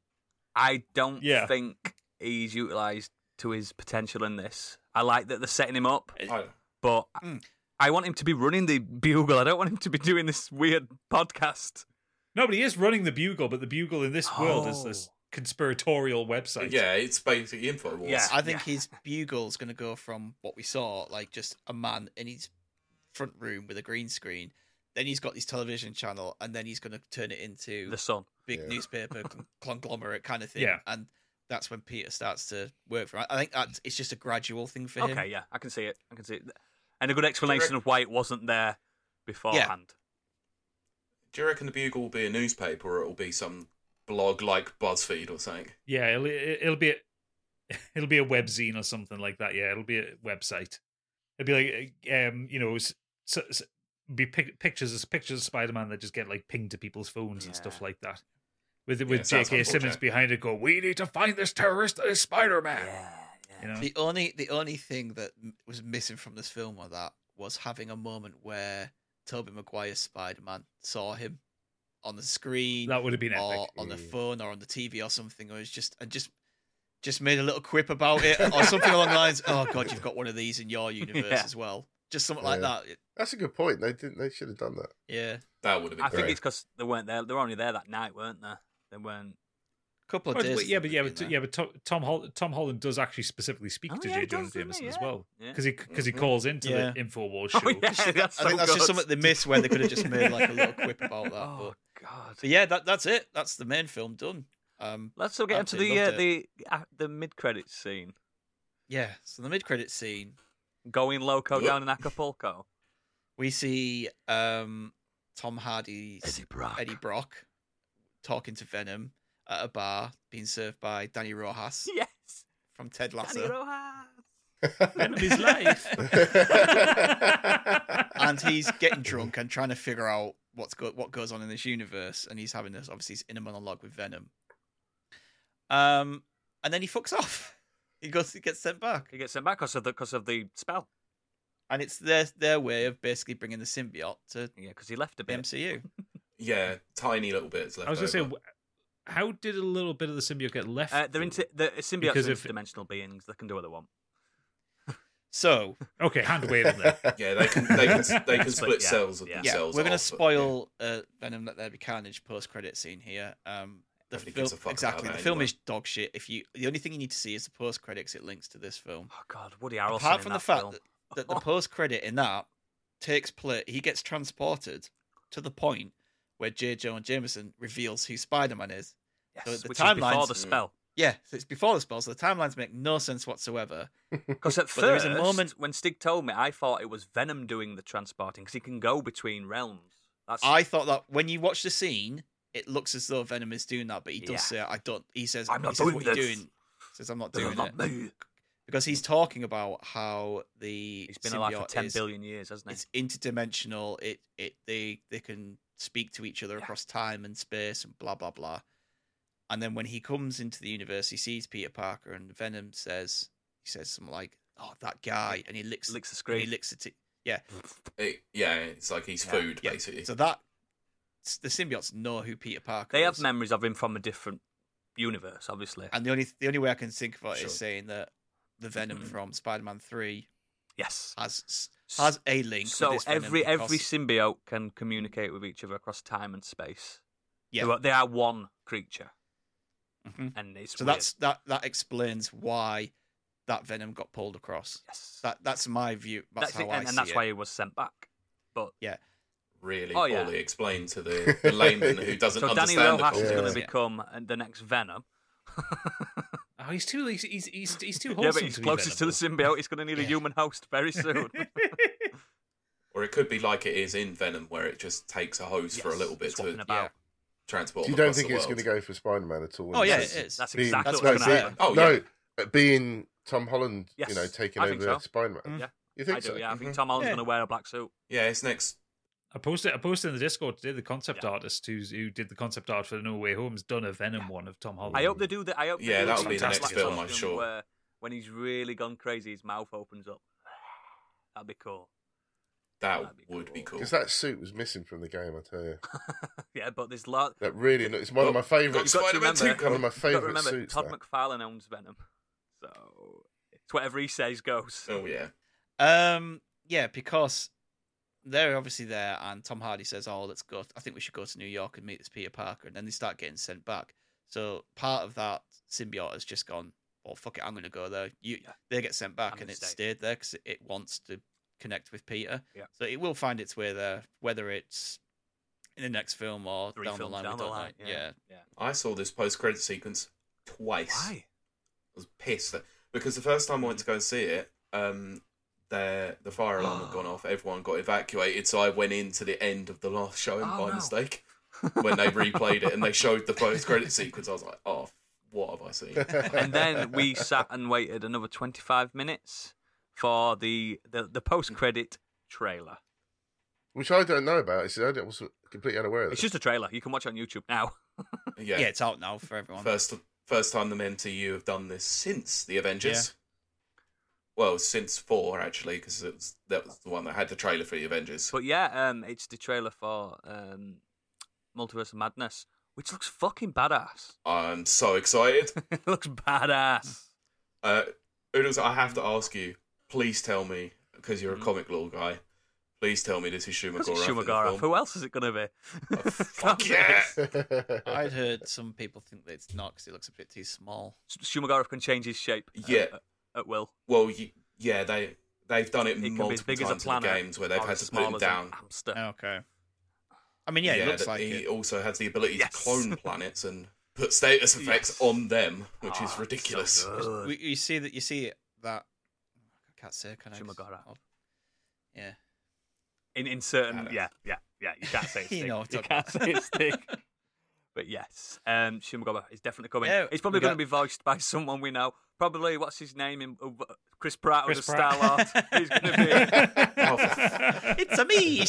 I don't Yeah. think he's utilised to his potential in this. I like that they're setting him up, I- but Mm. I want him to be running the bugle. I don't want him to be doing this weird podcast. No, but he is running the bugle. But the bugle in this world is this Oh. conspiratorial website. yeah, it's basically info wars. Yeah. I think Yeah. his bugle's going to go from what we saw, like just a man in his front room with a green screen. Then he's got his television channel, and then he's going to turn it into The son. big Yeah. newspaper con- conglomerate kind of thing. Yeah. And that's when Peter starts to work for. Him. I think that it's just a gradual thing for him. Okay, yeah, I can see it. I can see it, and a good explanation of why it wasn't there beforehand. Do you reckon the Bugle will be a newspaper, or it'll be some blog like BuzzFeed or something? yeah. It'll, it'll be a, it'll be a webzine or something like that. Yeah, it'll be a website. It'll be like um, you know, s s s- be pic- pictures as pictures of Spider Man that just get like pinged to people's phones and stuff Yeah. like that. With Yeah, with sounds J.K. like Simmons bullshit. behind it, go. We need to find this terrorist uh, that is Spider Man. yeah. You know, The only the only thing that m- was missing from this film or that was having a moment where Toby Maguire's Spider Man saw him on the screen. that would have been or epic. on the Mm. phone or on the TV or something, or it's just and just just made a little quip about it or something along the lines. Oh God, you've got one of these in your universe Yeah. as well, just something like Yeah. that. It- That's a good point. They didn't. They should have done that. Yeah, That would have been I think great. it's because they weren't there. They were only there that night, weren't they? They weren't. a couple of Well, days. but- I yeah, think but it's yeah, been but there. yeah, but Tom Tom, Hol- Tom Holland does actually specifically speak Oh, to yeah, J. he Jonah does, doesn't Jameson he? as Yeah. well Yeah. Mm-hmm. because he because he Mhm. calls into Yeah. the Infowars show. Oh yeah, that's I think so that's just good. something they missed where they could have just made like a little quip about that. Oh But, God. but yeah, that that's it. That's the main film done. Um, Let's still get into the Absolutely uh, loved the uh, the mid credits scene. yeah. So the mid credit scene, Going loco Yeah. down in Acapulco. we see um Tom Hardy's Brock? Eddie Brock talking to Venom at a bar being served by Danny Rojas Yes. from Ted Lasso. Danny Rojas. his life. and he's getting drunk and trying to figure out what's go- what goes on in this universe, and he's having this obviously his inner monologue with Venom. Um, and then he fucks off. He goes, he gets sent back, He gets sent back because of the because of the spell. and it's their their way of basically bringing the symbiote to Yeah, because he left a the bit. MCU. Yeah, tiny little bits left. I was going to say, over. w- how did a little bit of the symbiote get left? Uh, they're into the symbiotes Because are if- dimensional beings. They can do what they want. So okay, hand waving there. Yeah, they can they can they can Split, split yeah, cells of yeah. yeah, themselves. we're going to off, but, spoil uh, Venom Let There Be Carnage post credit scene here. Um, the Nobody film gives a fuck about exactly. The that film anyway. is dog shit. If you, the only thing you need to see is the post credits. It links to this film. Oh God, Woody Harrelson. Apart in from that the fact film. that, that the post credit in that takes place, he gets transported to the point where J. Jonah Jameson reveals who Spider Man is. yes, the- the which is before timelines- the spell. Yeah, so it's before the spell, so the timelines make no sense whatsoever. Because at But there is first, a moment- when Stig told me, I thought it was Venom doing the transporting because he can go between realms. That's I thought that when you watch the scene, it looks as though Venom is doing that, but he does Yeah. say, "I don't." He says, I'm he not says, doing what this." you doing." He says, "I'm not This is doing not it," me. because he's talking about how the He's been alive for symbiote ten is- billion years, hasn't he? It's interdimensional. It it they they can speak to each other Yeah. across time and space and blah blah blah. And then when he comes into the universe, he sees Peter Parker, and Venom says he says something like, "Oh, that guy," and he licks Licks the and he screen. licks it. It, yeah, it's like he's Yeah. food Yeah. basically. So that the symbiotes know who Peter Parker They have is. memories of him from a different universe, obviously. And the only the only way I can think of it is Sure. saying that the Venom Mm-hmm. from Spider-Man Three yes. has s- has a link. with So this Venom every every because- symbiote can communicate with each other across time and space. Yeah. They are- They are one creature, Mhm. and it's so weird. that's that that explains why that Venom got pulled across. yes. That that's my view. That's, it, how I and, see and that's it. why he was sent back. But really Oh, poorly yeah. explained to the, the layman who doesn't so Danny understand the Rojas is concept. going to Yeah. become uh, the next Venom. Oh, he's too he's he's he's, he's too wholesome. yeah, but he's to be closest to the Venom, symbiote. He's going to need a Yeah. human host very soon. Or it could be like it is in Venom, where it just takes a host for a Yes, little bit swapping to about. transport. You them don't across think the it's world. going to go for Spider Man at all? Oh yeah, It's- it That's- is. That's Being- exactly That's what's what going to I'm happen. Oh yeah, No, uh, being Tom Holland, Yes, you know, taking I over think so. Mm. Spider Man. Yeah. You think I do. so? Yeah, I think Mhm. Tom Holland's Yeah. going to wear a black suit. yeah. It's next. I posted I posted in the Discord today. The concept Yeah. artist who's who did the concept art for No Way Home's done a Venom one of Tom Holland. I hope they do that. I hope. they Yeah, do that'll the be the Black next Panther film, I'm costume sure. Where, when he's really gone crazy, his mouth opens up. That'd be cool. That That'd be would be cool. cool. Because that suit was missing from the game, I tell you. yeah, but there's lot. That really, it's one of my Well, you've favourite. got remember- Spider-Man 2 One of coming. my You've got to favourite remember, suits. Todd that. McFarlane owns Venom, so it's whatever he says goes. Oh yeah. Um, yeah, because they're obviously there, and Tom Hardy says, "Oh, let's go. I think we should go to New York and meet this Peter Parker," and then they start getting sent back. So part of that symbiote has just gone. Well, fuck it, I'm going to go there. You, Yeah. they get sent back, I'm and, gonna it stay. stayed there because it wants to connect with Peter. Yeah. So it will find its way there, whether it's in the next film or Three down the films line. down we the don't line. know. yeah. yeah, I saw this post-credit sequence twice. Why? Mm. I was pissed that- because the first time I went to go and see it, um, the the fire alarm had gone off. Everyone got evacuated, so I went into the end of the last showing Oh, by no. mistake when they replayed it and they showed the post credit sequence. I was like, oh, what have I seen? and then we sat and waited another 25 minutes for the the, the post credit trailer. Which I don't know about. It's, I don't- wasn't completely unaware of It's this. just a trailer. You can watch it on YouTube now. yeah, yeah, It's out now for everyone. first first time the MCU have done this since the Avengers. Well, since four actually, because it was that was the one that had the trailer for the Avengers. But yeah, um, it's the trailer for um, Multiverse of Madness, which looks fucking badass. I'm so excited. it looks badass. Uh, Oodles, I have to ask you, please tell me, because you're a comic law guy, please tell me this is Because Shumagora. it's Shumagara. Who else Mm-hmm. is it going to be? Oh, Fuck yeah! I'd heard some people think that it's not because it looks a bit too small. Shumagara can change his shape. at- Yeah. At, at will. Well, you, yeah, they they've done it, It can be as multiple big as a times in the planet. Oh, games where they've or had as to put small him as a down. hamster. Okay. I mean, yeah, it looks that like he it. also has the ability Yes. to clone planets and put status effects Yes. on them, which Ah, is so ridiculous. good. We, you see that you see it, that I can't say can I? 'Cause- Shimagara. oh, Yeah. in in certain Badass. yeah yeah yeah you can't say it's You thick. know what you I'm can't talking say it's thick. but yes um Shimagaba is definitely coming Yeah, it's probably we going got- to be voiced by someone we know probably what's his name in uh, Chris Pratt Chris as Pratt. Star Lord he's going to It's a me,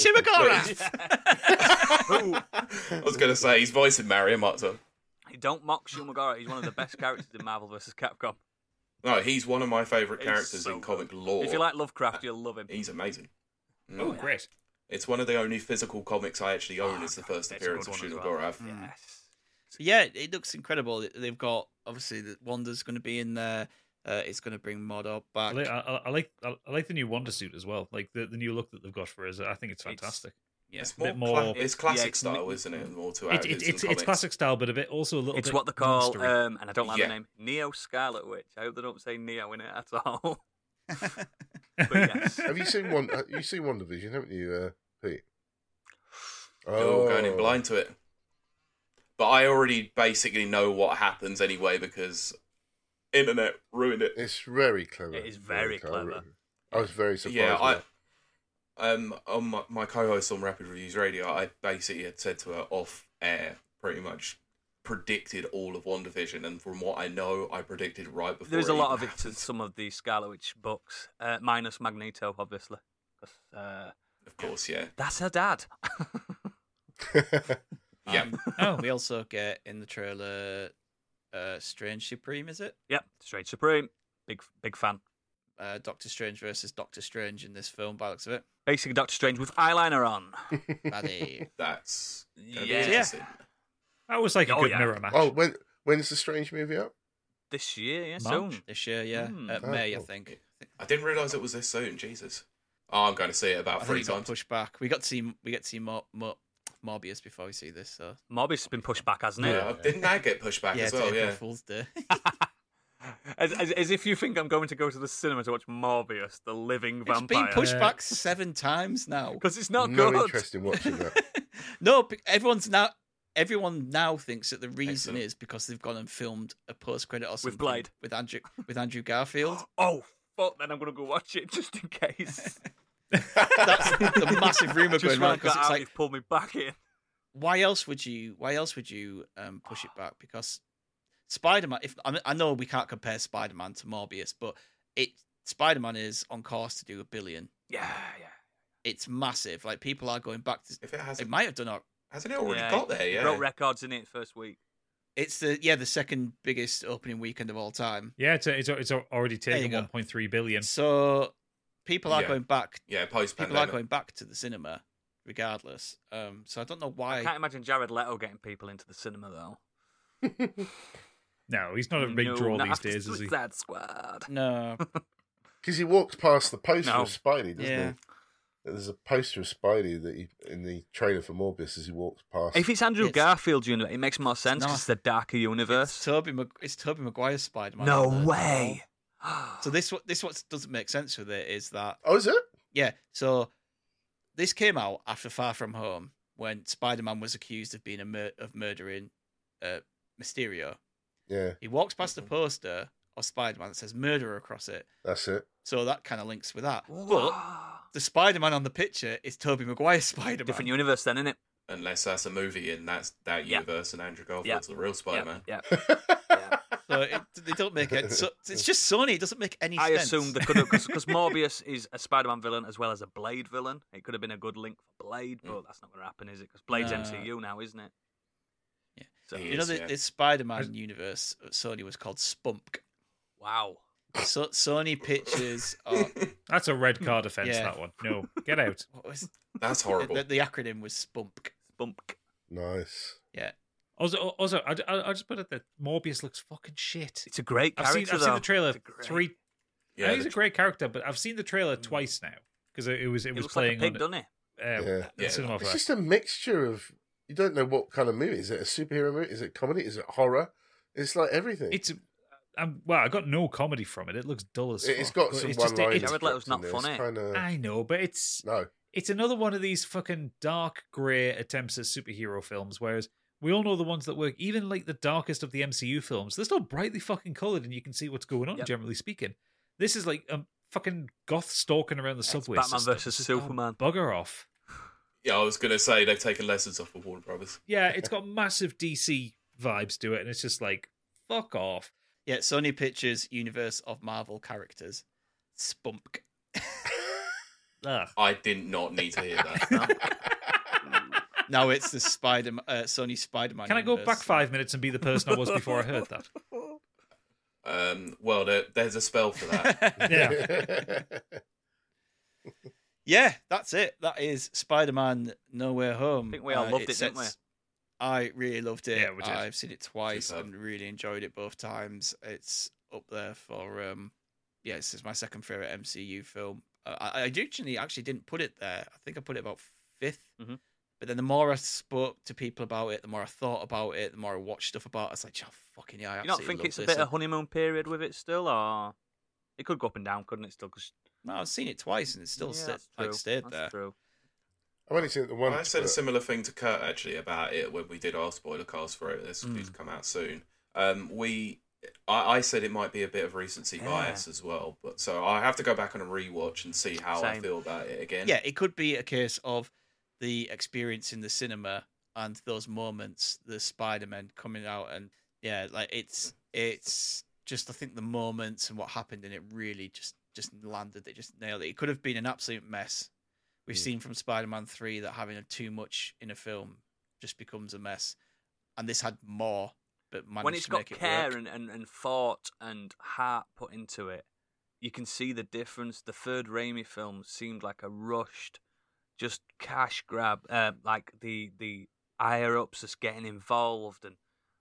Shimagora. be Ooh. I was going to say he's voicing Mario Martin. don't mock Shumagara he's one of the best characters in Marvel vs Capcom No, he's one of my favourite He's characters so in good. comic lore. if you like Lovecraft you'll love him he's amazing. oh, great. It's one of the only physical comics I actually own. is the first It's Ah, Oh, a good appearance of one as Shunogorov. well. Mm. Yes. Yeah, it- it looks incredible. They've got obviously the Wanda's going to be in there. Uh, it's going to bring Modok I, back. li- I, I- I like I, I like the new Wonder suit as well. Like the, the new look that they've got for his. I think it's It's- fantastic. yeah. It's a more, bit more- cla- it's Yeah, classic it's style, mi- isn't it? More to It, it, it, it's it's classic style, but a bit also a little. It's bit what they call, monstery. um, and I don't like Yeah. the name, Neo Scarlet Witch. I hope they don't say Neo in it at all. but yes. Have you seen one? uh, You seen One Division, haven't you, uh, Pete? Oh, You're all going in blind to it. But I already basically know what happens anyway because internet ruined it. It's very clever. It is very clever. I was very surprised. yeah, by I that. um on my, my co-host on Rapid Reviews Radio, I basically had said to her off air, pretty much predicted all of One Division, and from what I know, I predicted right before. There's a it lot of even it to happened. some of the Scarlet Witch books, uh, minus Magneto, obviously. 'Cause, Uh, Of course, yeah, that's her dad. yeah. Um, Oh, we also get in the trailer uh, Strange Supreme, is it? yep, Strange Supreme. Big big fan. Uh, Doctor Strange versus Doctor Strange in this film, by the looks of it. Basically, Doctor Strange with eyeliner on. Buddy. That's gonna be Yeah. interesting. that was like a Oh, good yeah. mirror match. oh, when when's the Strange movie out? This year, yeah, March. soon. this year, yeah. Hmm. Uh, Oh, May, I cool. think. I didn't realize it was this soon. Jesus, oh, I'm going to see it I about think three it got times. pushed back. We got to see we get to see Mor- Mor- Morbius before we see this. So Morbius has been pushed back, hasn't Yeah, it? Yeah. didn't that get pushed back yeah, as it's well? April Yeah, Fool's Day. As, as, as if you think I'm going to go to the cinema to watch Morbius, the living it's vampire. been pushed Yeah. back seven times now. because it's not no good. interest in watching that. no, p- everyone's now. Everyone now thinks that the reason Excellent. is because they've gone and filmed a post credit or something Blade. with Andrew with Andrew Garfield. Oh fuck! Then I'm gonna go watch it just in case. That's the massive rumor just going when I around because got it's out, like, you've pulled me back in. why else would you? Why else would you um, push it back? Because Spider Man. If I, mean, I know we can't compare Spider Man to Morbius, but it Spider Man is on course to do a billion. Yeah, yeah. It's massive. Like people are going back to. if it It hasn't, might have done. all- hasn't it already Yeah, got there? he Yeah, broke records in it first week. It's the yeah the second biggest opening weekend of all time. yeah, it's a, it's, a, it's a- already you taken go. 1.3 billion. So people are Yeah. going back yeah, post people pandemic. are going back to the cinema regardless. Um, so I don't know I can't why. imagine Jared Leto getting people into the cinema though. No, he's not a big no, draw not these after days, is he? Suicide Squad. No, Because he walks past the poster No. of Spidey, doesn't Yeah. he? There's a poster of Spidey that he, in the trailer for Morbius as he walks past. If it's Andrew It's- Garfield universe, it makes more sense not. because it's the darker it's universe. Toby. Mag- it's Toby Maguire's Spider Man. No way. So this what this what doesn't make sense with it is that oh, is it? yeah. So this came out after Far From Home when Spider Man was accused of being a mur- of murdering uh, Mysterio. Yeah, He walks past Mm-hmm. the poster of Spider Man that says murderer across it. that's it. So that kind of links with that. But Whoa. the Spider Man on the picture is Toby Maguire's Spider Man. different universe then, isn't it? Unless that's a movie and that's that Yeah. universe and Andrew Garfield's Yeah. the real Spider Man. Yeah. So it, they don't make it. So it's just Sony. It doesn't make any I sense. assume they could have because Morbius is a Spider-Man villain as well as a Blade villain. It could have been a good link for Blade, but that's not going to happen, is it? Because Blade's No. MCU now, isn't it? Yeah. So, He You know, is, the, yeah. this Spider-Man universe at Sony was called Spunk. wow. So Sony Pictures. Are, That's a red card offence. Yeah. That one. No, get out. what was That's horrible. the, the acronym was Spunk. Bump. Nice. Also, also, I, I, I just put it that Morbius looks fucking shit. It's a great I've character. seen, I've seen though. the trailer It's a great- three. I yeah, think he's the- a great character, but I've seen the trailer twice now because it, it was it He was looks playing like a pig, on doesn't he? uh, Yeah. at the Yeah. cinema. It's for- just a mixture of. You don't know what kind of movie. Is it a superhero movie? Is it comedy? Is it horror? It's like everything. It's um, well, I got no comedy from it. It looks dull as It- it's fuck, got but some it's just- one it- liners. it's- Jared Leto's not funny. Kind of I know, but Ah, it's no. it's another one of these fucking dark grey attempts at superhero films. Whereas we all know the ones that work, even like the darkest of the MCU films, they're still brightly fucking coloured and you can see what's going on. Yep. Generally speaking, this is like um fucking goth stalking around the It's subway. Batman system. versus Just, oh, Superman. Bugger off. yeah, I was gonna say they've taken lessons off of Warner Brothers. Yeah, it's got massive DC vibes to it, and it's just like fuck off. Yeah, Sony Pictures universe of Marvel characters. Spunk. Ugh. I did not need to hear that. Now it's the Spider uh, Sony Spider-Man. Can I go universe. back five minutes and be the person I was before I heard that? um, well, there, there's a spell for that. Yeah. Yeah, that's it. That is Spider Man Nowhere Home. I think we all loved it, didn't we? I really loved it. Yeah, we did. I've seen it twice Superb. and really enjoyed it both times. It's up there for um, yeah, this is my second favorite MCU film. Uh, I, I originally actually didn't put it there. I think I put it about 5th Mhm. But then the more I spoke to people about it, the more I thought about it, the more I watched stuff about it, it's like, oh, fucking yeah, I you not absolutely think love it's a this. bit And- of honeymoon period with it still, or it could go up and down, couldn't it? Still, because No, I've seen it twice and it still sta- that's true. like stayed that's there. True. I've only seen it the Well, once. I said a but- similar thing to Kurt actually about it when we did our spoiler cast for it. Hmm. This is come out soon. Um, we, I, I said it might be a bit of recency Yeah. bias as well, but so I have to go back on a rewatch and see how I Same. feel about it again. Yeah, it could be a case of the experience in the cinema and those moments, the Spider Man coming out and yeah, like it's it's just I think the moments and what happened and it really just just landed, it just nailed it. It could have been an absolute mess. We've Mm. seen from Spider Man three that having too much in a film just becomes a mess. And this had more but managed when it's to got make it care work. and, and, and thought and heart put into it, you can see the difference. The third Raimi film seemed like a rushed, just cash grab. Uh, like the the higher ups just getting involved, and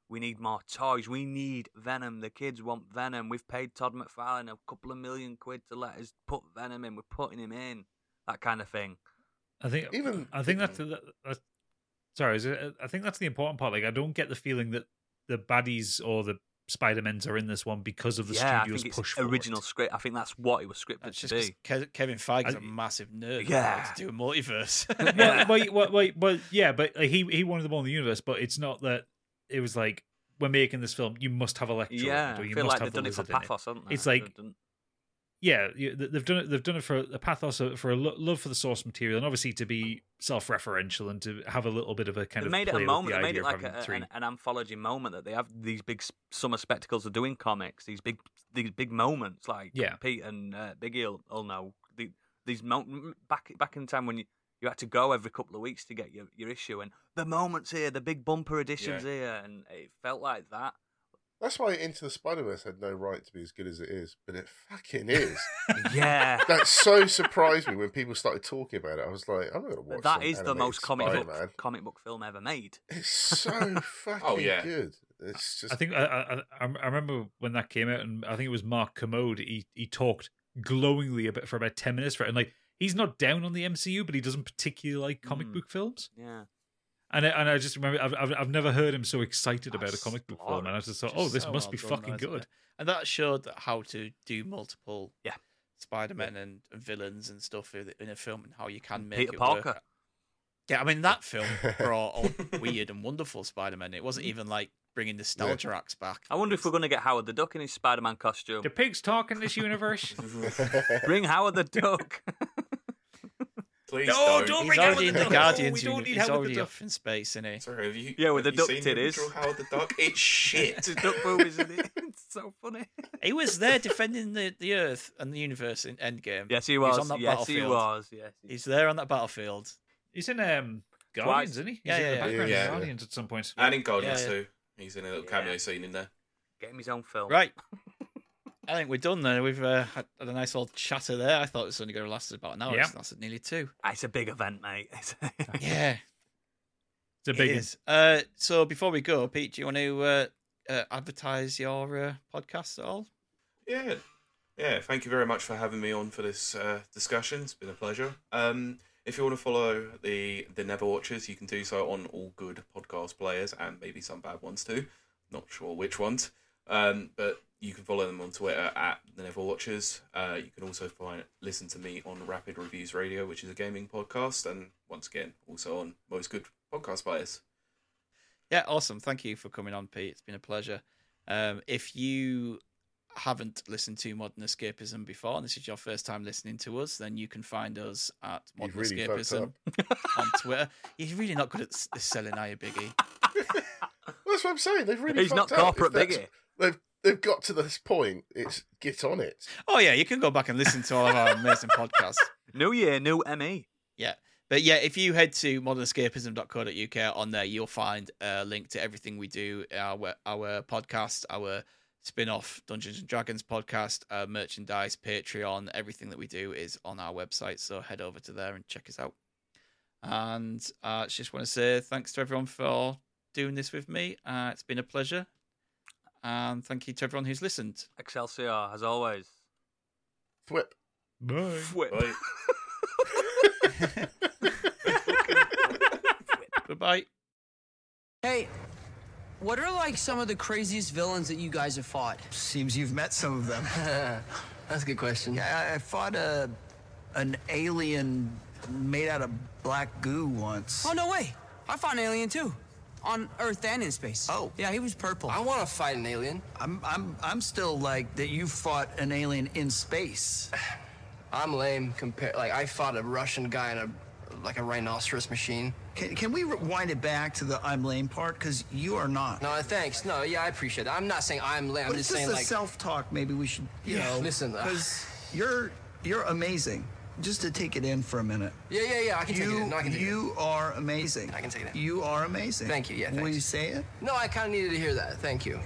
we need more toys. We need Venom. The kids want Venom. We've paid Todd McFarlane a couple of million quid to let us put Venom in. We're putting him in. That kind of thing. I think Even- I think that's, that, that's sorry. Is it, I think that's the important part. Like, I don't get the feeling that the baddies or the Spider Men's are in this one because of the yeah, I studio's think it's push. original For script. I think that's what it was scripted That's to just be. 'cause Ke- Kevin Feige's I- a massive nerd. Yeah. to do a multiverse. it. No, well, well, well, well, yeah, but like, he he wanted them all in the universe. But it's not that it was like we're making this film. You must have Electro. in it, Yeah, or I you feel must like have they've the done it for Lizard in pathos, haven't they? It's like- They've done- yeah, you- th- they've done it. They've done it for a pathos, uh, for a lo- love for the source material, and obviously to be self-referential and to have a little bit of a kind they of made it a play with moment. The They made idea it of like having a, three. an, an anthology moment that they have these big s- summer spectacles of doing comics. These big these big moments like Yeah. Pete and uh, Biggie will, will know the, these mo- m- back back in time when you. You had to go every couple of weeks to get your, your issue, and the moments here, the big bumper editions here, and it felt like that. That's why Into the Spider Verse had no right to be as good as it is, but it fucking is. Yeah, that so surprised me when people started talking about it. I was like, I'm not gonna watch. that some is the animated most comic Spider-Man. book, Oh, comic book film ever made. It's so fucking yeah. good. It's just. I think I, I I- I remember when that came out, and I think it was Mark Commode. He he talked glowingly about for about ten minutes for it, and like he's not down on the MCU, but he doesn't particularly like comic Hmm. Mm. book films. Yeah, And I, and I just remember I've, I've I've never heard him so excited about a That's comic book glorious. film, and I just thought, Just oh, this so must well be done, fucking though, isn't good. it? And that showed that how to do multiple Yeah. Spider-Man and, and villains and stuff in in a film and how you can make Peter it Parker. work. Yeah, I mean that film brought all weird and wonderful Spider-Man. It wasn't even like bringing the nostalgia acts back. Mm. I wonder if we're going to get Howard the Duck in his Spider-Man costume. Do pigs talk in this universe? Bring Howard the Duck. Please No, don't. don't He's bring Howard already the in the Duck. Oh, Guardians. We don't uni- He's need Howard the already Duck. off in space, isn't he? Sorry, have you? Yeah, with have the you duck seen the titties. original Howard the Duck. It's shit. It's a duck movies, isn't it? It's so funny. He was there defending the, the Earth and the universe in Endgame. Yes, he was. He's on that yes, he battlefield. was. Yes. he- He's there on that battlefield. He's in um Twice. Guardians, isn't he? He's Yeah, in yeah, the yeah. background Yeah. of Guardians at some point. and in Guardians Yeah. too, he's in a little Yeah. cameo scene in there. Get him his own film. Right. I think we're done there. We've uh, had had a nice old chatter there. I thought it was only going to last about an hour. Yeah. It's lasted nearly two. Ah, It's a big event, mate. It's- Yeah, It's a it big one. is. Uh, so before we go, Pete, do you want to uh, uh, advertise your uh, podcast at all? Yeah. Yeah, thank you very much for having me on for this uh, discussion. It's been a pleasure. Um, if you want to follow the the Never Watchers, you can do so on all good podcast players and maybe some bad ones too. Not sure which ones, um, but you can follow them on Twitter at the Never Watchers. Uh, you can also find listen to me on Rapid Reviews Radio, which is a gaming podcast, and once again also on most good podcast players. Yeah, awesome. Thank you for coming on, Pete. It's been a pleasure. Um, if you haven't listened to Modern Escapism before, and this is your first time listening to us, then you can find us at You've Modern really fucked Escapism up. on Twitter. You're really not good at s- selling, are you, Biggie? Well, that's what I'm saying. They've really. He's not fucked up. If corporate that's- biggie. They've they've got to this point. It's get on it. Oh yeah, you can go back and listen to all of our amazing podcasts. New year, new E. ME. But yeah, if you head to modernescapism.co.uk on there, you'll find a link to everything we do, our our podcast, our spin-off Dungeons and Dragons podcast, uh, merchandise, Patreon, everything that we do is on our website. So head over to there and check us out. And uh, just want to say thanks to everyone for doing this with me. Uh, it's been a pleasure. And thank you to everyone who's listened. Excelsior, as always. Thwip. Bye. Fwip. Right. Goodbye. Hey, what are like some of the craziest villains that you guys have fought? Seems you've met some of them. That's a good question. I, I fought a an alien made out of black goo once. Oh no way! I fought an alien too, on Earth and in space. Oh. yeah, he was purple. I want to fight an alien. I'm I'm I'm still like that. You fought an alien in space. I'm lame compared. Like I fought a Russian guy in a like a rhinoceros machine. Can can we rewind it back to the I'm lame part? Because you are not. No, thanks. No, yeah, I appreciate that. I'm not saying I'm lame. but I'm it's just just saying a like self-talk. Maybe we should. You Yeah, know, listen, uh, because you're you're amazing. Just to take it in for a minute. yeah, yeah, yeah. I can take You, it. No, I can take you are amazing. I can take that. You are amazing. Thank you, yeah, Will thanks. you say it? it. No, I kind of needed to hear that. Thank you.